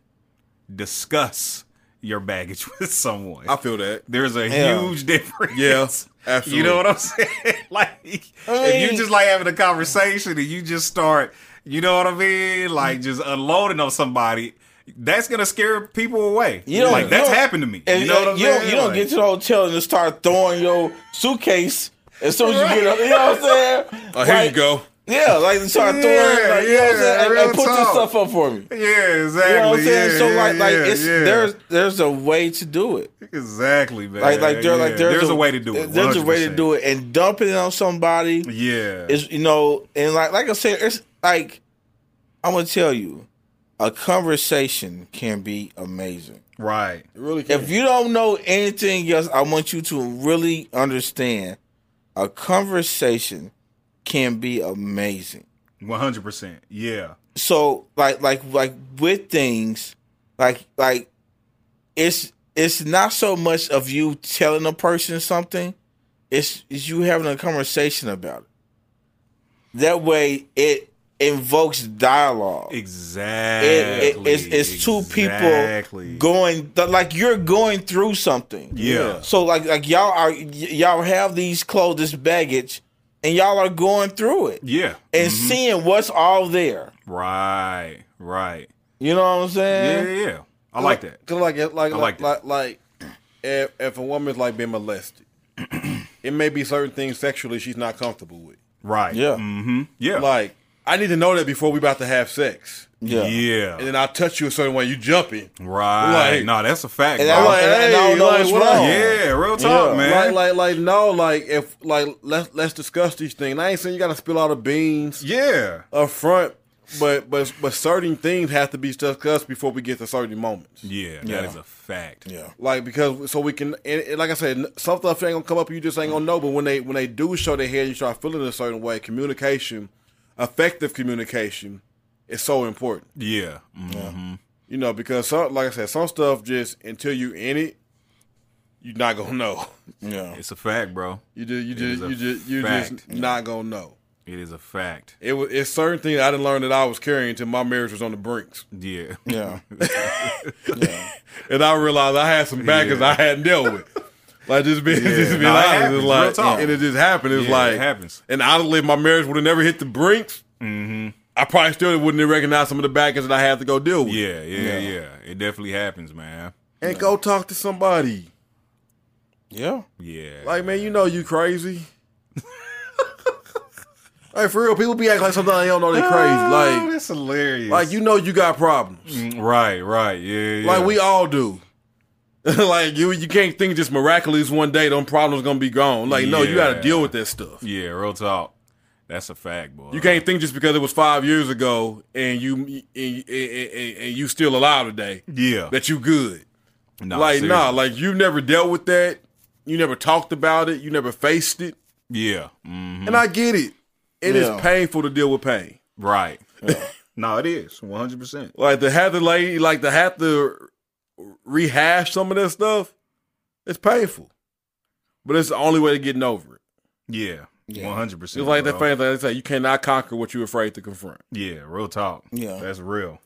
B: Discuss your baggage with someone.
D: I feel that.
B: There's a
C: Yeah.
B: huge difference.
D: Yeah,
B: You know
D: absolutely.
B: what I'm saying? like, if
C: mean-
B: you just like having a conversation and you just start, you know what I mean? Like, just unloading on somebody, that's gonna scare people away.
C: You don't-
B: like, that's
C: you don't-
B: happened to me.
C: And uh,
B: you know what I'm
C: you
B: saying?
C: don't, you don't
B: Like-
C: get to the hotel and just start throwing your suitcase as soon as you get up. You know what I'm saying?
D: Oh, here
C: Like,
D: you go.
C: Yeah, like start throwing,
B: Yeah,
C: like, you know what I'm
B: yeah,
C: saying? And,
B: real
C: and put this
B: talk.
C: stuff up for me.
B: yeah, exactly.
C: You know what I'm saying?
B: Yeah,
C: so
B: yeah,
C: like, like
B: yeah,
C: it's
B: yeah.
C: there's there's a way to do it.
B: Exactly, man.
C: Like like there like
B: Yeah.
C: there's,
B: a, way to do it.
C: There's a way to do it, and dumping it on somebody
B: Yeah,
C: is you know, and like like I said, it's like I'm gonna tell you, a conversation can be amazing.
B: right.
D: Really
C: If you don't know anything else, I want you to really understand. A conversation can be amazing.
B: One hundred percent. Yeah,
C: so like like like with things like like it's it's not so much of you telling a person something it's, it's you having a conversation about it that way it invokes dialogue
B: exactly.
C: it, it, it's, it's two
B: Exactly.
C: people going th- like you're going through something
B: Yeah.
C: so like like y'all are y- y'all have these clothes this baggage and y'all are going through it
B: Yeah. Mm-hmm.
C: and seeing what's all there
B: Right. Right.
C: you know what I'm
B: Yeah.
C: saying?
B: Yeah. yeah. I like that.
D: Cause like like like
B: like
D: like, like, if, if a woman's like been molested, it may be certain things sexually she's not comfortable with.
B: Right.
C: Yeah.
B: Mm-hmm. Yeah.
D: Like I need to know that before we about to have sex,
C: Yeah.
B: yeah.
D: and then I touch you a certain way, you jumping.
B: Right.
D: Like-
B: no, that's a fact.
C: And
B: bro.
C: I,
D: like,
C: and I don't
D: hey,
C: know
D: like,
C: what's
D: what
C: wrong.
D: up?
B: yeah. Real talk,
C: Yeah.
B: man.
D: Like, like, like, no, like, if, like, let's let's discuss these things. I ain't saying you gotta spill all the beans
B: yeah.
D: up front, but but but certain things have to be discussed before we get to certain moments.
B: Yeah. That is
C: Yeah.
B: a fact.
C: Yeah.
D: Like because so we can, and, and like I said, n- some stuff ain't gonna come up, and you just ain't gonna know. But when they when they do show their head, you start feeling a certain way. Communication, effective communication, is so important.
B: Yeah. Mm-hmm.
D: You know because some, like I said, some stuff just until you in it, you're not gonna know.
C: Yeah.
B: It's a fact, bro.
D: You just you
B: is
D: just
B: a
D: you just you
B: fact.
D: just not gonna know.
B: It is a fact.
D: It was it's certain things I didn't learn that I was carrying until my marriage was on the brinks,
B: Yeah.
C: Yeah.
D: and I realized I had some backers I hadn't dealt with. Like just being, just being
B: Nah, it
D: honest,
B: happens.
D: it's
B: Real
D: like,
B: talk.
D: and it just happened. It's
B: Yeah,
D: like
B: it happens.
D: And honestly, if my marriage would have never hit the brinks, I probably still wouldn't have recognized some of the backers that I had to go deal with.
B: Yeah, yeah, yeah, It definitely happens, man.
D: and go talk to somebody.
C: Yeah.
B: Yeah.
D: Like, man, you know you crazy. like for real, people be acting like sometimes they don't know they crazy. Like,
B: that's hilarious.
D: like you know you got problems.
B: Right, right. Yeah, yeah.
D: Like we all do. like you, you can't think just miraculous one day them problems gonna be gone. Like no, you got
B: Yeah.
D: to deal with that stuff.
B: Yeah, real talk. That's a fact, boy.
D: You can't think just because it was five years ago and you and, and, and, and you still alive today
B: Yeah.
D: that you good.
B: Nah,
D: like
B: Oh, seriously.
D: nah, like you never dealt with that. You never talked about it. You never faced it.
B: Yeah. Mm,
D: And I get it. It is
C: Yeah.
D: painful to deal with pain.
B: right. no, it is. 100%.
D: Like to have to like, like to have to rehash some of that stuff. It's painful, but it's the only way to getting over it.
B: Yeah. 100%.
D: It's like that
B: bro.
D: famous thing they say: you cannot conquer what you're afraid to confront.
B: Yeah, real talk.
C: Yeah.
B: That's real.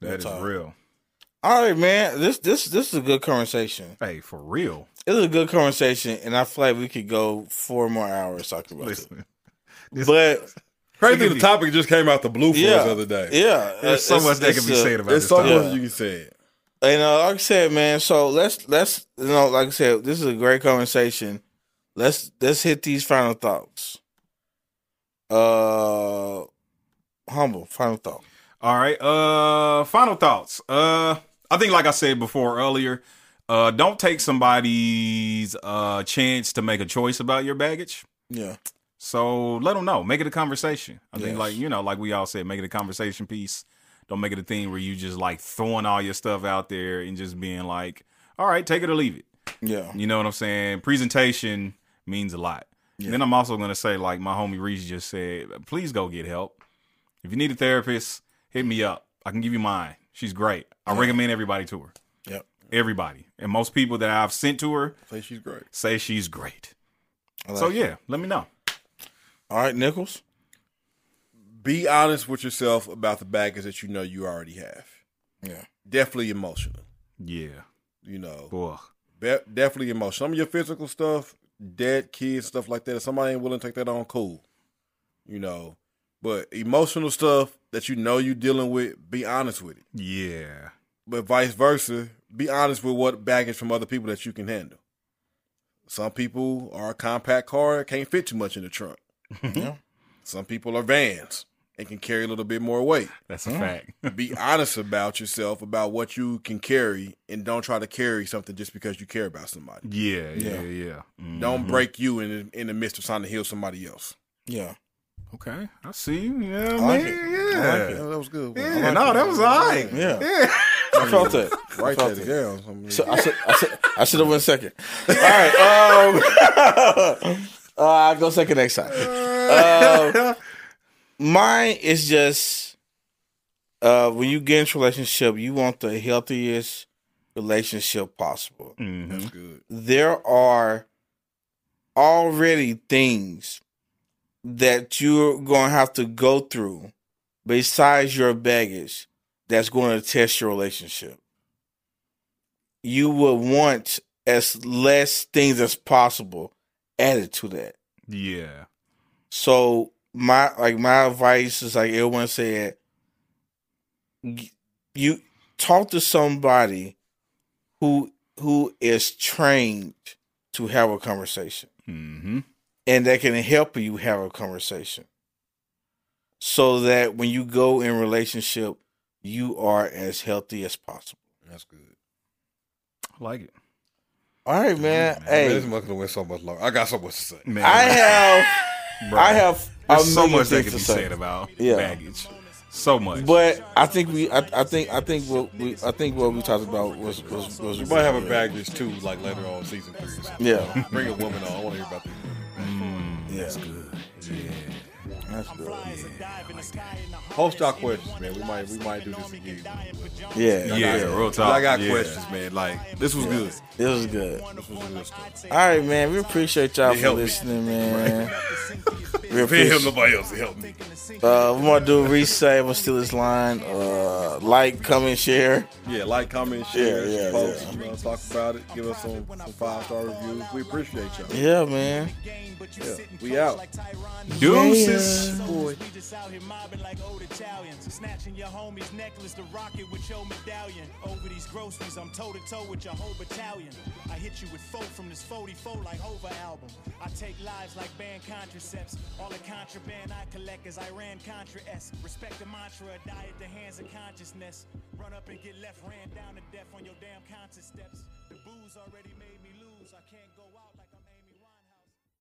B: That is
C: talk.
B: real.
C: All right, man. This this this is a good conversation.
B: Hey, for real.
C: This is a good conversation, and I feel like we could go four more hours talking about this.
B: Listen.
C: But
D: Crazy,
B: could
D: the
B: be-
D: topic just came out the blue for
C: yeah,
D: us the other day.
C: yeah, Uh,
B: There's so
C: it's-
B: much that
C: it's
B: can be
C: a-
B: said about
D: There's
B: this.
D: so
B: topic.
D: much
C: Yeah.
D: you can say.
C: And uh, like I said, man. So let's let's you know, like I said, this is a great conversation. Let's let's hit these final thoughts. Uh, humble final thought.
B: All right. Uh final thoughts. Uh I think like I said before earlier, uh don't take somebody's uh chance to make a choice about your baggage.
C: Yeah,
B: So let them know. Make it a conversation. I think
C: Yes.
B: like, you know, like we all said, make it a conversation piece. Don't make it a thing where you just like throwing all your stuff out there and just being like, "All right, take it or leave it."
C: yeah,
B: You know what I'm saying? Presentation means a lot. And then I'm also going to say, like my homie Reese just said, please go get help. If you need a therapist, hit me up. I can give you mine. She's great. I recommend everybody to her.
C: yep.
B: Everybody. And most people that I've sent to her
D: Say she's great.
B: say she's great.
C: I like
B: So,
C: it.
B: yeah, let me know.
C: All right, Nichols.
D: Be honest with yourself about the baggage that you know you already have.
C: Yeah,
D: Definitely emotional.
B: Yeah.
D: You know,
B: Boy.
D: Be- definitely emotional. Some of your physical stuff, dead kids, stuff like that. If somebody ain't willing to take that on, cool. You know, but emotional stuff that you know you dealing with, be honest with it.
B: Yeah.
D: But vice versa, be honest with what baggage from other people that you can handle. Some people are a compact car, can't fit too much in the trunk.
C: yeah,
D: Some people are vans and can carry a little bit more weight.
B: That's a
C: Mm.
B: fact.
D: Be honest about yourself about what you can carry and don't try to carry something just because you care about somebody.
B: yeah. Yeah.
C: Yeah.
B: Yeah. Mm.
D: Don't break you in in the midst of trying to heal somebody else.
C: yeah.
B: Okay. I see you. Yeah.
C: I like
B: man.
C: it.
B: Yeah.
C: I like it.
D: that was good.
B: Yeah, no, that was all right.
C: Yeah, I felt that. I
D: Write
C: felt
D: that
C: that.
D: down. I mean,
C: So I should, I should, I should have went second. All right, um, uh, I'll go second next time. Um, mine is just uh, when you get into a relationship, you want the healthiest relationship possible.
B: Mhm.
D: that's good.
C: There are already things that you're going to have to go through besides your baggage that's going to test your relationship. You would want as less things as possible added to that.
B: Yeah.
C: So my like my advice is like everyone said, g- you talk to somebody who who is trained to have a conversation
B: Mm-hmm.
C: and that can help you have a conversation so that when you go in relationship you are as healthy as possible
D: That's good.
B: I like it.
C: all right man
D: Man,
C: hey
D: this must have went so much longer. I got so much to say.
B: Man.
C: i have
B: Bruh.
C: i have a
B: There's so
C: million
B: much that
C: things
B: can
C: to
B: be
C: say.
B: said about
C: Yeah.
B: baggage. So much.
C: but i think we i, I think i think what we i think what we talked about was was, was
D: We might have a baggage too, like later on season three. or something.
C: yeah
D: Bring a woman on. I want to hear about this.
C: yeah
B: yeah.
C: that's good
D: Post our questions, man. We might we might do this again.
C: yeah
B: Yeah, real talk.
D: I got
B: yeah.
D: questions, man. Like this was good.
C: It was good. All right, man. We appreciate y'all for
D: helped me.
C: listening, man. Real
D: If it ain't
C: peace.
D: help nobody else, it help me.
C: Uh, we're gonna do reset. We're still this line. Uh, like, comment, share.
D: Yeah, like, comment, share,
C: Yeah, yeah,
D: post,
C: yeah.
D: you know, talk about it. Give us some, some five star reviews. We appreciate y'all.
C: Yeah, man.
D: Yeah, we out.
B: Deuces.
A: boy. We just out here mobbing like old Italians. Snatching your homie's necklace to rock it with your medallion. Over these groceries, I'm toe to toe with your whole battalion. I hit you with folk from this 44 like Hova album. I take lives like banned contracepts. All the contraband I collect is Iran Contra S. Respect the mantra, a die at the hands of consciousness. Run up and get left, ran down to death on your damn concert steps. The booze already made me lose. I can't go out like I'm.